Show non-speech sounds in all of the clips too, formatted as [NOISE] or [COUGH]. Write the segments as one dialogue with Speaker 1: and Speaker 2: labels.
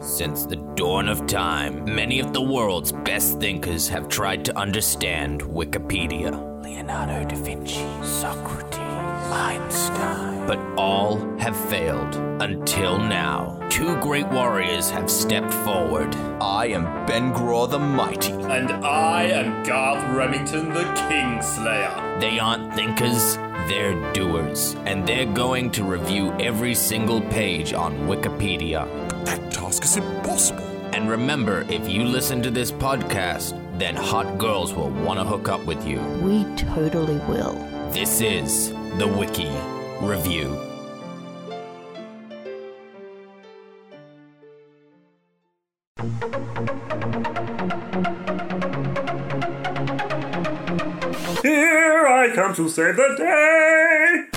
Speaker 1: Since the dawn of time, many of the world's best thinkers have tried to understand Wikipedia. Leonardo da Vinci, Socrates, Einstein. But all have failed until now. Two great warriors have stepped forward. I am Ben Graw the Mighty.
Speaker 2: And I am Garth Remington the Kingslayer.
Speaker 1: They aren't thinkers, they're doers. And they're going to review every single page on Wikipedia.
Speaker 3: That task is impossible.
Speaker 1: And remember, if you listen to this podcast, then hot girls will want to hook up with you.
Speaker 4: We totally will.
Speaker 1: This is the Wiki Review.
Speaker 2: Here I come to save the day!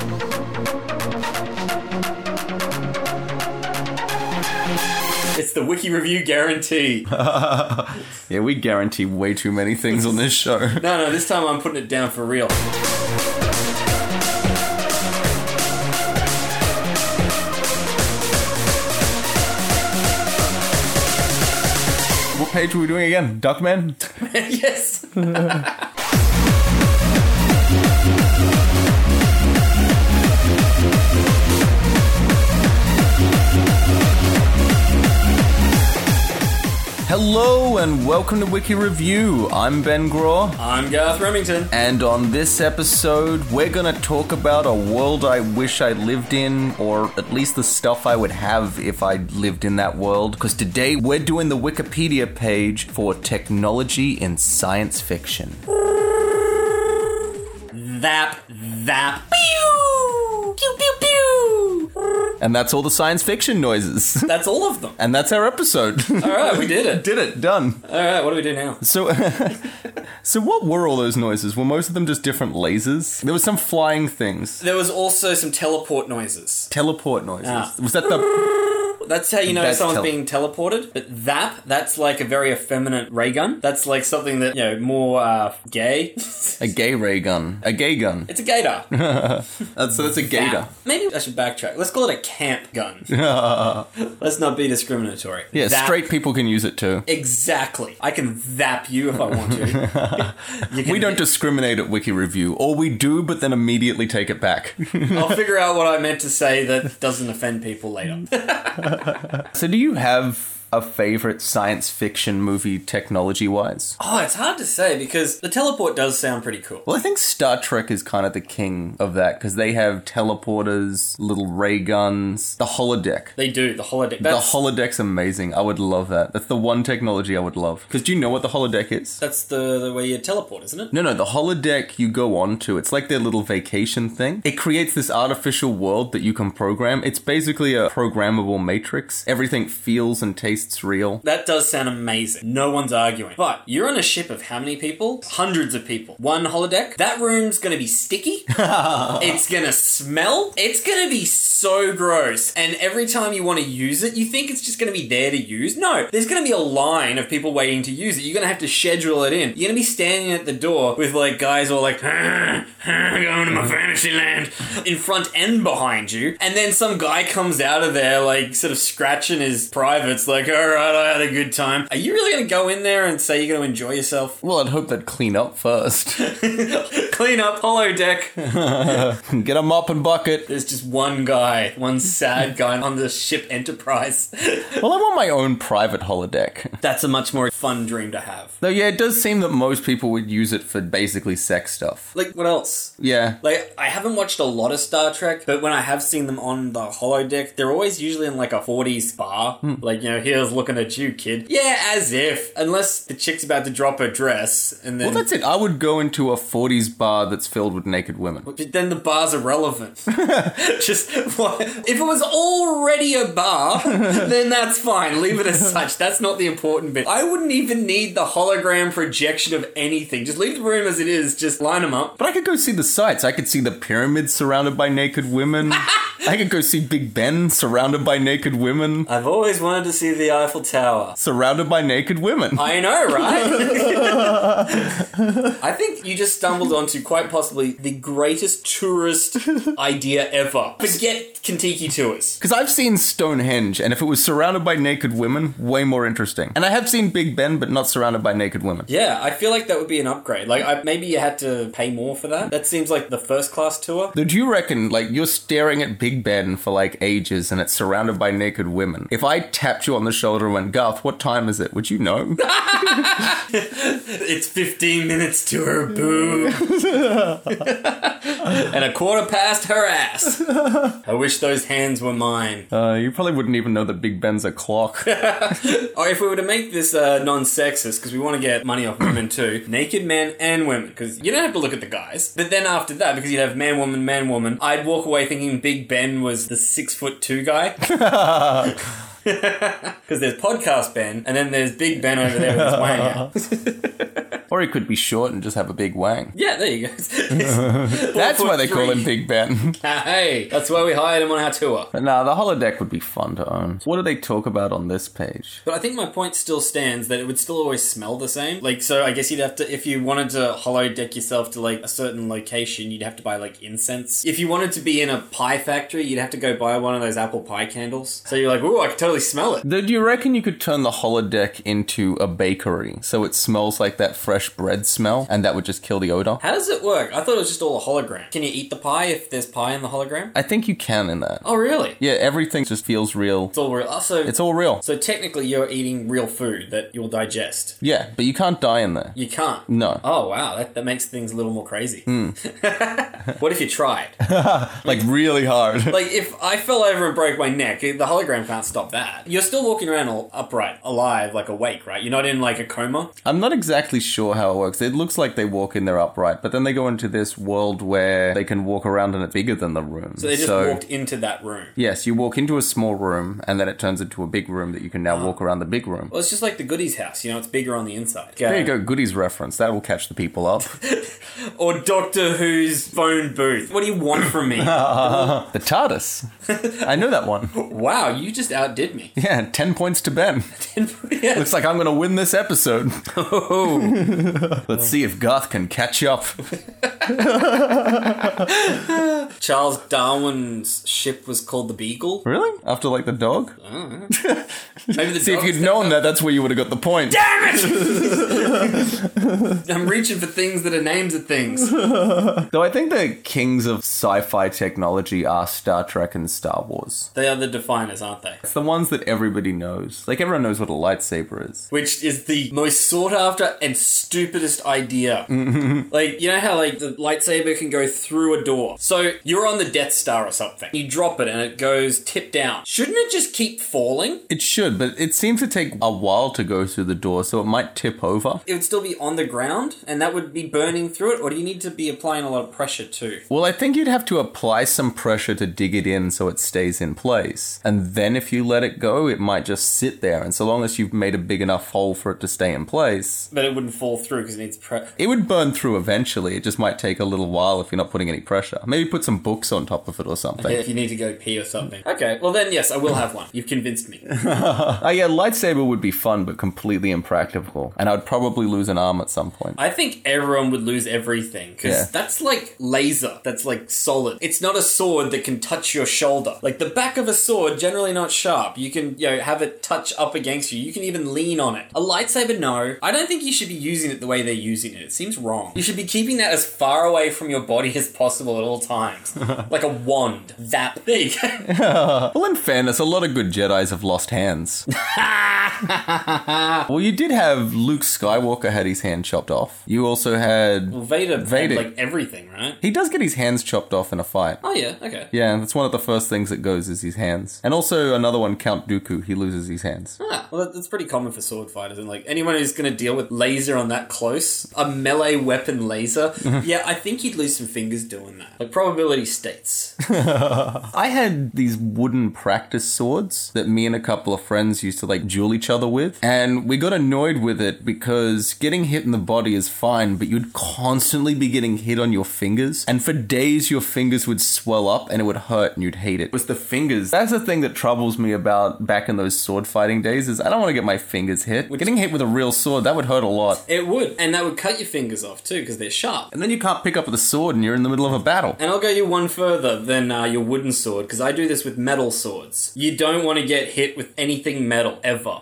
Speaker 2: It's the wiki review guarantee. no,
Speaker 5: Yeah, we guarantee way too many things on this show.
Speaker 1: [LAUGHS]
Speaker 2: no, this time I'm putting it down for real. [LAUGHS]
Speaker 5: what page are we doing again? Duckman?
Speaker 2: yes!
Speaker 5: Hello and welcome to Wiki Review. I'm Ben Graw,
Speaker 2: I'm Garth Remington.
Speaker 5: and on this episode, we're gonna talk about a world I wish I lived in, or at least the stuff I would have if I lived in that world. Because today we're doing the Wikipedia page for technology in science fiction.
Speaker 2: Thap, thap. Pew! Pew, pew, pew!
Speaker 5: And that's all the science fiction noises. [LAUGHS]
Speaker 2: That's all of them.
Speaker 5: and that's our episode.
Speaker 2: Alright, we did it.
Speaker 5: [LAUGHS] Did it, done.
Speaker 2: Alright, what do we do now?
Speaker 5: So, [LAUGHS] so what were all those noises? Were most of them just different lasers? There were some flying things,
Speaker 2: There was also some teleport noises.
Speaker 5: teleport noises.
Speaker 2: Ah.
Speaker 5: Was that the?
Speaker 2: That's how you know
Speaker 5: That's
Speaker 2: someone's
Speaker 5: tele-
Speaker 2: being teleported. But thap, that's like a very effeminate ray gun. That's like something that, you know, more uh, gay. [LAUGHS] it's
Speaker 5: A gay ray gun, a gay gun.
Speaker 2: a
Speaker 5: [LAUGHS]
Speaker 2: gator.
Speaker 5: That's- so that's a gator.
Speaker 2: Thap. Maybe I should backtrack. Let's call it a camp
Speaker 5: [LAUGHS]
Speaker 2: gun. Let's not be discriminatory.
Speaker 5: Yeah,
Speaker 2: Thap-
Speaker 5: straight people can use it too.
Speaker 2: Exactly. I can vap you if I want to.
Speaker 5: [LAUGHS]
Speaker 2: You can-
Speaker 5: We don't discriminate at Wiki Review, or we do, but then immediately take
Speaker 2: [LAUGHS]
Speaker 5: it back.
Speaker 2: I'll figure out what I meant to say that doesn't offend people later.
Speaker 5: [LAUGHS] so, do you have a favorite science fiction movie, technology-wise?
Speaker 2: oh, it's hard to say because the teleport does sound pretty cool.
Speaker 5: Well, I think Star Trek is kind of the king of that because they have teleporters, little ray guns, the holodeck.
Speaker 2: They do the holodeck. That's,
Speaker 5: the holodeck's amazing. I would love that. That's the one technology I would love. Because do you know what the holodeck is?
Speaker 2: that's the, the way you teleport, isn't it?
Speaker 5: No, no, the holodeck you go on to, it's like their little vacation thing. It creates this artificial world that you can program. It's basically a programmable matrix. Everything feels and tastes real.
Speaker 2: That does sound amazing. No one's arguing. But you're on a ship of how many people? Hundreds of people. One holodeck. That room's gonna be sticky. it's gonna smell. It's gonna be so gross. And every time you wanna use it, you think it's just gonna be there to use. No, there's gonna be a line of people waiting to use it. You're gonna have to schedule it in. You're gonna be standing at the door with like guys all like, "Ah, ah, going to my fantasy land, in front and behind you. And then some guy comes out of there, like, sort of scratching his privates, like, all right, I had a good time. Are you really gonna go in there and say you're gonna enjoy yourself? [LAUGHS]
Speaker 5: Well, I'd hope they'd clean up first. [LAUGHS]
Speaker 2: Clean up, hollow deck.
Speaker 5: Get a mop and bucket.
Speaker 2: There's just one guy, one
Speaker 5: [LAUGHS]
Speaker 2: sad guy on the ship Enterprise. [LAUGHS]
Speaker 5: Well, I want my own private holodeck.
Speaker 2: That's a much more fun dream to have.
Speaker 5: Though, yeah, it does seem that most people would use it for basically sex stuff.
Speaker 2: Like, what else?
Speaker 5: Yeah.
Speaker 2: Like, I haven't watched a lot of Star Trek, but when I have seen them on the holodeck, they're always usually in like a 40s bar.
Speaker 5: Hmm.
Speaker 2: Like, you know, here's looking at you, kid. Yeah, as if. Unless the chick's about to drop her dress, and then.
Speaker 5: Well, that's it. I would go into a 40s bar that's filled with naked women.
Speaker 2: But then the bar's irrelevant. [LAUGHS] Just what, if it was already a bar, then that's fine. Leave it as such. That's not the important bit. I wouldn't even need the hologram projection of anything. Just leave the room as it is. Just line them up.
Speaker 5: But I could go see the sights. I could see the pyramids surrounded by naked women. I could go see Big Ben surrounded by naked women.
Speaker 2: I've always wanted to see the the Eiffel Tower.
Speaker 5: Surrounded by naked women.
Speaker 2: I know, right? [LAUGHS] I think you just stumbled onto quite possibly the greatest tourist idea ever. Forget Kentucky tours.
Speaker 5: Because I've seen Stonehenge, and if it was surrounded by naked women, way more interesting. And I have seen Big Ben, but not surrounded by naked women.
Speaker 2: Yeah, I feel like that would be an upgrade. Like, I, maybe you had to pay more for that. That seems like the first class tour.
Speaker 5: Though, do you reckon, like, you're staring at Big Ben for, like, ages and it's surrounded by naked women? If I tapped you on the shoulder and went, Garth, what time is it? Would you know?
Speaker 2: [LAUGHS] It's 15 minutes to her boob. [LAUGHS] and a quarter past her ass. I wish those hands were mine.
Speaker 5: uh, you probably wouldn't even know that Big Ben's a clock.
Speaker 2: Or Oh, if we were to make this uh, non-sexist, because we want to get money off women too, [CLEARS THROAT] naked men and women, because you don't have to look at the guys. But then after that, because you'd have man, woman, man, woman, I'd walk away thinking Big Ben was the six foot two guy. [LAUGHS] Because there's podcast Ben, and then there's Big Ben over there with his wang out.
Speaker 5: or he could be short and just have a big wang.
Speaker 2: Yeah, there you go. [LAUGHS] That's
Speaker 5: That's why they call him Big Ben. [LAUGHS]
Speaker 2: Hey, that's why we hired him on our tour.
Speaker 5: but nah, the holodeck would be fun to own. What do they talk about on this page?
Speaker 2: But I think my point still stands that it would still always smell the same. Like, so I guess you'd have to, if you wanted to hollow deck yourself to like a certain location, you'd have to buy like incense. If you wanted to be in a pie factory, you'd have to go buy one of those apple pie candles. So you're like, ooh, I can totally smell it.
Speaker 5: Though, do you reckon you could turn the holodeck into a bakery so it smells like that fresh bread smell and that would just kill the odor?
Speaker 2: How does it work? I thought it was just all a hologram. Can you eat the pie if there's pie in the hologram?
Speaker 5: I think you can in that.
Speaker 2: Oh, really?
Speaker 5: Yeah, everything just feels real.
Speaker 2: It's all real. Oh, so,
Speaker 5: It's all real.
Speaker 2: so technically, you're eating real food that you'll digest.
Speaker 5: Yeah, but you can't die in there.
Speaker 2: You can't.
Speaker 5: No. Hmm.
Speaker 2: Oh, wow. That, that makes things a little more crazy. [LAUGHS] what if you tried?
Speaker 5: Like really hard. [LAUGHS]
Speaker 2: Like if I fell over and broke my neck, the hologram can't stop that. You're still walking around all upright, alive, like awake, right? You're not in like a coma.
Speaker 5: I'm not exactly sure how it works. It looks like they walk in there upright, but then they go into this world where they can walk around and it's bigger than the room.
Speaker 2: So they just walked into that room.
Speaker 5: Yes, you walk into a small room and then it turns into a big room that you can now walk around the big room.
Speaker 2: Well, it's just like the goodies house, you know, it's bigger on the inside.
Speaker 5: There you go, goodies reference. That will catch the people up.
Speaker 2: Or Doctor Who's phone booth. What do you want from
Speaker 5: [LAUGHS]
Speaker 2: me?
Speaker 5: the TARDIS. I know that one.
Speaker 2: wow, you just outdid
Speaker 5: [LAUGHS]
Speaker 2: me. [LAUGHS]
Speaker 5: Yeah, 10 points to Ben.
Speaker 2: yeah.
Speaker 5: Looks like I'm going to win this episode. Let's see if Garth can catch up.
Speaker 2: Charles Darwin's ship was called the Beagle.
Speaker 5: Really? After like the dog?
Speaker 2: Maybe the
Speaker 5: See, if
Speaker 2: dog's
Speaker 5: you'd known that, that's where you would have got the point.
Speaker 2: Damn it!
Speaker 5: [LAUGHS]
Speaker 2: I'm reaching for things that are names of things.
Speaker 5: Though I think the kings of sci-fi technology are Star Trek and Star Wars.
Speaker 2: They are the definers, aren't they?
Speaker 5: It's the ones that everybody knows. Like everyone knows what a lightsaber is.
Speaker 2: which is the most sought after and stupidest idea. like, you know how like the lightsaber can go through a door. So you're on the Death Star or something. You drop it and it goes tip down. Shouldn't it just keep falling?
Speaker 5: It should, but it seems to take a while to go through the door, so it might tip over.
Speaker 2: It would still be on the ground and that would be burning through it, or do you need to be applying a lot of pressure too?
Speaker 5: Well, I think you'd have to apply some pressure to dig it in so it stays in place. And then if you let it go, it might just sit there. And so long as you've made a big enough hole for it to stay in place,
Speaker 2: But it wouldn't fall through because it needs pressure.
Speaker 5: it would burn through eventually. It just might take a little while if you're not putting any pressure. Maybe put some books on top of it or something.
Speaker 2: [LAUGHS] If you need to go pee or something. Okay, well then yes, I will have one. You've convinced me.
Speaker 5: Oh yeah, lightsaber would be fun, but completely impractical, and I'd probably lose an arm at some point.
Speaker 2: I think everyone would lose everything because
Speaker 5: Yeah.
Speaker 2: that's like laser. That's like solid. It's not a sword that can touch your shoulder. Like the back of a sword, generally not sharp. You can you know have it touch up against you. You can even lean on it. A lightsaber, no. I don't think you should be using it the way they're using it. It seems wrong. You should be keeping that as far away from your body as possible at all times, like a wand. Zap. There [LAUGHS] you go.
Speaker 5: well, in fairness, a lot of good Jedi's have lost hands. well, you did have Luke Skywalker had his hand chopped off. You also had
Speaker 2: Well, Vader, had,
Speaker 5: Vader.
Speaker 2: like everything, right?
Speaker 5: he does get his hands chopped off in a fight.
Speaker 2: Oh yeah. Okay.
Speaker 5: Yeah, that's one of the first things that goes is his hands, and also another one, Count Dooku. He loses his hands.
Speaker 2: Ah, well, that- that's pretty common for sword fighters, and like anyone who's going to deal with laser on that close, a melee weapon laser, yeah, I think you'd lose some fingers doing that. Like probability states.
Speaker 5: I had these wooden practice swords that me and a couple of friends friends used to like duel each other with. And we got annoyed with it because getting hit in the body is fine, but you'd constantly be getting hit on your fingers. And for days, your fingers would swell up and it would hurt and you'd hate it. It was the fingers. That's the thing that troubles me about back in those sword fighting days is I don't want to get my fingers hit. Getting hit with a real sword, that would hurt a lot.
Speaker 2: It would, and that would cut your fingers off too because they're sharp.
Speaker 5: And then you can't pick up the sword and you're in the middle of a battle.
Speaker 2: And I'll go you one further than uh, your wooden sword because I do this with metal swords. You don't want to get hit with anything metal ever.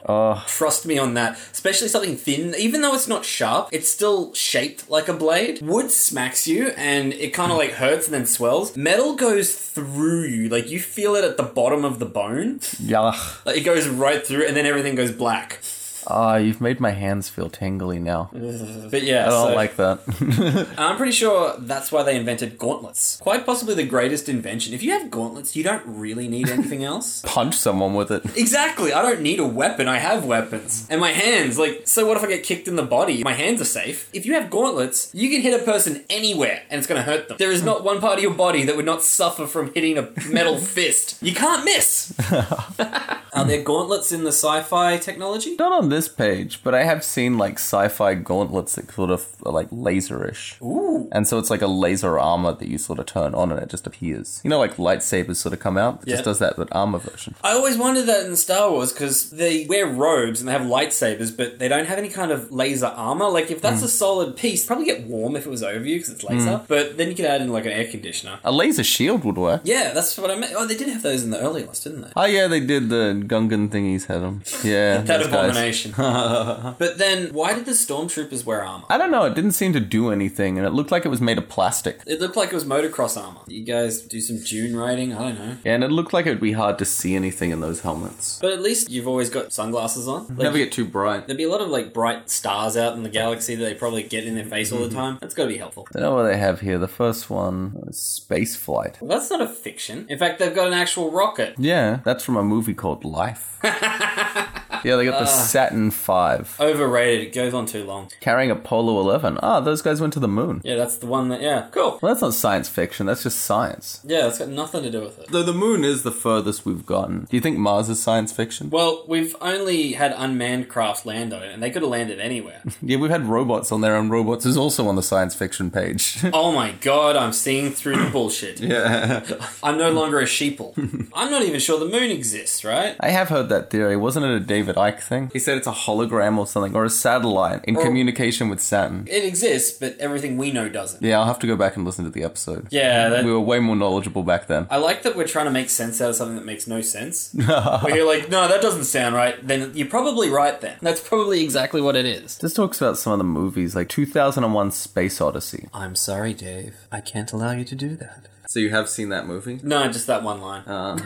Speaker 2: Trust me on that. Especially something thin, even though it's not sharp, it's still shaped like a blade. Wood smacks you and it kind of like hurts and then swells. Metal goes through you, like you feel it at the bottom of the bone.
Speaker 5: Yuck.
Speaker 2: Like it goes right through and then everything goes black.
Speaker 5: Ah, you've made my hands feel tingly now.
Speaker 2: But yeah,
Speaker 5: I don't
Speaker 2: so-
Speaker 5: like that.
Speaker 2: I'm pretty sure that's why they invented gauntlets. Quite possibly the greatest invention. If you have gauntlets, you don't really need anything [LAUGHS] else.
Speaker 5: Punch someone with it.
Speaker 2: Exactly, I don't need a weapon, I have weapons. And my hands, like, so what if I get kicked in the body? My hands are safe. If you have gauntlets, you can hit a person anywhere and it's gonna hurt them. There is not one part of your body that would not suffer from hitting a metal fist. You can't miss! are there gauntlets in the sci fi technology?
Speaker 5: Not on this page, but I have seen like sci-fi gauntlets that sort of are like laserish. Ooh. And so it's like a laser armor that you sort of turn on and it just appears. You know, like lightsabers sort of come out. It
Speaker 2: Yeah.
Speaker 5: just does that, but armor version.
Speaker 2: I always wondered that in Star Wars because they wear robes and they have lightsabers, but they don't have any kind of laser armor. Like if that's a solid piece, probably get warm if it was over you because it's laser. But then you could add in like an air conditioner.
Speaker 5: A laser shield would work.
Speaker 2: Yeah, that's what I meant. Oh, they did have those in the early ones, didn't they?
Speaker 5: Oh yeah, they did the Gungan thingies had them.
Speaker 2: [LAUGHS]
Speaker 5: Yeah,
Speaker 2: That
Speaker 5: those guys. [LAUGHS]
Speaker 2: abomination. but then, why did the stormtroopers wear armor?
Speaker 5: I don't know. It didn't seem to do anything, and it looked like it was made of plastic.
Speaker 2: It looked like it was motocross armor. You guys do some dune riding? I don't know.
Speaker 5: Yeah, and it looked like it would be hard to see anything in those helmets.
Speaker 2: But at least you've always got sunglasses on. Like,
Speaker 5: Never get too bright.
Speaker 2: There'd be a lot of like bright stars out in the galaxy that they probably get in their face all
Speaker 5: Mm-hmm.
Speaker 2: the time. That's got to be helpful.
Speaker 5: I don't know what they have here. The first one uh, is space flight.
Speaker 2: Well, that's not a fiction. In fact, they've got an actual rocket.
Speaker 5: Yeah, that's from a movie called [LAUGHS] Life. yeah, they got the Saturn V
Speaker 2: Overrated. It goes on too long.
Speaker 5: carrying Apollo 11. Ah, those guys went to the moon.
Speaker 2: Yeah, that's the one that. Yeah, cool.
Speaker 5: Well, that's not science fiction, that's just science.
Speaker 2: Yeah, that's got nothing to do with it.
Speaker 5: Though the moon is the furthest we've gotten. Do you think Mars is science fiction?
Speaker 2: Well, we've only had unmanned craft land on it, and they could have landed anywhere.
Speaker 5: yeah, we've had robots on there, and robots is also on the science fiction [LAUGHS] page.
Speaker 2: oh my god, I'm seeing through the bullshit.
Speaker 5: yeah.
Speaker 2: I'm no longer a sheeple. I'm not even sure the moon exists, right?
Speaker 5: I have heard that theory. Wasn't it a David Icke thing? Oh. He said it's a hologram or something, or a satellite in
Speaker 2: Or-
Speaker 5: communication with Saturn.
Speaker 2: It exists, but everything we know doesn't.
Speaker 5: Yeah, I'll have to go back and listen to the episode.
Speaker 2: Yeah, that,
Speaker 5: We were way more knowledgeable back then.
Speaker 2: I like that we're trying to make sense out of something that makes no sense. Where you're like, no, that doesn't sound right. Then you're probably right. Then that's probably exactly what it is.
Speaker 5: This talks about some of the movies, like 2001 Space Odyssey.
Speaker 2: I'm sorry, Dave. I can't allow you to do that.
Speaker 5: So you have seen that movie?
Speaker 2: No, just that one line.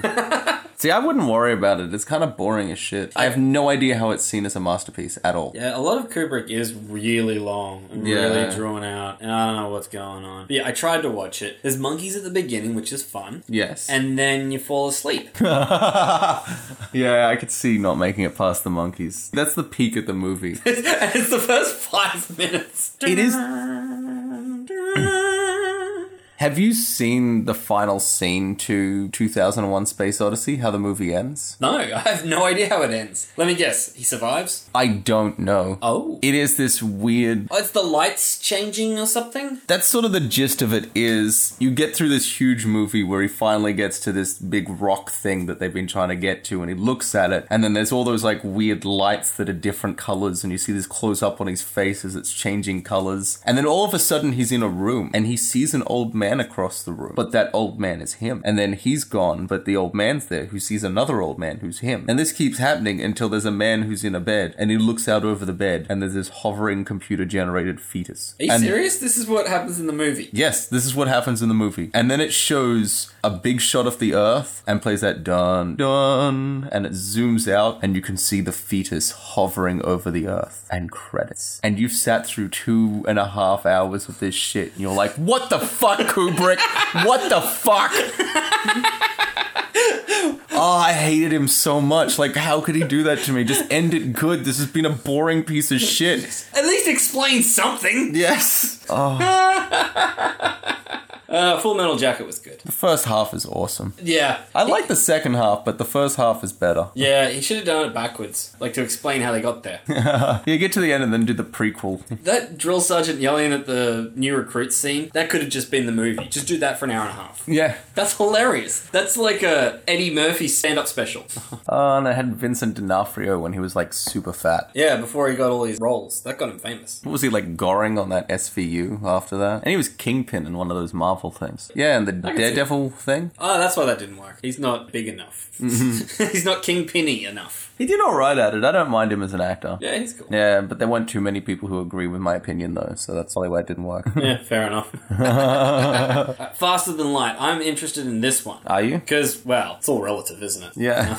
Speaker 5: See, I wouldn't worry about it. It's kind of boring as shit. I have no idea how it's seen as a masterpiece at all.
Speaker 2: yeah, a lot of Kubrick is really long and
Speaker 5: Yeah.
Speaker 2: really drawn out, and I don't know what's going on. But yeah, I tried to watch it. There's monkeys at the beginning, which is fun,
Speaker 5: Yes.
Speaker 2: and then you fall asleep. [LAUGHS]
Speaker 5: yeah, I could see not making it past the monkeys. That's the peak of the movie.
Speaker 2: and it's the first five minutes.
Speaker 5: It is- have you seen the final scene to 2001 Space Odyssey, how the movie ends?
Speaker 2: [LAUGHS] No, I have no idea how it ends. Let me guess. He survives.
Speaker 5: I don't know.
Speaker 2: Oh.
Speaker 5: It is this weird
Speaker 2: Oh, it's the lights changing or something?
Speaker 5: that's sort of the gist of it is you get through this huge movie where he finally gets to this big rock thing that they've been trying to get to and he looks at it and then there's all those like weird lights that are different colors and you see this close up on his face as it's changing colors and then all of a sudden he's in a room and he sees an old man across the room but that old man is him and then he's gone but the old man's there who sees another old man who's him and this keeps happening until there's a man who's in a bed and he looks out over the bed and there's this hovering computer generated fetus
Speaker 2: Are you
Speaker 5: And-
Speaker 2: serious? This is what happens in the movie.
Speaker 5: Yes, this is what happens in the movie. And then it shows a big shot of the Earth and plays that dun dun, and it zooms out, and you can see the fetus hovering over the Earth. And credits. And you've sat through two and a half hours of this shit, and you're like, what the fuck, Kubrick? what the fuck? [LAUGHS] Oh, I hated him so much. Like, how could he do that to me? Just end it good. This has been a boring piece of shit.
Speaker 2: At least explain something.
Speaker 5: Yes. Oh.
Speaker 2: Uh, Full Metal Jacket was good.
Speaker 5: The first half is awesome.
Speaker 2: Yeah.
Speaker 5: I like the second half, but the first half is better.
Speaker 2: Yeah, he should have done it backwards, like to explain how they got [LAUGHS] there.
Speaker 5: You get to the end and then do the
Speaker 2: [LAUGHS]
Speaker 5: prequel.
Speaker 2: that drill sergeant yelling at the new recruits scene, that could have just been the movie. Just do that for an hour and a half.
Speaker 5: yeah.
Speaker 2: That's hilarious. That's like a Eddie Murphy stand-up special.
Speaker 5: Oh, and I had Vincent D'Onofrio when he was like super fat.
Speaker 2: Yeah, before he got all these roles, that got him famous.
Speaker 5: What was he like goring on that SVU after that? And he was Kingpin in one of those Marvel things. Yeah, and the
Speaker 2: see it.
Speaker 5: Daredevil thing.
Speaker 2: Oh, that's why that didn't work. He's not big enough. [LAUGHS] he's not kingpinny enough.
Speaker 5: He did alright at it. I don't mind him as an actor.
Speaker 2: Yeah, he's cool.
Speaker 5: Yeah, but there weren't too many people who agree with my opinion though, so that's probably why it didn't work.
Speaker 2: Yeah, fair [LAUGHS] enough. Faster than light. I'm interested in this one.
Speaker 5: [LAUGHS] Are you?
Speaker 2: Because, well, it's all relative, isn't it? [LAUGHS]
Speaker 5: Yeah.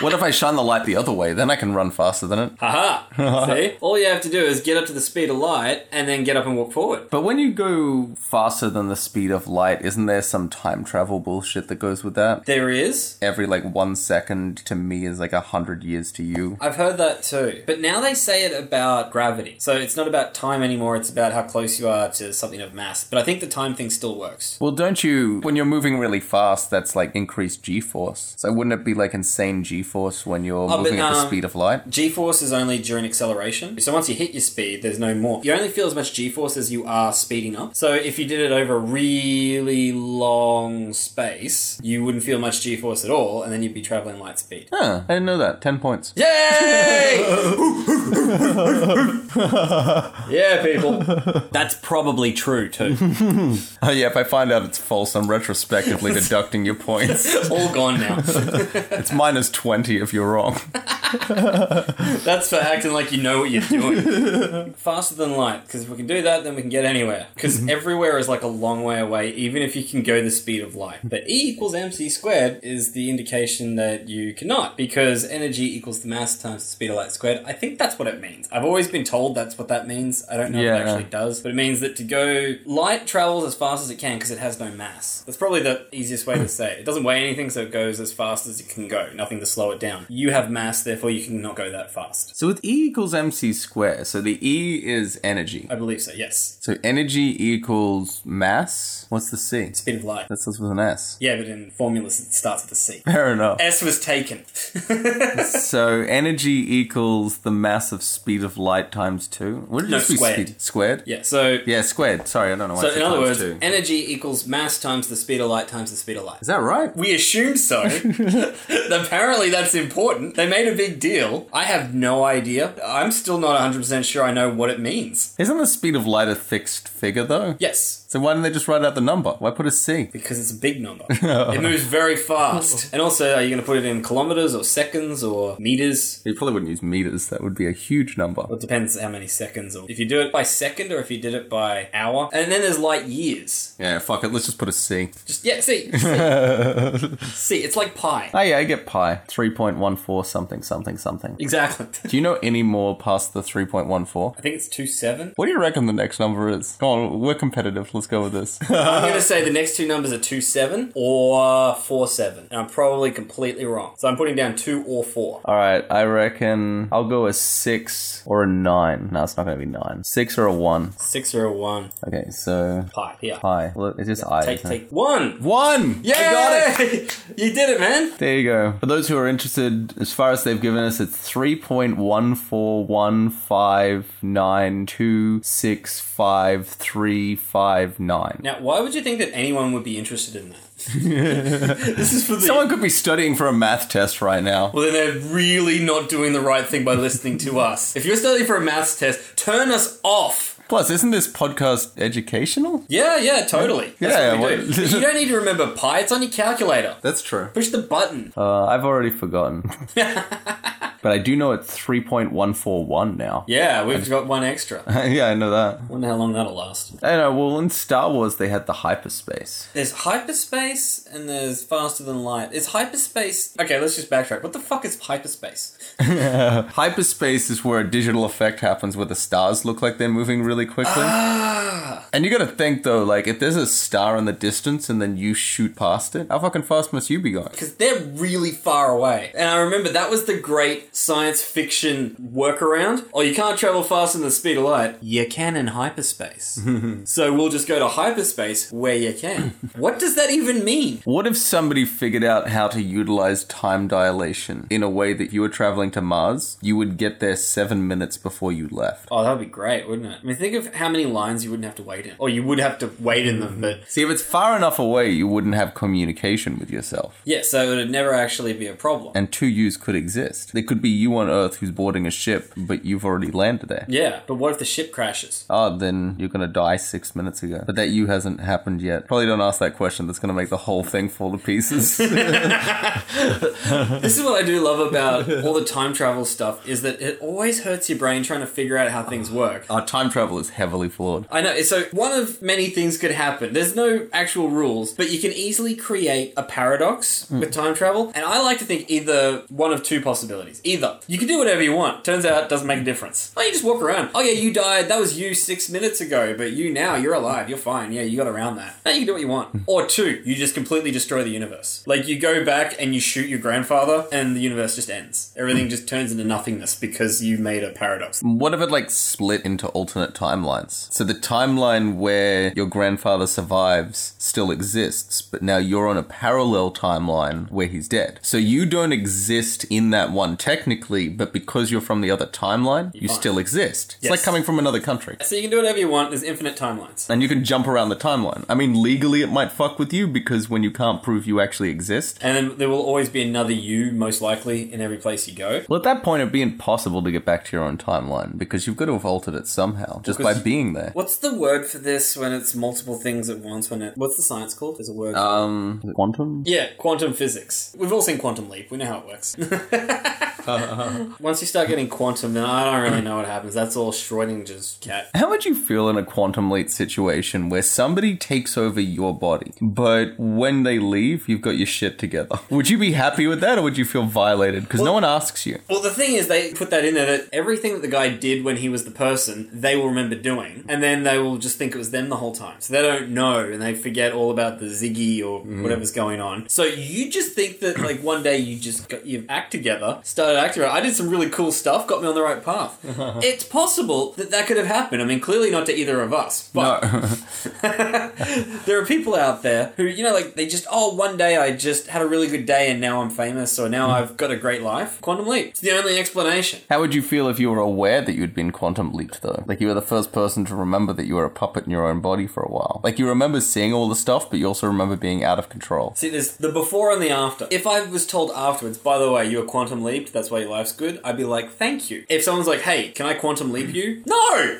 Speaker 5: what if I shine the light the other way? Then I can run faster than it.
Speaker 2: [LAUGHS] Haha. See? All you have to do is get up to the speed of light and then get up and walk forward.
Speaker 5: But when you go faster than the speed of light, isn't there some time travel bullshit that goes with that?
Speaker 2: There is.
Speaker 5: Every like one second to me is like a hundred years to you.
Speaker 2: I've heard that too. But now they say it about gravity. So it's not about time anymore, it's about how close you are to something of mass. But I think the time thing still works.
Speaker 5: Well, don't you? When you're moving really fast, that's like increased g force. So wouldn't it be like insane g force when you're
Speaker 2: but
Speaker 5: moving at the
Speaker 2: no.
Speaker 5: speed of light?
Speaker 2: G force is only during acceleration. So once you hit your speed, there's no more. You only feel as much G force as you are speeding up. So if you did it over a really long space, you wouldn't feel much G force at all, and then you'd be traveling light speed.
Speaker 5: Huh, I didn't know that. 10 points.
Speaker 2: [LAUGHS] Yay! yeah, people. That's probably true too.
Speaker 5: Oh, yeah, if I find out it's false, I'm [LAUGHS] retrospectively deducting your
Speaker 2: [LAUGHS]
Speaker 5: points.
Speaker 2: All gone now.
Speaker 5: It's minus 20 if you're wrong.
Speaker 2: That's for acting like you know what you're doing. Faster than light, because if we can do that, then we can get anywhere. Because everywhere is like a long way away, even if you can go the speed of light. But E equals mc squared is the indication that you cannot, because energy equals the mass times the speed of light squared. I think that's what it means. I've always been told that's what that means. I don't know if it
Speaker 5: Yeah.
Speaker 2: actually does, but it means that to go, light travels as fast as it can because it has no mass. That's probably the easiest way to say it. It doesn't weigh anything, so it goes as fast as it can go. Nothing to slow it down. You have mass, therefore you cannot go that fast.
Speaker 5: So with E equals MC squared, so the E is energy.
Speaker 2: I believe so, yes.
Speaker 5: So energy equals mass. What's the C?
Speaker 2: Speed of light.
Speaker 5: That starts with an S. [LAUGHS]
Speaker 2: Yeah, but in formulas it starts with a C.
Speaker 5: Fair enough.
Speaker 2: S was taken. [LAUGHS]
Speaker 5: So energy equals the mass of speed of light times two. Would it
Speaker 2: No,
Speaker 5: just be
Speaker 2: squared.
Speaker 5: speed- squared?
Speaker 2: yeah, so
Speaker 5: Yeah, squared. Sorry, I don't know why.
Speaker 2: so
Speaker 5: I said
Speaker 2: in other
Speaker 5: times
Speaker 2: words,
Speaker 5: two.
Speaker 2: energy equals mass times the speed of light times the speed of light.
Speaker 5: is that right?
Speaker 2: We assume so. [LAUGHS] Apparently that's important. They made a big deal. I have no idea. I'm still not 100% sure I know what it means.
Speaker 5: Isn't the speed of light a fixed figure though?
Speaker 2: Yes,
Speaker 5: So why didn't they just write out the number? Why put a C?
Speaker 2: because it's a big number. it moves very fast. And also, are you going to put it in kilometers or seconds or meters?
Speaker 5: You probably wouldn't use meters. That would be a huge number.
Speaker 2: Well, it depends how many seconds, or if you do it by second, or if you did it by hour. And then there's light years.
Speaker 5: Yeah, fuck it. Let's just put a C.
Speaker 2: Just yeah,
Speaker 5: [LAUGHS]
Speaker 2: see, see, see it's like pi.
Speaker 5: Oh yeah, I get pi. Three point one four something something something.
Speaker 2: Exactly. [LAUGHS]
Speaker 5: Do you know any more past the three point one four?
Speaker 2: I think it's two seven.
Speaker 5: What do you reckon the next number is? Come on, we're competitive. Let's go with this.
Speaker 2: I'm gonna say the next two numbers are two seven or four seven, and I'm probably completely wrong. So I'm putting down two or four.
Speaker 5: [LAUGHS] All right, I reckon I'll go a six or a nine. No, it's not going to be nine. Six or a one.
Speaker 2: Six or a one.
Speaker 5: Okay, so
Speaker 2: Pi. Yeah.
Speaker 5: pi. Well, it's just i.
Speaker 2: Take
Speaker 5: isn't it?
Speaker 2: take one.
Speaker 5: One. Yeah,
Speaker 2: I
Speaker 5: got it.
Speaker 2: got it. [LAUGHS] you did it, man.
Speaker 5: There you go. For those who are interested, as far as they've given us, it's three point one four one five nine two six five three five nine.
Speaker 2: Now, why would you think that anyone would be interested in that?
Speaker 5: [LAUGHS]
Speaker 2: this is for the
Speaker 5: Someone could be studying for a math test right now.
Speaker 2: Well, then they're really not doing the right thing by listening to us. If you're studying for a maths test, turn us off.
Speaker 5: Plus, isn't this podcast educational?
Speaker 2: Yeah, yeah, totally. That's
Speaker 5: Yeah,
Speaker 2: what we do.
Speaker 5: what-
Speaker 2: But you don't need to remember pi. It's on your calculator.
Speaker 5: That's true.
Speaker 2: Push the button.
Speaker 5: Uh, I've already forgotten. but I do know it's 3.141 now.
Speaker 2: Yeah, we've got one extra.
Speaker 5: [LAUGHS] yeah, I know that.
Speaker 2: Wonder how long that'll last.
Speaker 5: I know, well, in Star Wars, they had the hyperspace.
Speaker 2: There's hyperspace and there's faster than light. Is hyperspace? Okay, let's just backtrack. What the fuck is hyperspace? Ah.
Speaker 5: Hyperspace is where a digital effect happens where the stars look like they're moving really quickly. And you gotta think though, like if there's a star in the distance and then you shoot past it, how fucking fast must you be going?
Speaker 2: because they're really far away. And I remember that was the great science fiction workaround. Oh, you can't travel faster than the speed of light. You can in hyperspace. so we'll just go to hyperspace where you can. what does that even mean?
Speaker 5: What if somebody figured out how to utilize time dilation in a way that if you were traveling to Mars, you would get there seven minutes before you left?
Speaker 2: Oh, that'd be great, wouldn't it? I mean, think of how many lines you wouldn't have to wait in. Or you would have to wait in them, but
Speaker 5: See, if it's far enough away, you wouldn't have communication with yourself.
Speaker 2: yeah, so it would never actually be a problem.
Speaker 5: And two yous could exist. There could be you on Earth who's boarding a ship, but you've already landed there.
Speaker 2: yeah, but what if the ship crashes?
Speaker 5: Oh, then you're gonna die six minutes ago. But that you hasn't happened yet. Probably don't ask that question. That's gonna make the whole thing fall to pieces.
Speaker 2: This is what I do love about all the time travel stuff is that it always hurts your brain trying to figure out how things work.
Speaker 5: Our time travel is heavily flawed.
Speaker 2: I know. So one of many things could happen. There's no actual rules, but you can easily create a paradox with time travel. And I like to think either one of two possibilities. Either you can do whatever you want. Turns out it doesn't make a difference. Oh, you just walk around. Oh yeah, you died. That was you six minutes ago, but you now you're alive. You're fine. Yeah, you got around that. Now you can do what you want. Or two, you just completely destroy the universe. Like you go back and you shoot your grandfather, and the universe just ends. Everything just turns into nothingness because you made a paradox.
Speaker 5: What if it like split into alternate timelines? So the timeline where your grandfather survives still exists, but now you're on a parallel timeline where he's dead. So you don't exist in that one technically, but because you're from the other timeline, you still exist. It's
Speaker 2: Yes.
Speaker 5: like coming from another country.
Speaker 2: So you can do whatever you want. There's infinite timelines.
Speaker 5: And you can jump around the timeline. I mean, legally, it might fuck with you because when you can't prove you actually exist,
Speaker 2: And then there will always be another you, most likely, in every place you go.
Speaker 5: well, at that point, it'd be impossible to get back to your own timeline because you've got to have altered it somehow just by being there.
Speaker 2: What's the word for this when it's multiple things at once? When it what's the science called? There's a word.
Speaker 5: Um, quantum?
Speaker 2: yeah, quantum physics. We've all seen Quantum Leap. We know how it works. [LAUGHS] Once you start getting quantum, then I don't really know what happens. That's all Schrodinger's cat.
Speaker 5: How would you feel in a quantum leap situation where somebody takes over your body, but when they leave, you've got your shit together? [LAUGHS] Would you be happy with that or would you feel violated? Because no one asks you.
Speaker 2: Well, the thing is, they put that in there that everything that the guy did when he was the person, they will remember doing, and then they will just think it was them the whole time. So they don't know, and they forget all about the Ziggy or whatever's going on. So you just think that, like, one day you just got your act together, started acting right. I did some really cool stuff, got me on the right path. it's possible that that could have happened. I mean, clearly not to either of us, but
Speaker 5: [LAUGHS] No.
Speaker 2: there are people out there who, you know, like they just, oh, one day I just had a really good day and now I'm famous or now I've got a great life. Quantum leap. It's the only explanation.
Speaker 5: How would you feel if you were aware that you'd been quantum leaped, though? Like you were the first person to remember that you were a puppet in your own body for a while. Like you remember seeing all the stuff, but you also remember being out of control.
Speaker 2: See, there's the before and the after. If I was told afterwards, by the way, you were quantum leaped, that's why your life's good, I'd be like, thank you. If someone's like, hey, can I quantum leap you? No!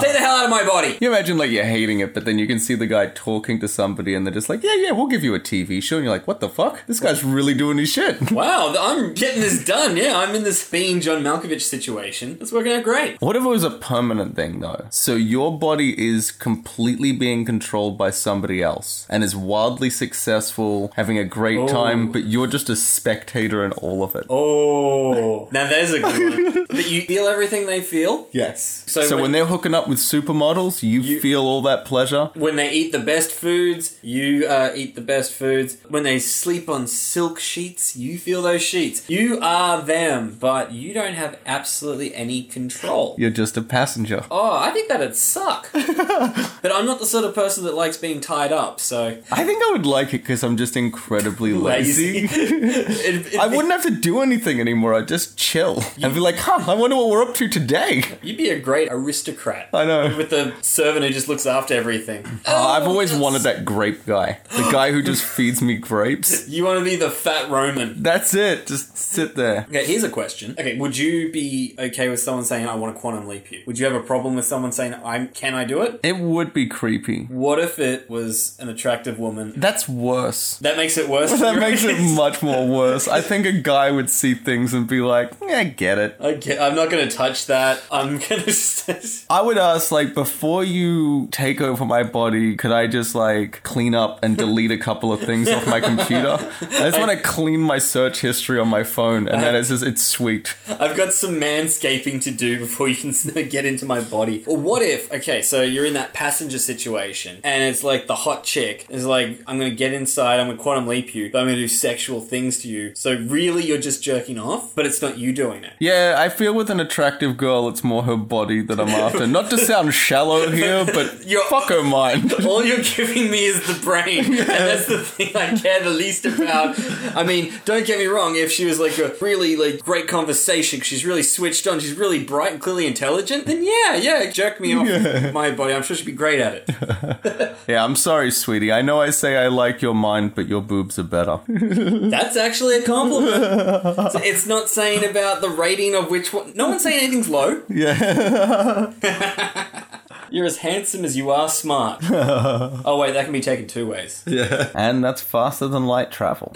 Speaker 2: Stay the hell out of my body!
Speaker 5: You imagine like you're hating it, but then you can see the guy talking to somebody, and they're just like, "Yeah, yeah, we'll give you a TV show," and you're like, "What the fuck? This guy's really doing his shit."
Speaker 2: Wow, th- I'm getting this done. Yeah, I'm in this being John Malkovich situation. It's working out great.
Speaker 5: What if it was a permanent thing though? So your body is completely being controlled by somebody else and is wildly successful, having a great time, but you're just a spectator in all of it.
Speaker 2: Oh, now there's a good one. But you feel everything they feel.
Speaker 5: Yes.
Speaker 2: So
Speaker 5: So,
Speaker 2: when-
Speaker 5: when, they're hooking up with supermodels, you, feel all that pleasure.
Speaker 2: When they eat the best foods, you uh, eat the best foods. When they sleep on silk sheets, you feel those sheets. You are them, but you don't have absolutely any control.
Speaker 5: You're just a passenger.
Speaker 2: Oh, I think that'd
Speaker 5: [LAUGHS]
Speaker 2: suck. but I'm not the sort of person that likes being tied up, so
Speaker 5: I think I would like it because I'm just incredibly lazy. [LAUGHS]
Speaker 2: It- it-
Speaker 5: I wouldn't have to do anything anymore. I'd just chill and be like, huh, I wonder what we're up to today.
Speaker 2: You'd be a great aristocrat.
Speaker 5: I know.
Speaker 2: With the servant who just looks after everything.
Speaker 5: Oh, I've always
Speaker 2: that's-
Speaker 5: wanted that grape guy. The guy who [LAUGHS] just feeds me grapes.
Speaker 2: You want to be the fat Roman.
Speaker 5: That's it. Just sit there.
Speaker 2: Okay, here's a question. Okay, would you be okay with someone saying, I want to quantum leap you? Would you have a problem with someone saying, I'm, can I do it?
Speaker 5: It would be creepy.
Speaker 2: What if it was an attractive woman?
Speaker 5: That's worse.
Speaker 2: That makes it worse.
Speaker 5: [LAUGHS] That makes it
Speaker 2: You're right.
Speaker 5: much more worse. I think a guy would see things and and be like, yeah, I get it.
Speaker 2: I get, I'm not going to touch that. I'm going [LAUGHS] to.
Speaker 5: I would ask, like, before you take over my body, could I just, like, clean up and delete a couple of things off my computer? I just want to clean my search history on my phone, and then it says it's sweet.
Speaker 2: I've got some manscaping to do before you can get into my body. Or what if, okay, so you're in that passenger situation and it's like the hot chick is like, I'm gonna get inside, I'm gonna quantum leap you, but I'm gonna do sexual things to you. So really you're just jerking off, but it's not you doing it.
Speaker 5: Yeah, I feel with an attractive girl, it's more her body that I'm after. Not to sound shallow here, but
Speaker 2: You're-
Speaker 5: fuck her mind.
Speaker 2: All you're giving me is the brain, and that's the thing I care the least about. I mean, don't get me wrong. If she was like a really like great conversation, she's really switched on, she's really bright and clearly intelligent, then yeah, yeah, jerk me off my body. I'm sure she'd be great at it.
Speaker 5: Yeah, I'm sorry, sweetie. I know I say I like your mind, but your boobs are better.
Speaker 2: That's actually a compliment. So it's not saying about the rating of which one. No one's saying anything's low.
Speaker 5: yeah.
Speaker 2: [LAUGHS] You're as handsome as you are smart. oh wait, that can be taken two ways.
Speaker 5: and that's faster than light travel.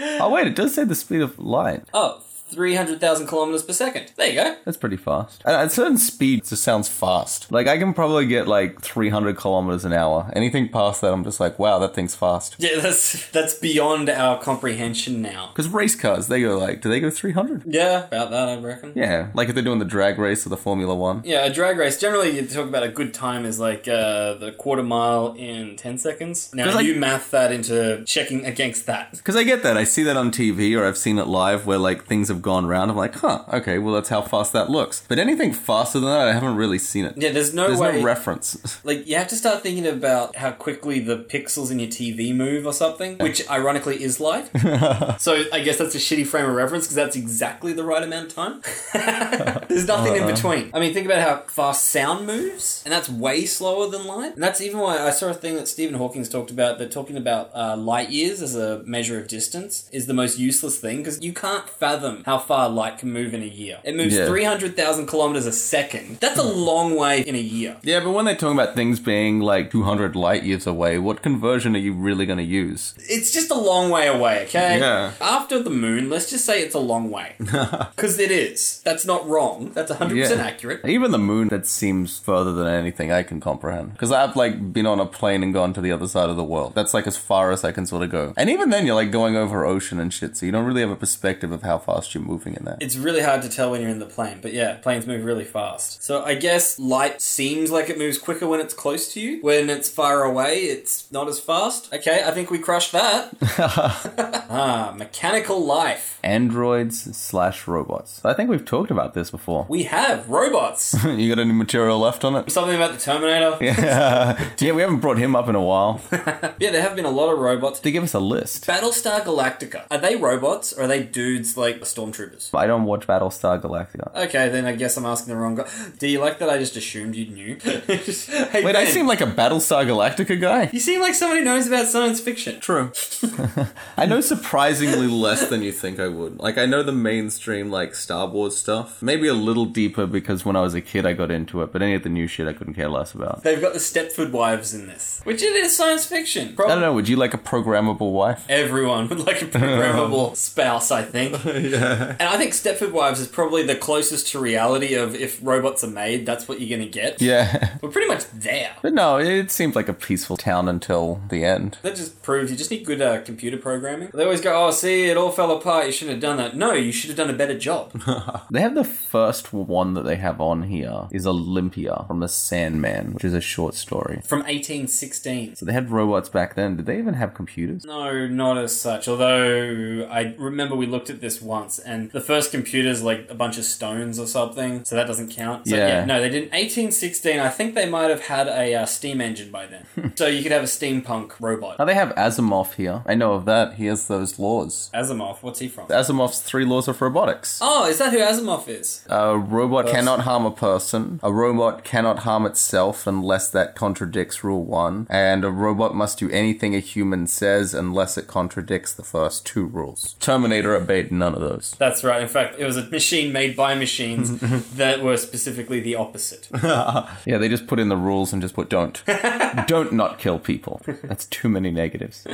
Speaker 5: oh, wait, it does say the speed of light.
Speaker 2: Oh, 300,000 kilometers per second. There you go.
Speaker 5: That's pretty fast. At at certain speeds, it just sounds fast. Like, I can probably get like 300 kilometers an hour. Anything past that, I'm just like, wow, that thing's fast.
Speaker 2: Yeah, that's that's beyond our comprehension now.
Speaker 5: Because race cars, they go like, do they go 300?
Speaker 2: Yeah, about that I reckon.
Speaker 5: Yeah. Like if they're doing the drag race or the Formula One.
Speaker 2: Yeah, a drag race. Generally, you talk about a good time is like uh, the quarter mile in ten seconds. Now
Speaker 5: 'Cause, like-
Speaker 2: you math that into checking against that.
Speaker 5: Because I get that. I see that on TV or I've seen it live where like things have gone round. I'm like, huh, okay, well, that's how fast that looks. But anything faster than that, I haven't really seen it.
Speaker 2: Yeah, there's no
Speaker 5: There's
Speaker 2: way.
Speaker 5: no reference. [LAUGHS]
Speaker 2: like you have to start thinking about how quickly the pixels in your TV move or something, which ironically is light. so I guess that's a shitty frame of reference because that's exactly the right amount of time. [LAUGHS] There's nothing in between. I mean, think about how fast sound moves, and that's way slower than light. And that's even why I saw a thing that Stephen Hawking's talked about. They're talking about uh, light years as a measure of distance is the most useless thing because you can't fathom how far light can move in a year. It moves
Speaker 5: Yeah.
Speaker 2: three hundred thousand kilometers a second. That's a long way in a year.
Speaker 5: yeah, but when they're talking about things being like 200 light years away, what conversion are you really going to use?
Speaker 2: it's just a long way away, okay?
Speaker 5: Yeah.
Speaker 2: After the moon, let's just say it's a long
Speaker 5: [LAUGHS]
Speaker 2: way. Because it is. That's not wrong. That's 100%
Speaker 5: Yeah.
Speaker 2: accurate.
Speaker 5: Even the moon, that seems further than anything I can comprehend. Because I've like been on a plane and gone to the other side of the world. That's like as far as I can sort of go. And even then, you're like going over ocean and shit, so you don't really have a perspective of how fast you're moving in there.
Speaker 2: It's really hard to tell when you're in the plane, but yeah, planes move really fast. So I guess light seems like it moves quicker when it's close to you. When it's far away, it's not as fast. Okay, I think we crushed
Speaker 5: [LAUGHS]
Speaker 2: that. [LAUGHS] ah, mechanical life.
Speaker 5: Androids slash robots. I think we've talked about this before.
Speaker 2: We have
Speaker 5: [LAUGHS]
Speaker 2: robots.
Speaker 5: you got any material left on it?
Speaker 2: Something about the Terminator. Yeah.
Speaker 5: [LAUGHS]
Speaker 2: [LAUGHS]
Speaker 5: yeah, we haven't brought him up in a [LAUGHS] while.
Speaker 2: there have been a lot of robots.
Speaker 5: They give us a list.
Speaker 2: Battlestar Galactica. Are they robots or are they dudes like stormtroopers?
Speaker 5: I don't watch Battlestar Galactica.
Speaker 2: Okay, then I guess I'm asking the wrong guy. Do you like that I just assumed you knew? [LAUGHS] hey, [LAUGHS]
Speaker 5: Wait, I
Speaker 2: Ben,
Speaker 5: seem like a Battlestar Galactica guy.
Speaker 2: You seem like someone who knows about science fiction.
Speaker 5: True. [LAUGHS] I know surprisingly less than you think I would. Like I know the mainstream like Star Wars stuff. Maybe a little deeper because when I was a kid I got into it, but any of the new shit I couldn't care less
Speaker 2: [LAUGHS]
Speaker 5: about.
Speaker 2: They've got the Stepford wives in this, which it is science fiction.
Speaker 5: I don't
Speaker 2: Probably
Speaker 5: know, would you like a programmable wife?
Speaker 2: everyone would like a
Speaker 5: [LAUGHS]
Speaker 2: programmable spouse, I think. And I think Stepford wives is probably the closest to reality of if robots are made, that's what you're going to get.
Speaker 5: Yeah. [LAUGHS]
Speaker 2: We're pretty much there.
Speaker 5: But no, it seemed like a peaceful town until the end.
Speaker 2: That just proves you just need good uh, computer programming. They always go, oh, see, it all fell apart. You shouldn't have done that. No, you should have done a better job.
Speaker 5: They have the first one that they have on here is Olympia from The Sandman, which is a short story.
Speaker 2: From 1816.
Speaker 5: So they had robots back then. Did they even have computers?
Speaker 2: No, not as such. Although I remember we looked at this once, and the first computer's like a bunch of stones or something, so that doesn't count. So, yeah.
Speaker 5: Yeah.
Speaker 2: No, they didn't. 1816. I think they might have had a uh, steam engine by then, so you could have a steampunk
Speaker 5: Now
Speaker 2: robot.
Speaker 5: they have Asimov here. I know of that. He has those laws.
Speaker 2: Asimov. What's he from?
Speaker 5: Asimov's Three Laws of Robotics.
Speaker 2: Oh, is that who Asimov is?
Speaker 5: Uh, A robot cannot harm a person. A robot cannot harm itself unless that contradicts rule one. And a robot must do anything a human says unless it contradicts the first two rules. Terminator obeyed none of those.
Speaker 2: That's right. In fact, it was a machine made by machines that were specifically the opposite.
Speaker 5: Yeah, they just put in the rules and just put [LAUGHS] don't. don't not kill people. That's too many negatives.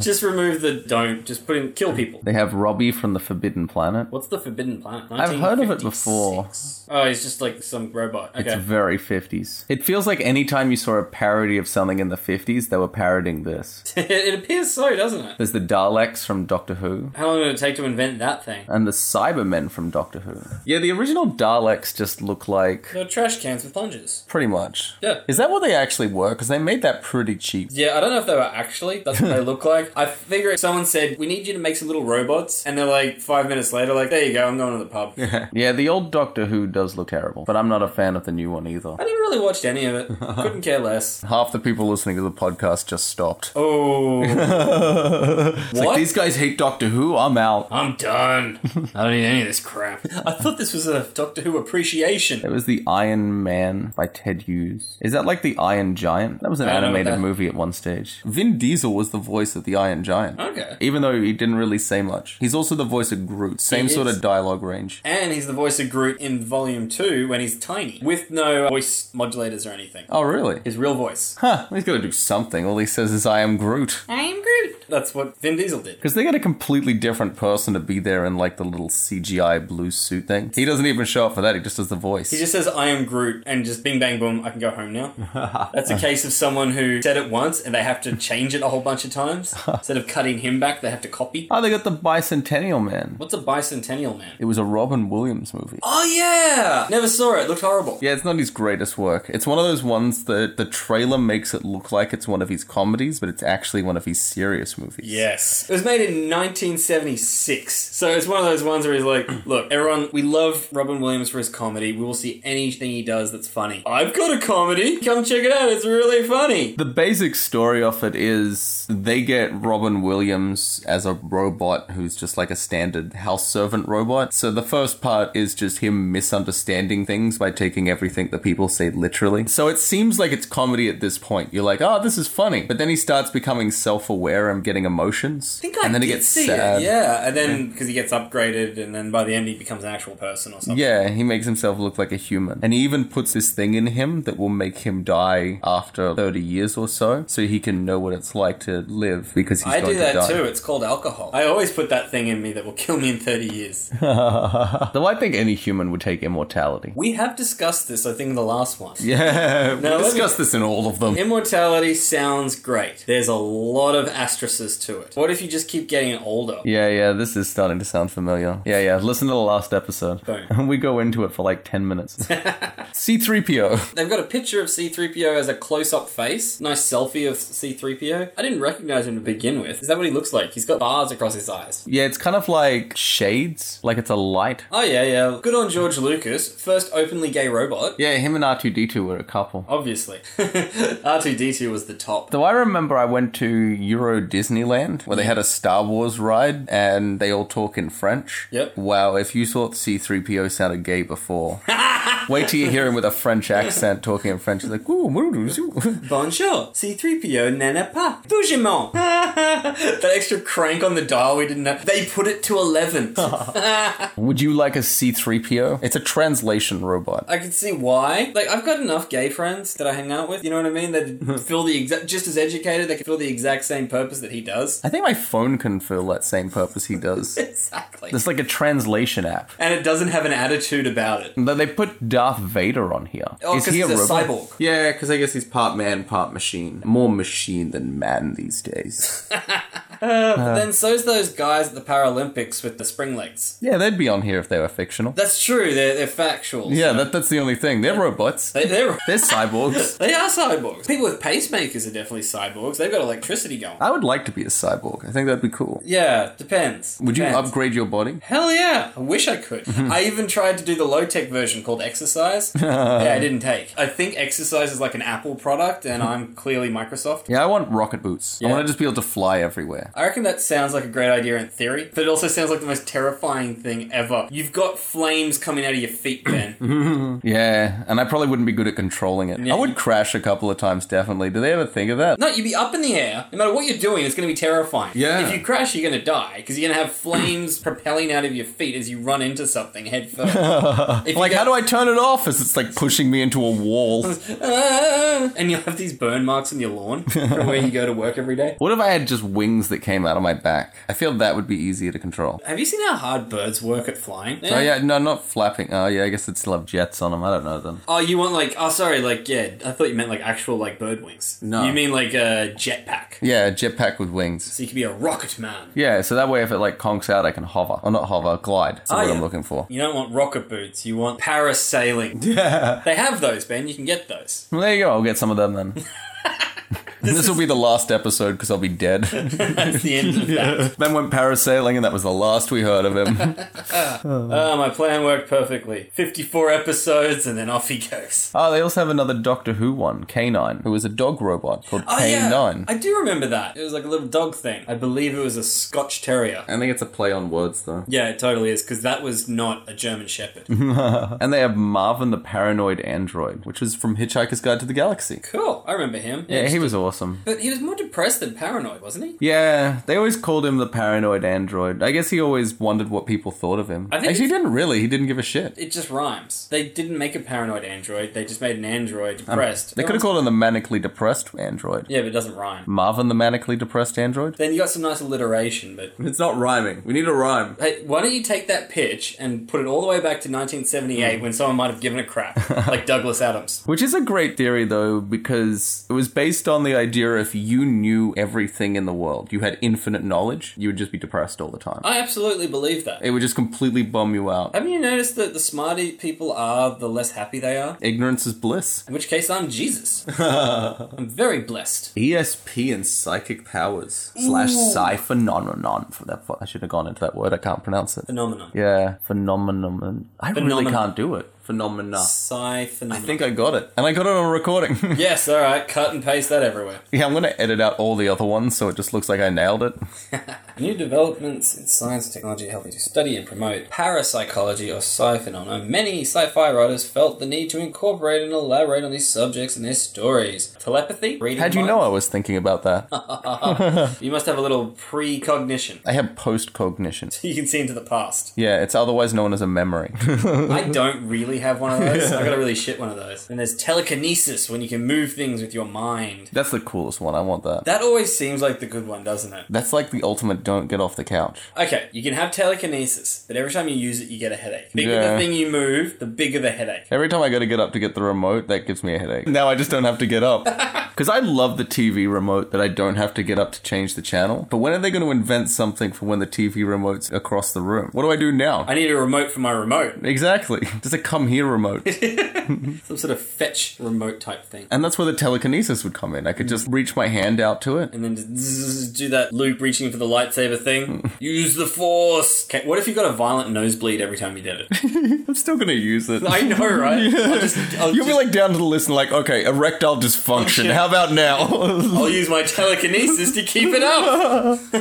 Speaker 2: just remove the don't. Just put in kill people.
Speaker 5: They have Robbie from the Forbidden Planet.
Speaker 2: What's the Forbidden Planet?
Speaker 5: I've heard of it before.
Speaker 2: 1956. Oh, he's just like some robot.
Speaker 5: It's
Speaker 2: Okay.
Speaker 5: very 50s. It feels like any time you saw a parody of something in the 50s, they were parodying this.
Speaker 2: [LAUGHS] it appears so, doesn't it?
Speaker 5: There's the Daleks from Doctor Who.
Speaker 2: How long did it take to invent that thing?
Speaker 5: and the Cybermen from Doctor Who. Yeah, the original Daleks just look like
Speaker 2: They're trash cans with plungers.
Speaker 5: pretty much.
Speaker 2: Yeah.
Speaker 5: Is that what they actually were? Because they made that pretty cheap.
Speaker 2: Yeah, I don't know if they were actually. That's what they [LAUGHS] look like. I figure if someone said, "We need you to make some little robots," and they're like five minutes later, like, "There you go, I'm going to the pub."
Speaker 5: Yeah, the old Doctor Who does look terrible, but I'm not a fan of the new one either.
Speaker 2: I never really watched any of it. Couldn't care less.
Speaker 5: Half the people listening to the podcast just stopped.
Speaker 2: [LAUGHS] Oh,
Speaker 5: It's like,
Speaker 2: What?
Speaker 5: these guys hate Doctor Who. I'm out.
Speaker 2: I'm done. I don't need any of this crap. [LAUGHS] I thought this was a Doctor Who appreciation. [LAUGHS]
Speaker 5: It was the Iron Man by Ted Hughes. Is that like the Iron Giant? That was an
Speaker 2: I don't know
Speaker 5: animated
Speaker 2: that.
Speaker 5: movie at one stage. Vin Diesel was the voice of the Iron Giant.
Speaker 2: Okay.
Speaker 5: Even though he didn't really say much. He's also the voice of Groot. Same
Speaker 2: He
Speaker 5: sort
Speaker 2: is.
Speaker 5: of dialogue range.
Speaker 2: And he's the voice of Groot in Volume 2 when he's tiny, with no voice modulators or anything.
Speaker 5: Oh, really?
Speaker 2: His real voice.
Speaker 5: Huh, he's got to do something. All he says is, I am Groot.
Speaker 2: I am Groot. That's what Vin Diesel did.
Speaker 5: Because they got a completely different person to be there in like the little CGI blue suit thing. He doesn't even show up for that, he just does the voice.
Speaker 2: He just says, I am Groot, and just bing bang boom, I can go home now. That's a case of someone who said it once and they have to change it a whole bunch of times. Instead of cutting him back, they have to copy.
Speaker 5: oh, they got the Bicentennial Man.
Speaker 2: What's a bicentennial man?
Speaker 5: It was a Robin Williams movie.
Speaker 2: Oh, yeah! Never saw it. Looked horrible.
Speaker 5: Yeah, it's not his greatest work. It's one of those ones that the trailer makes it look like it's one of his comedies, but it's actually one of his serious movies.
Speaker 2: Yes. It was made in 1976. So it's one of those ones where he's like, [CLEARS THROAT] look, everyone, we love Robin Williams for his comedy. We will see anything he does that's funny. I've got a comedy. Come check it out. It's really funny.
Speaker 5: The basic story of it is they get Robin Williams as a robot who's just like a standard house servant robot. So the first part is just him misunderstanding things by taking everything that people say literally. So it seems like it's comedy at this point. You're like, oh, this is funny. But then he starts becoming self aware and getting emotions.
Speaker 2: I think I
Speaker 5: and then
Speaker 2: did
Speaker 5: he gets
Speaker 2: see
Speaker 5: sad.
Speaker 2: it. Yeah. And then because he gets upgraded and then by the end he becomes an actual person or something.
Speaker 5: Yeah, he makes himself look like a human. And he even puts this thing in him that will make him die after 30 years or so, so he can know what it's like to live because he's
Speaker 2: I
Speaker 5: going
Speaker 2: do
Speaker 5: to
Speaker 2: that
Speaker 5: die.
Speaker 2: too. It's called alcohol. I always put that thing in me that will kill me in 30 years.
Speaker 5: [LAUGHS] Though I think any human would take immortality. [LAUGHS]
Speaker 2: we have discussed this, I think, in the last one.
Speaker 5: Yeah,
Speaker 2: Now,
Speaker 5: we
Speaker 2: let
Speaker 5: discussed
Speaker 2: me-
Speaker 5: this in all of them.
Speaker 2: Immortality sounds great. There's a lot of asterisks to it. What if you just keep getting older?
Speaker 5: yeah, yeah, this is starting to sound familiar. Yeah, yeah, listen to the last episode.
Speaker 2: Boom.
Speaker 5: [LAUGHS] we go into it for like 10
Speaker 2: [LAUGHS]
Speaker 5: minutes. C3PO.
Speaker 2: They've got a picture of C3PO as a close up face. Nice selfie of C3PO. I didn't recognize him to begin with. Is that what he looks like? He's got bars across his eyes.
Speaker 5: Yeah, it's kind of like shades, like it's a light.
Speaker 2: Oh, yeah, yeah. Good on George Lucas. First openly gay robot.
Speaker 5: Yeah, him and R2D2 were a couple.
Speaker 2: Obviously. [LAUGHS] R2D2 was the top.
Speaker 5: Though I remember I went to Euro Disneyland where they had a Star Wars ride and they all talk in French.
Speaker 2: Yep.
Speaker 5: Wow, if you thought C3PO sounded gay before, [LAUGHS] wait till you hear him with a French accent talking in French. He's like, ooh, woo, woo, woo."
Speaker 2: Bonjour, C3PO nana pas. Bougement. [LAUGHS] that extra crank on the dial we didn't have. They put it to 11.
Speaker 5: [LAUGHS] Would you like a C3PO? It's a translation robot.
Speaker 2: I can see why. Like, I've got enough gay friends that I hang out with, you know what I mean? That feel the exact, just as educated, they can feel the exact same purpose that he does.
Speaker 5: I think my phone can fill that same purpose he does.
Speaker 2: [LAUGHS] Exactly.
Speaker 5: It's like a translation app.
Speaker 2: and it doesn't have an attitude about it.
Speaker 5: But they put Darth Vader on here.
Speaker 2: Oh,
Speaker 5: Is
Speaker 2: 'cause
Speaker 5: he
Speaker 2: he's a
Speaker 5: robot?
Speaker 2: cyborg.
Speaker 5: Yeah, because I guess he's part man, part machine. More machine than man these days.
Speaker 2: But then so's those guys at the Paralympics with the spring legs.
Speaker 5: yeah, they'd be on here if they were fictional.
Speaker 2: That's true. They're they're factual.
Speaker 5: Yeah, that, that's the only thing. They're robots.
Speaker 2: they, they're.
Speaker 5: They're cyborgs.
Speaker 2: They are cyborgs. People with pacemakers are definitely cyborgs. They've got electricity going.
Speaker 5: I would like to be a cyborg. I think that'd be cool.
Speaker 2: Yeah, depends.
Speaker 5: Would you
Speaker 2: Depends.
Speaker 5: upgrade your body? [LAUGHS]
Speaker 2: Hell yeah! I wish I could. I even tried to do the low tech version called exercise. yeah, I didn't take. I think exercise is like an Apple product,
Speaker 5: [LAUGHS]
Speaker 2: and I'm clearly Microsoft.
Speaker 5: Yeah, I want rocket boots. I
Speaker 2: Yeah.
Speaker 5: want to just be able to fly everywhere.
Speaker 2: I reckon that sounds like a great idea in theory, but it also sounds like the most terrifying thing ever. You've got flames coming out of your feet,
Speaker 5: [COUGHS] Mm-hmm.
Speaker 2: Ben.
Speaker 5: Yeah, and I probably wouldn't be good at controlling it.
Speaker 2: Yeah.
Speaker 5: I would crash a couple of times, definitely. Do they ever think of that?
Speaker 2: no, you'd be up in the air. No matter what you're doing, it's going to be terrifying.
Speaker 5: Yeah.
Speaker 2: If you crash, you're going to die because you're going to have flames [COUGHS] propelling out of your feet as you run into something head first.
Speaker 5: [LAUGHS]
Speaker 2: if
Speaker 5: Like, how do I turn it off? As it's like pushing me into
Speaker 2: [LAUGHS]
Speaker 5: a wall.
Speaker 2: Ah. and you'll have these burn marks on your lawn from where you go to work every day.
Speaker 5: What if I had just wings that came out of my back? I feel that would be easier to control.
Speaker 2: Have you seen how hard birds work at flying?
Speaker 5: Oh yeah, no, not flapping. Oh yeah, I guess it'd still have jets on them. I don't know them.
Speaker 2: Oh, you want like? Oh, sorry. Like, yeah, I thought you meant like actual like bird wings.
Speaker 5: No.
Speaker 2: you mean like a jetpack.
Speaker 5: Yeah, a jetpack with wings.
Speaker 2: So you could be a rocket man.
Speaker 5: Yeah, so that way if it like conks out, I can hover. Or not hover, glide. That's
Speaker 2: Oh,
Speaker 5: what
Speaker 2: yeah.
Speaker 5: I'm looking for.
Speaker 2: You don't want rocket boots. You want parasailing.
Speaker 5: [LAUGHS] Yeah.
Speaker 2: they have those, Ben. You can get
Speaker 5: [LAUGHS]
Speaker 2: those.
Speaker 5: Well, there you go. I'll get some of them [LAUGHS] then. this will be the last episode because I'll be dead. [LAUGHS]
Speaker 2: That's the end of that.
Speaker 5: ben went parasailing, and that was the last we heard of [LAUGHS] him.
Speaker 2: Oh, my plan worked perfectly. Fifty-four episodes, and then off he goes.
Speaker 5: oh, they also have another Doctor Who one, K9, who was a dog robot called
Speaker 2: Oh yeah,
Speaker 5: K9.
Speaker 2: I do remember that. It was like a little dog thing. I believe it was a Scotch Terrier.
Speaker 5: I think it's a play on words, though.
Speaker 2: Yeah, it totally is because that was not a German Shepherd.
Speaker 5: Mm-hmm. Uh-huh. And they have Marvin the Paranoid Android, which is from Hitchhiker's Guide to the Galaxy.
Speaker 2: cool, I remember him.
Speaker 5: Yeah, he was awesome.
Speaker 2: But he was more depressed than paranoid, wasn't he?
Speaker 5: Yeah, they always called him the paranoid android. I guess he always wondered what people thought of him.
Speaker 2: I think
Speaker 5: Actually, he
Speaker 2: it's-
Speaker 5: didn't really. He didn't give a shit.
Speaker 2: It just rhymes. They didn't make a paranoid android. They just made an android depressed.
Speaker 5: Um, They could have called him the manically depressed android.
Speaker 2: Yeah, but it doesn't rhyme.
Speaker 5: Marvin the manically depressed android?
Speaker 2: Then you got some nice alliteration, but
Speaker 5: [LAUGHS] It's not rhyming. We need a rhyme.
Speaker 2: hey, why don't you take that pitch and put it all the way back to 1978
Speaker 5: Hmm.
Speaker 2: when someone might have given a
Speaker 5: [LAUGHS]
Speaker 2: crap, like Douglas Adams?
Speaker 5: Which is a great theory, though, because it was based on the idea if you knew everything in the world, you had infinite knowledge, you would just be depressed all the time.
Speaker 2: I absolutely believe that.
Speaker 5: It would just completely bum you out.
Speaker 2: Haven't you noticed that the smarter people are, the less happy they are?
Speaker 5: Ignorance is [LAUGHS] bliss.
Speaker 2: In which case, I'm Jesus. I'm very blessed.
Speaker 5: ESP E and psychic powers slash psi phenomenon. For that, I should have gone into that word. I can't pronounce it.
Speaker 2: Phenomenon.
Speaker 5: Yeah, phenomenon. I really
Speaker 2: Phenomenon.
Speaker 5: can't do it. Phenomena.
Speaker 2: Psi phenomenon. [LAUGHS]
Speaker 5: I think I got it, and I got it on recording. [LAUGHS]
Speaker 2: Yes, all right. Cut and paste that everywhere.
Speaker 5: yeah, I'm gonna edit out all the other ones so it just looks like I nailed it.
Speaker 2: New developments in science and technology helping to study and promote parapsychology or sci phenomena. Many sci fi writers felt the need to incorporate and elaborate on these subjects in their stories. Telepathy? Reading
Speaker 5: How'd you
Speaker 2: minds?
Speaker 5: know I was thinking about that?
Speaker 2: You must have a little precognition.
Speaker 5: I have postcognition.
Speaker 2: [LAUGHS] You can see into the past.
Speaker 5: Yeah, it's otherwise known as a memory. [LAUGHS]
Speaker 2: I don't really have one of those. I got a really shit one of those. And there's telekinesis when you can move things with your mind.
Speaker 5: That's the coolest one. I want that.
Speaker 2: That always seems like the good one, doesn't it?
Speaker 5: That's like the ultimate don't get off the couch.
Speaker 2: Okay, you can have telekinesis, but every time you use it, you get a headache. Bigger
Speaker 5: Yeah.
Speaker 2: the thing you move, the bigger the headache.
Speaker 5: Every time I go to get up to get the remote, that gives me a headache. Now I just don't have to get up. Because I love the TV remote that I don't have to get up to change the channel. But when are they going to invent something for when the TV remote's across the room? What do I do now?
Speaker 2: I need a remote for my remote.
Speaker 5: Exactly. [LAUGHS] Just a come here remote.
Speaker 2: some sort of fetch remote type thing.
Speaker 5: and that's where the telekinesis would come in. I could just reach my hand out to it.
Speaker 2: And then just zzz, do that Luke reaching for the lightsaber thing.
Speaker 5: [LAUGHS]
Speaker 2: Use the force. Okay, what if you got a violent nosebleed every time you did it? [LAUGHS]
Speaker 5: I'm still going to use it.
Speaker 2: I know, right? I'll, just, I'll,
Speaker 5: [LAUGHS] You'll be
Speaker 2: just-
Speaker 5: like down to the list and like, okay, erectile dysfunction. How
Speaker 2: [LAUGHS]
Speaker 5: about now?
Speaker 2: I'll use my telekinesis to keep it up. [LAUGHS]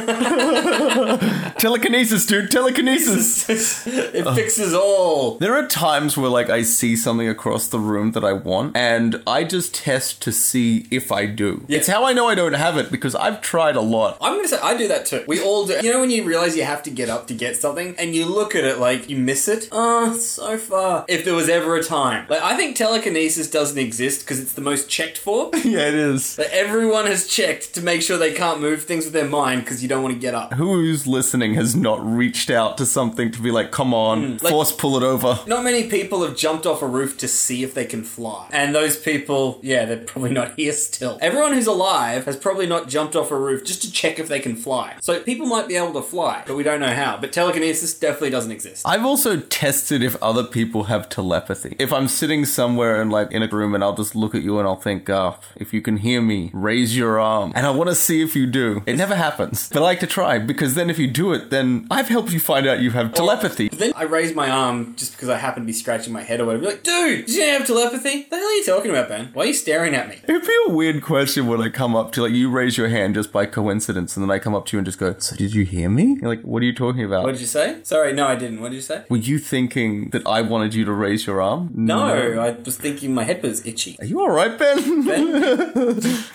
Speaker 5: telekinesis, dude. Telekinesis.
Speaker 2: it fixes all.
Speaker 5: There are times where like I see something across the room that I want and I just test to see if I do.
Speaker 2: Yeah.
Speaker 5: It's how I know I don't have it because I've tried
Speaker 2: [LAUGHS]
Speaker 5: a lot.
Speaker 2: I'm gonna say I do that too. We all do. You know when you realize you have to get up to get something, and you look at it like you miss it. Oh, so far. If there was ever a time, like I think telekinesis doesn't exist because it's the most checked for.
Speaker 5: Yeah, it is.
Speaker 2: that everyone has checked to make sure they can't move things with their mind because you don't want to get up.
Speaker 5: Who's listening has not reached out to something to be like, come on,
Speaker 2: Mm. like-
Speaker 5: force pull it over.
Speaker 2: Not many people have jumped off a roof to see if they can fly. And those people, yeah, they're probably not [LAUGHS] here still. Everyone who's alive has probably not jumped off a roof just to check if they can fly. So people might be able to fly, but we don't know how. But telekinesis definitely doesn't exist.
Speaker 5: I've also tested if other people have telepathy. If I'm sitting somewhere and like in a room and I'll just look at you and I'll think, oh, if you you can hear me, raise your arm. And I want to see if you do. It never happens. But I like to try because then if you do it, then I've helped you find out you have telepathy.
Speaker 2: Then I raised my arm just because I happened to be scratching my head or whatever. Like, dude, do you have telepathy? The hell are you talking about, Ben? Why are you staring at me?
Speaker 5: It'd be a weird question when I come up to like you raise your hand just by coincidence, and then I come up to you and just go, "So did you hear me?" You're like, "What are you talking about?"
Speaker 2: What did you say? Sorry, no, I didn't. What did you say?
Speaker 5: Were you thinking that I wanted you to raise your arm?
Speaker 2: No, I was thinking my head was itchy.
Speaker 5: Are you all right, Ben?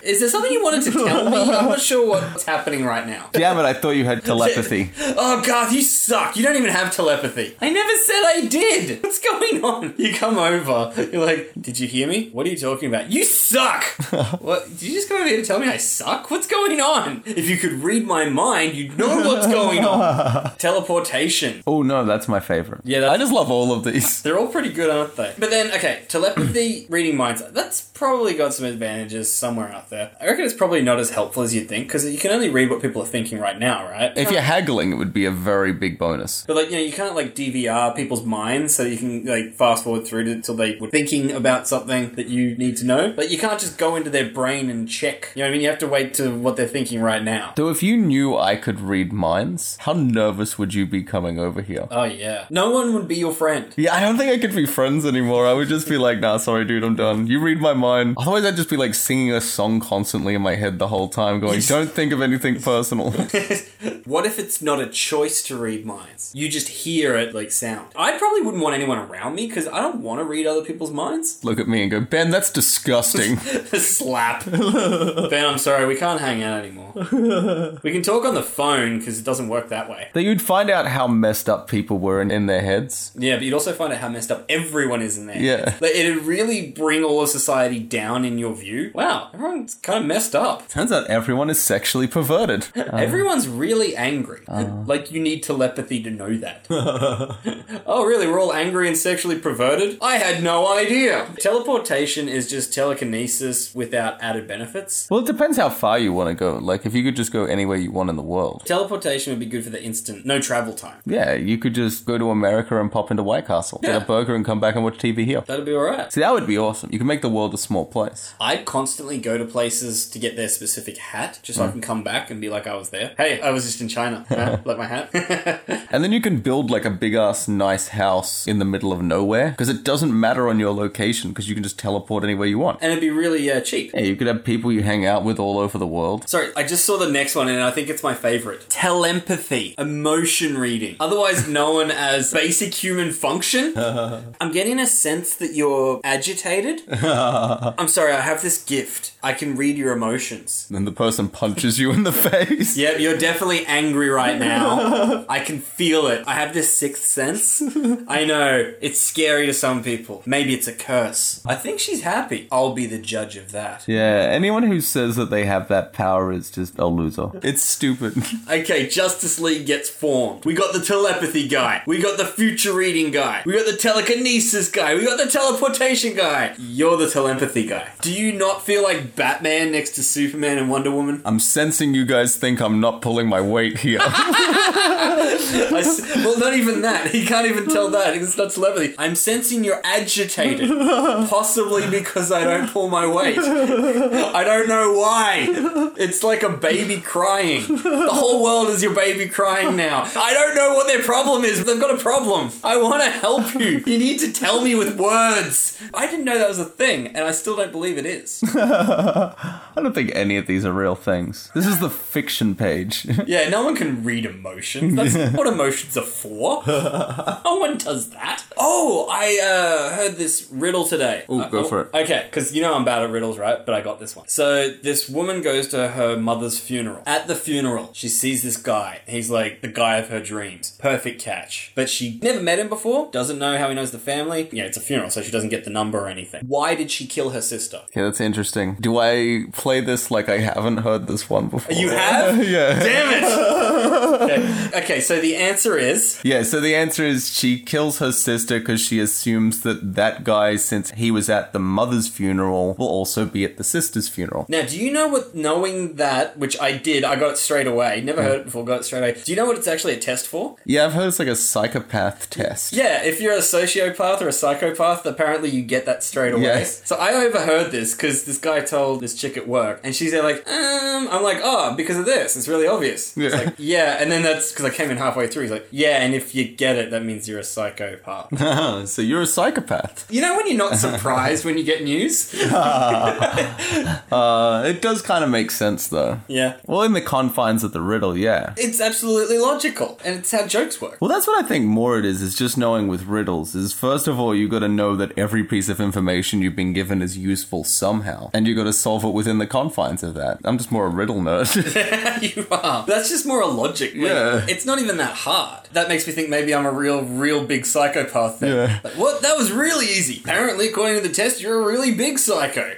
Speaker 2: Is there something you wanted to tell me? I'm not sure what's happening right now.
Speaker 5: [LAUGHS] Damn it! I thought you had telepathy.
Speaker 2: Oh god, you suck. You don't even have telepathy. I never said I did. [LAUGHS] What's going on? You come over. You're like, did you hear me? What are you talking about? You [LAUGHS] suck. what? Did you just come over here to tell me I suck? What's going on? If you could read my mind, you'd know what's going [LAUGHS] on. Teleportation.
Speaker 5: oh no, that's my favorite.
Speaker 2: Yeah, that's-
Speaker 5: I just love all of these. [LAUGHS]
Speaker 2: They're all pretty good, aren't they? But then, okay, telepathy, [CLEARS THROAT] reading minds. That's probably got some advantages somewhere out there. I reckon it's probably not as helpful as you'd think because you can only read what people are thinking right now, right?
Speaker 5: If you're haggling, it would be a very big bonus.
Speaker 2: But like you know, you can't like DVR people's minds, so you can like fast forward through to till they were thinking about something that you need to know. But you can't just go into their brain and check. You know what I mean? You have to wait to what they're thinking right now.
Speaker 5: Though if you knew I could read minds, how nervous would you be coming over here?
Speaker 2: Oh yeah, no one would be your friend. [LAUGHS]
Speaker 5: Yeah, I don't think I could be friends anymore. I would just be like, nah, sorry, dude, I'm done. You read my mind. Otherwise, I'd just be like singing a song constantly in my head the whole time, going, don't think of anything personal. [LAUGHS]
Speaker 2: What if it's not a choice to read minds? You just hear it like sound. I probably wouldn't want anyone around me because I don't want to read other people's minds. [LAUGHS]
Speaker 5: Look at me and go, Ben, that's disgusting.
Speaker 2: Slap. ben, I'm sorry, we can't hang out anymore. we can talk on the phone because it doesn't work that way.
Speaker 5: That you'd find out how messed up people were in, in their heads.
Speaker 2: Yeah, but you'd also find out how messed up everyone is in there.
Speaker 5: Yeah.
Speaker 2: Like, it'd really bring all of society down in your view. Wow, everyone's kind of messed up.
Speaker 5: Turns out everyone is sexually perverted.
Speaker 2: Everyone's really angry. like, you need telepathy to know that. [LAUGHS] oh, really? We're all angry and sexually perverted? I had no idea. Teleportation is just telekinesis without added benefits.
Speaker 5: Well, it depends how far you want to go. Like, if you could just go anywhere you want in the world.
Speaker 2: Teleportation would be good for the instant, no travel time.
Speaker 5: Yeah, you could just go to America and pop into White Castle, get
Speaker 2: Yeah.
Speaker 5: a burger and come back and watch TV here.
Speaker 2: That'd be alright.
Speaker 5: See, that would be awesome. You could make the world a small place.
Speaker 2: I constantly go to places to get their specific hat, just so I can come back and be like I was there. Hey, I was just in China. Huh? like my hat. [LAUGHS]
Speaker 5: And then you can build like a big ass nice house in the middle of nowhere because it doesn't matter on your location because you can just teleport anywhere you want.
Speaker 2: and it'd be really uh, cheap.
Speaker 5: Yeah, you could have people you hang out with all over the world.
Speaker 2: Sorry, I just saw the next one and I think it's my favorite. Telepathy, emotion reading, otherwise known as basic human function. I'm getting a sense that you're agitated. I'm sorry, I have this gift. I can read your emotions.
Speaker 5: Then the person punches you in the [LAUGHS] face.
Speaker 2: Yep, you're definitely angry right now. I can feel it. I have this sixth sense. I know. It's scary to some people. Maybe it's a curse. I think she's happy. I'll be the judge of that.
Speaker 5: Yeah, anyone who says that they have that power is just a loser. It's stupid. [LAUGHS]
Speaker 2: Okay, Justice League gets formed. We got the telepathy guy. We got the future reading guy. We got the telekinesis guy. We got the teleportation guy. You're the telepathy guy. Do you not feel like Batman next to Superman and Wonder Woman?
Speaker 5: I'm sensing you guys think I'm not pulling my
Speaker 2: [LAUGHS]
Speaker 5: weight here.
Speaker 2: I s- well, not even that. He can't even tell that. It's not telepathy. I'm sensing you're agitated, possibly because I don't pull my weight. I don't know why. It's like a baby crying. The whole world is your baby crying now. I don't know what their problem is. They've got a problem. I want to help you. You need to tell me with words. I didn't know that was a thing, and I still don't believe it is.
Speaker 5: I don't think any of these are real things. This is the fiction page.
Speaker 2: [LAUGHS] Yeah, no one can read emotions. That's [LAUGHS] what emotions are [LAUGHS] for. No one does that. Oh, I uh, heard this riddle today.
Speaker 5: Ooh,
Speaker 2: Uh,
Speaker 5: go for it.
Speaker 2: Okay, because you know I'm bad at riddles, right? But I got this one. So this woman goes to her mother's funeral. At the funeral, she sees this guy. He's like the guy of her dreams. Perfect catch. But she never met him before. Doesn't know how he knows the family. Yeah, it's a funeral, so she doesn't get the number or anything. Why did she kill her sister?
Speaker 5: okay, that's interesting. Do I play this like I haven't heard this one before?
Speaker 2: You have?
Speaker 5: [LAUGHS] yeah.
Speaker 2: Damn it! [LAUGHS] Okay. okay, so the answer is
Speaker 5: Yeah, so the answer is she kills her sister because she assumes that that guy, since he was at the mother's funeral, will also be at the sister's funeral.
Speaker 2: now. Do you know what? Knowing that, which I did, I got it straight away. Never heard it before. Got it straight away. Do you know what it's actually a test for?
Speaker 5: Yeah, I've heard it's like a psychopath test.
Speaker 2: Yeah, if you're a sociopath or a psychopath, apparently you get that straight away.
Speaker 5: Yes.
Speaker 2: So I overheard this because this guy told this chick at work, and she's there like, um, I'm like, oh, because of this. It's really obvious. It's
Speaker 5: Yeah. [LAUGHS]
Speaker 2: like, yeah, and then that's because I came in halfway through. He's like, yeah, and if you get it, that means you're a psychopath.
Speaker 5: Yeah. so you're a psychopath.
Speaker 2: you know when you're not surprised when you get news?
Speaker 5: Uh, it does kind of make sense, though.
Speaker 2: Yeah.
Speaker 5: Well, in the confines of the riddle, yeah.
Speaker 2: It's absolutely logical, and it's how jokes work.
Speaker 5: Well, that's what I think more it is, is just knowing with riddles, is first of all, you gotta know that every piece of information you've been given is useful somehow, and you gotta solve it within the confines of that. I'm just more a riddle nerd. [LAUGHS]
Speaker 2: you are. [LAUGHS] That's just more a logic. Like,
Speaker 5: Yeah.
Speaker 2: It's not even that hard. That makes me think maybe I'm a real, real big psychopath. Then.
Speaker 5: Yeah.
Speaker 2: Like, what? That was really easy. Apparently, according to the test, you're a really big psycho.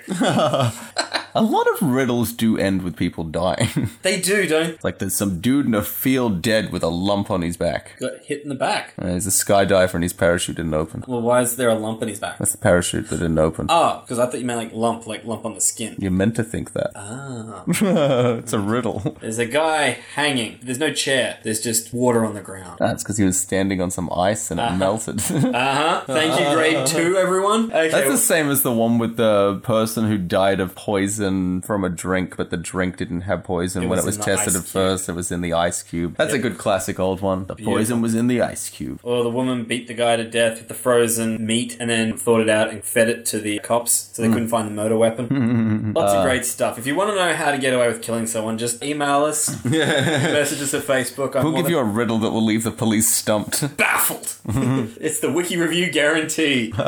Speaker 5: a lot of riddles do end with people dying. [LAUGHS]
Speaker 2: they do, don't
Speaker 5: like there's some dude in a field dead with a lump on his back.
Speaker 2: got hit in the back.
Speaker 5: And there's a skydiver and his parachute didn't open.
Speaker 2: Well, why is there a lump in his back?
Speaker 5: That's the parachute that didn't open.
Speaker 2: Oh, because I thought you meant like lump, like lump on the skin.
Speaker 5: You're meant to think that. [LAUGHS] it's a riddle. [LAUGHS]
Speaker 2: There's a guy hanging. There's no chair. There's just water on the ground.
Speaker 5: That's because he was standing on some ice and it melted. [LAUGHS]
Speaker 2: Uh huh. Thank you, grade two, everyone. Okay.
Speaker 5: That's
Speaker 2: well-
Speaker 5: the same as the one with the person who died of poison from a drink, but the drink didn't have poison. when
Speaker 2: was
Speaker 5: it was
Speaker 2: in the
Speaker 5: tested
Speaker 2: ice
Speaker 5: at
Speaker 2: cube.
Speaker 5: first, it was in the ice cube. That's a good classic old one. The poison was in the ice cube.
Speaker 2: Well, the woman beat the guy to death with the frozen meat and then thought it out and fed it to the cops
Speaker 5: Hmm.
Speaker 2: so they couldn't find the murder
Speaker 5: [LAUGHS]
Speaker 2: weapon. Lots
Speaker 5: Uh,
Speaker 2: of great stuff. If you want to know how to get away with killing someone, just email
Speaker 5: [LAUGHS]
Speaker 2: us, message us at Facebook. I'm
Speaker 5: We'll
Speaker 2: more
Speaker 5: give
Speaker 2: than
Speaker 5: you a riddle that will leave the police stumped. [LAUGHS]
Speaker 2: baffled. [LAUGHS] it's the wiki review guarantee. no,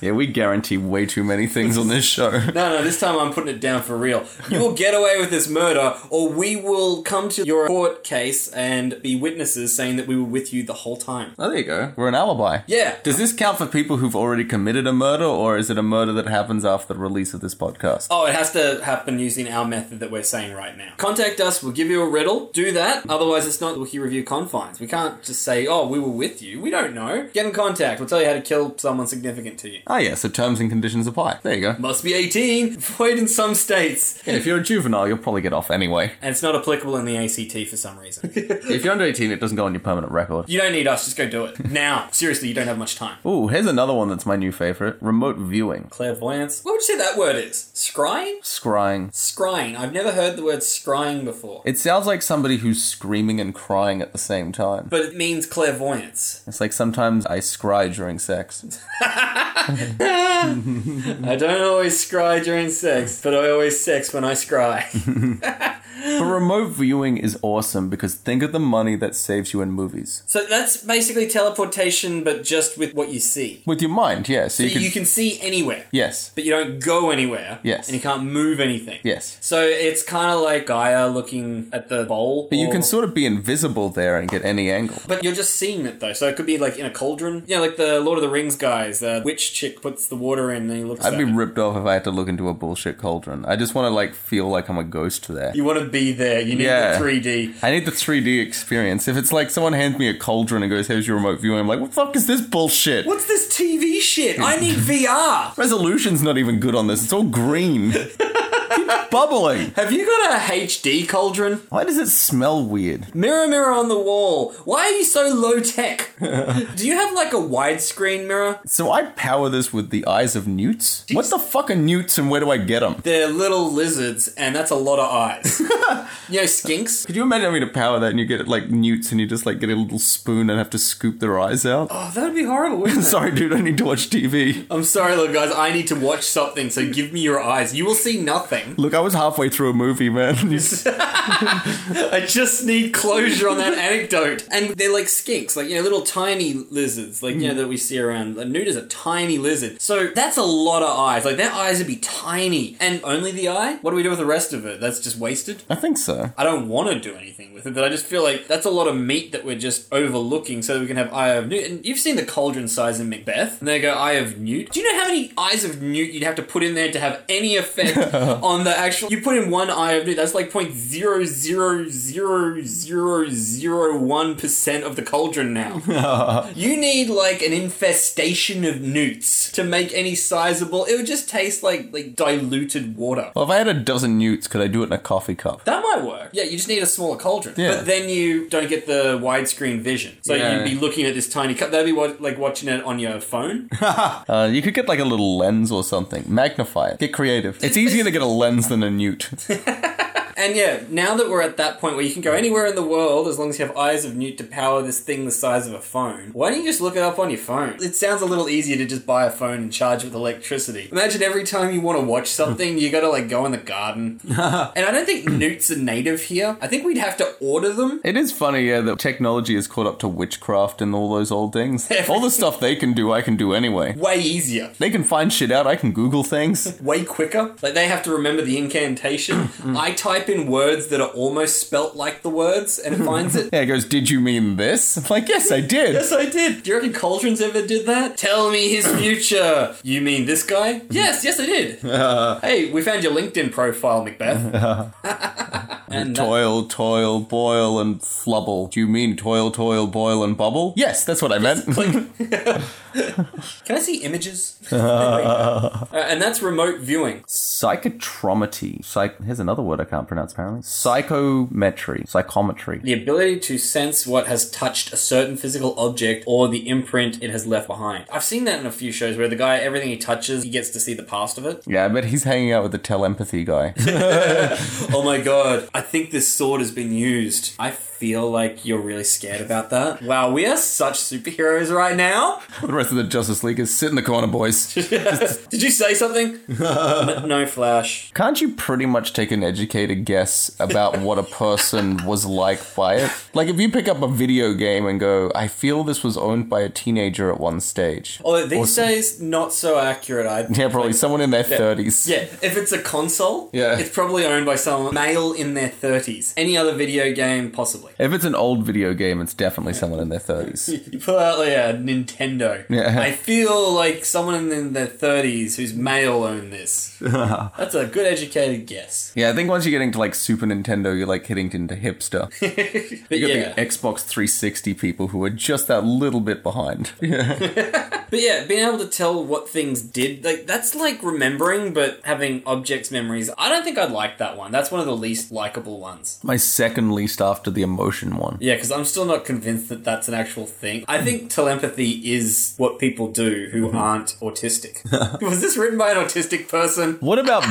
Speaker 5: yeah, we guarantee way too many things on this [LAUGHS] show.
Speaker 2: no, this time I'm putting it down for real. You will get away with this murder or we will come to your court case and be witnesses saying that we were with you the whole time.
Speaker 5: Oh, there you go. We're an alibi.
Speaker 2: Yeah.
Speaker 5: Does this count for people who've already committed a murder, or is it a murder that happens after the release of this podcast?
Speaker 2: Oh, it has to happen using our method that we're saying right now. Contact us, we'll give you a riddle. Do that, otherwise, it's not Wiki Review Confines. We can't just say, oh, we were with you. We don't know. Get in contact, we'll tell you how to kill someone significant to you.
Speaker 5: Ah, yeah, so terms and conditions apply. There you go.
Speaker 2: Must be 18, [LAUGHS] void in some states.
Speaker 5: Yeah, if you're a juvenile, you'll probably get off anyway.
Speaker 2: And it's not applicable in the ACT for some reason.
Speaker 5: If you're under 18, it doesn't go on your permanent record.
Speaker 2: you don't need us, just go do it. Now. Seriously, you don't have much time.
Speaker 5: Ooh, here's another one that's my new favorite remote viewing.
Speaker 2: Clairvoyance. What would you say that word is? Scrying?
Speaker 5: Scrying.
Speaker 2: Scrying. I've never heard the word scrying before.
Speaker 5: It sounds like somebody who's screaming and crying at the same time.
Speaker 2: But it means clairvoyance.
Speaker 5: It's like sometimes I scry during sex.
Speaker 2: I don't always scry during sex, but I always sex when I scry.
Speaker 5: [LAUGHS] But remote viewing is awesome because think of the money that saves you in movies.
Speaker 2: So that's basically teleportation, but just with what you see.
Speaker 5: With your mind, yeah. So you,
Speaker 2: You,
Speaker 5: could.
Speaker 2: can see anywhere,
Speaker 5: yes.
Speaker 2: but you don't go anywhere.
Speaker 5: Yes.
Speaker 2: And you can't move anything.
Speaker 5: Yes.
Speaker 2: So it's kind of like Gaia looking at the bowl.
Speaker 5: But you
Speaker 2: or-
Speaker 5: can sort of be invisible there and get any angle.
Speaker 2: But you're just seeing it though, so it could be like in a cauldron. Yeah, like the Lord of the Rings guys. The witch chick puts the water in, and he looks.
Speaker 5: I'd
Speaker 2: at
Speaker 5: be
Speaker 2: it.
Speaker 5: ripped off if I had to look into a bullshit cauldron. I just want to like feel like I'm a ghost there.
Speaker 2: you want to be there. You need
Speaker 5: Yeah.
Speaker 2: the 3D.
Speaker 5: I need the 3D experience. If it's like someone hands me a cauldron and goes, "Here's your remote viewing," I'm like, "What the fuck is this bullshit?"
Speaker 2: What's this TV shit? I
Speaker 5: [LAUGHS]
Speaker 2: need VR.
Speaker 5: Resolution's not even good on this. It's all green. Keeps bubbling.
Speaker 2: Have you got a HD cauldron?
Speaker 5: Why does it smell weird?
Speaker 2: Mirror, mirror on the wall. Why are you so low [LAUGHS] tech? Do you have like a widescreen mirror?
Speaker 5: So I power this with the eyes of newts. What the fuck are newts and where do I get them?
Speaker 2: They're little lizards, and that's a lot of [LAUGHS] eyes. you know, skinks.
Speaker 5: Could you imagine having to power that and you get like newts and you just like get a little spoon and have to scoop their eyes out?
Speaker 2: Oh, that would be horrible. [LAUGHS] Wouldn't it?
Speaker 5: [LAUGHS] Sorry, dude, I need to watch TV.
Speaker 2: I'm sorry, little guys. I need to watch something, so give me your eyes. You will see [LAUGHS] nothing.
Speaker 5: Look, I was halfway through a movie, man. [LAUGHS]
Speaker 2: I just need closure on that anecdote. And they're like skinks, like you know, little tiny lizards, like you know that we see around. A newt is a tiny lizard, so that's a lot of eyes. Like their eyes would be tiny, and only the eye. What do we do with the rest of it? That's just wasted.
Speaker 5: I think so.
Speaker 2: I don't want to do anything with it, but I just feel like that's a lot of meat that we're just overlooking so that we can have Eye of Newt. And you've seen the cauldron size in Macbeth, and they go Eye of Newt. Do you know how many eyes of Newt you'd have to put in there to have any effect on the special. You put in one IOU, that's like point zero zero zero zero zero one percent of the cauldron now. you need like an infestation of newts to make any sizable. It would just taste like like diluted water.
Speaker 5: Well, if I had a dozen newts, could I do it in a coffee cup?
Speaker 2: That might work. Yeah, you just need a smaller cauldron.
Speaker 5: Yeah.
Speaker 2: But then you don't get the widescreen vision. So
Speaker 5: Yeah.
Speaker 2: you'd be looking at this tiny cup. That'd be what, like watching it on your
Speaker 5: [LAUGHS]
Speaker 2: phone.
Speaker 5: Uh, you could get like a little lens or something. Magnify it. Get creative. It's easier to get a lens than a newt.
Speaker 2: and yeah, now that we're at that point where you can go anywhere in the world as long as you have eyes of newt to power this thing the size of a phone, why don't you just look it up on your phone? It sounds a little easier to just buy a phone and charge it with electricity. Imagine every time you want to watch something, you gotta like go in the
Speaker 5: [LAUGHS]
Speaker 2: garden. and I don't think newts are native here. I think we'd have to order them.
Speaker 5: It is funny, yeah, that technology is caught up to witchcraft and all those
Speaker 2: [LAUGHS]
Speaker 5: old things. all the stuff they can do, I can do anyway.
Speaker 2: Way easier.
Speaker 5: They can find shit out, I can
Speaker 2: [LAUGHS]
Speaker 5: Google things.
Speaker 2: way quicker. Like they have to remember the incantation. I type in words that are almost spelt like the words, and it finds it.
Speaker 5: [LAUGHS] Yeah, it goes, Did you mean this? I'm like, Yes, I did.
Speaker 2: Yes, I did. Do you reckon Cauldrons ever did that? Tell me his future. You mean this guy? Yes, yes, I did. hey, we found your LinkedIn profile, Macbeth. and that-
Speaker 5: Toil, toil, boil, and flubble. Do you mean toil, toil, boil, and bubble? Yes, that's what I meant.
Speaker 2: can I see images? [LAUGHS] Uh, and that's remote viewing.
Speaker 5: [LAUGHS] Psychotrometry. Psych- Here's another word I can't pronounce, apparently. Psychometry. Psychometry.
Speaker 2: The ability to sense what has touched a certain physical object or the imprint it has left behind. I've seen that in a few shows where the guy, everything he touches, he gets to see the past of it.
Speaker 5: Yeah, I bet he's hanging out with the telepathy guy. [LAUGHS]
Speaker 2: [LAUGHS] Oh my god, I think this sword has been used. I feel like you're really scared about that. Wow, we are such superheroes right now.
Speaker 5: the rest of the Justice League is sit in the
Speaker 2: [LAUGHS]
Speaker 5: corner, boys.
Speaker 2: Did you say
Speaker 5: [LAUGHS]
Speaker 2: something? no, no, Flash.
Speaker 5: Can't you pretty much take an educated guess about what a person was like by it? Like, if you pick up a video game and go, I feel this was owned by a teenager at one stage.
Speaker 2: Although these
Speaker 5: Awesome.
Speaker 2: days, not so accurate.
Speaker 5: [LAUGHS]
Speaker 2: I
Speaker 5: Yeah, probably someone in their 30s.
Speaker 2: Yeah, if it's a console,
Speaker 5: Yeah.
Speaker 2: it's probably owned by someone male in their 30s. Any other video game, possibly. [LAUGHS]
Speaker 5: If it's an old video game, it's definitely someone in their 30s.
Speaker 2: You pull out like a Nintendo.
Speaker 5: Yeah.
Speaker 2: I feel like someone in their 30s who's male owned
Speaker 5: [LAUGHS]
Speaker 2: this. That's a good educated guess. [LAUGHS]
Speaker 5: Yeah, I think once you get into like Super Nintendo, you're like hitting
Speaker 2: [LAUGHS]
Speaker 5: into hipster.
Speaker 2: But
Speaker 5: You got
Speaker 2: yeah.
Speaker 5: the Xbox 360 people who are just that little bit behind. [LAUGHS]
Speaker 2: But yeah, being able to tell what things did, like that's like remembering, but having objects memories. I don't think I'd like that one. That's one of the least likable ones.
Speaker 5: My second least after the emotion one.
Speaker 2: Yeah, because I'm still not convinced that that's an actual thing. I think telepathy is what people do who aren't autistic. Was this written by an autistic person?
Speaker 5: What about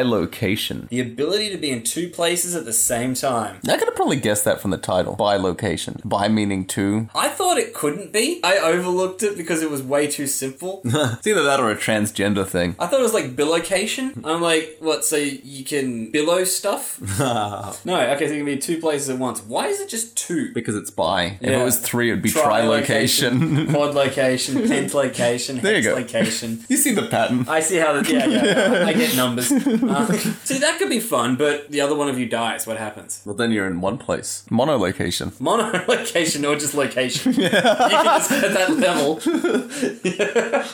Speaker 5: bilocation?
Speaker 2: The ability to be in two places at the same time.
Speaker 5: I could have probably guessed that from the title. Bilocation. Bi meaning two.
Speaker 2: I thought it couldn't be. I overlooked it because it was way too simple.
Speaker 5: It's either that or a transgender thing.
Speaker 2: I thought it was like billocation. I'm like, what? So you can billow
Speaker 5: [LAUGHS]
Speaker 2: stuff? no, okay, so it can be two places at once. Why is it just two?
Speaker 5: Because it's bi. If
Speaker 2: Yeah.
Speaker 5: it was three, it'd be trilocation. [LAUGHS]
Speaker 2: quad location, pent location,
Speaker 5: There you
Speaker 2: hex
Speaker 5: go.
Speaker 2: location.
Speaker 5: you see the pattern.
Speaker 2: I see how the yeah, yeah, yeah. I get
Speaker 5: [LAUGHS]
Speaker 2: numbers. Uh, see, that could be fun, but the other one of you dies. What happens?
Speaker 5: Well, then you're in one place. Monolocation.
Speaker 2: Mono location or just location? You can just at that level.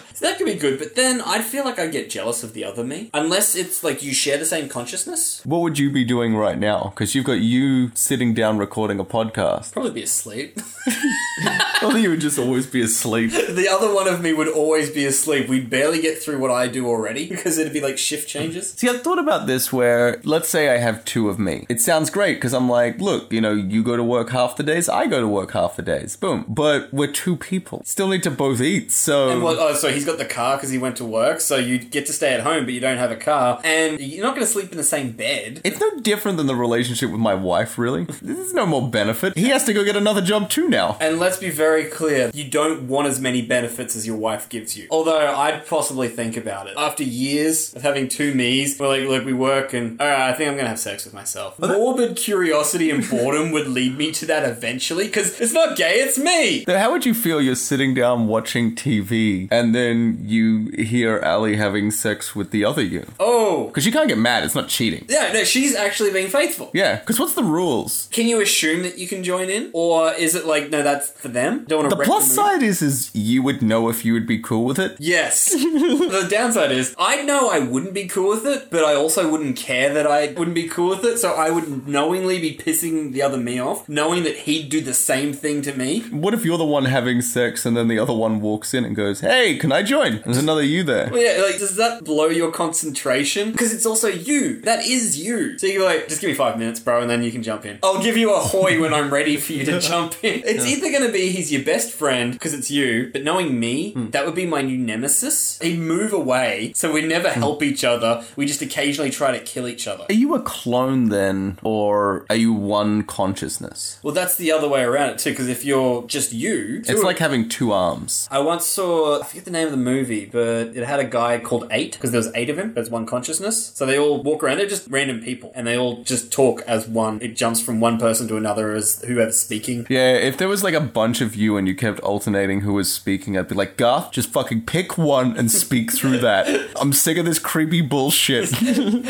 Speaker 2: [LAUGHS] So that could be good, but then I'd feel like I'd get jealous of the other me. Unless it's like you share the same consciousness.
Speaker 5: What would you be doing right now? Because you've got you sitting down recording a podcast. [LAUGHS]
Speaker 2: Probably be asleep. [LAUGHS]
Speaker 5: I think you would just always be asleep.
Speaker 2: The other one of me would always be asleep. We'd barely get through what I do already [LAUGHS] because it'd be like shift changes.
Speaker 5: See, I've thought about this where, let's say I have two of me. It sounds great because I'm like, look, you know, you go to work half the days, I go to work half the days. Boom. But we're two people. Still need to both eat, so.
Speaker 2: And what, oh, so he's got the car because he went to work, so you get to stay at home, but you don't have a car, and you're not going to sleep in the same bed.
Speaker 5: it's no different than the relationship with my wife, really. There's no more benefit. He has to go get another job too now.
Speaker 2: And let's be very clear, you don't want as many benefits as your wife gives you. Although I'd possibly think about it. After years of having two me's, we're like, look, we work and alright, I think I'm gonna have sex with myself. Morbid curiosity and boredom would lead me to that eventually, because it's not gay, it's me!
Speaker 5: Then how would you feel you're sitting down watching TV and then you hear Ali having sex with the other you?
Speaker 2: Oh!
Speaker 5: Because you can't get mad, it's not cheating.
Speaker 2: Yeah, no, she's actually being faithful.
Speaker 5: Yeah, because what's the rules?
Speaker 2: Can you assume that you can join in? Or is it like, no, that's for them? time. Don't want to
Speaker 5: The plus side is, is you would know if you would be cool with it.
Speaker 2: Yes. the downside is I know I wouldn't be cool with it, but I also wouldn't care that I wouldn't be cool with it, so I would knowingly be pissing the other me off, knowing that he'd do the same thing to me.
Speaker 5: What if you're the one having sex and then the other one walks in and goes, "Hey, can I join?" There's another you there.
Speaker 2: But yeah, like, does that blow your concentration? Because it's also you. That is you. So you're like, just give me five minutes, bro, and then you can jump in. I'll give you a hoy when I'm ready for you
Speaker 5: [LAUGHS]
Speaker 2: to jump in. It's either going to be he's your best friend because it's you, but knowing me,
Speaker 5: Hmm.
Speaker 2: that would be my new nemesis. He'd move away, so we never
Speaker 5: Hmm.
Speaker 2: help each other. We just occasionally try to kill each other.
Speaker 5: Are you a clone then, or are you one consciousness?
Speaker 2: Well, that's the other way around it, too, because if you're just you,
Speaker 5: It's like having two arms.
Speaker 2: I once saw, I forget the name of the movie, but it had a guy called Eight, because there was eight of him, but it's one consciousness. So they all walk around, they're just random people, and they all just talk as one. It jumps from one person to another as whoever's speaking.
Speaker 5: Yeah, if there was like a bunch of you and you kept alternating who was speaking, I'd be like, Garth, just fucking pick one and speak through that. I'm sick of this creepy bullshit. [LAUGHS]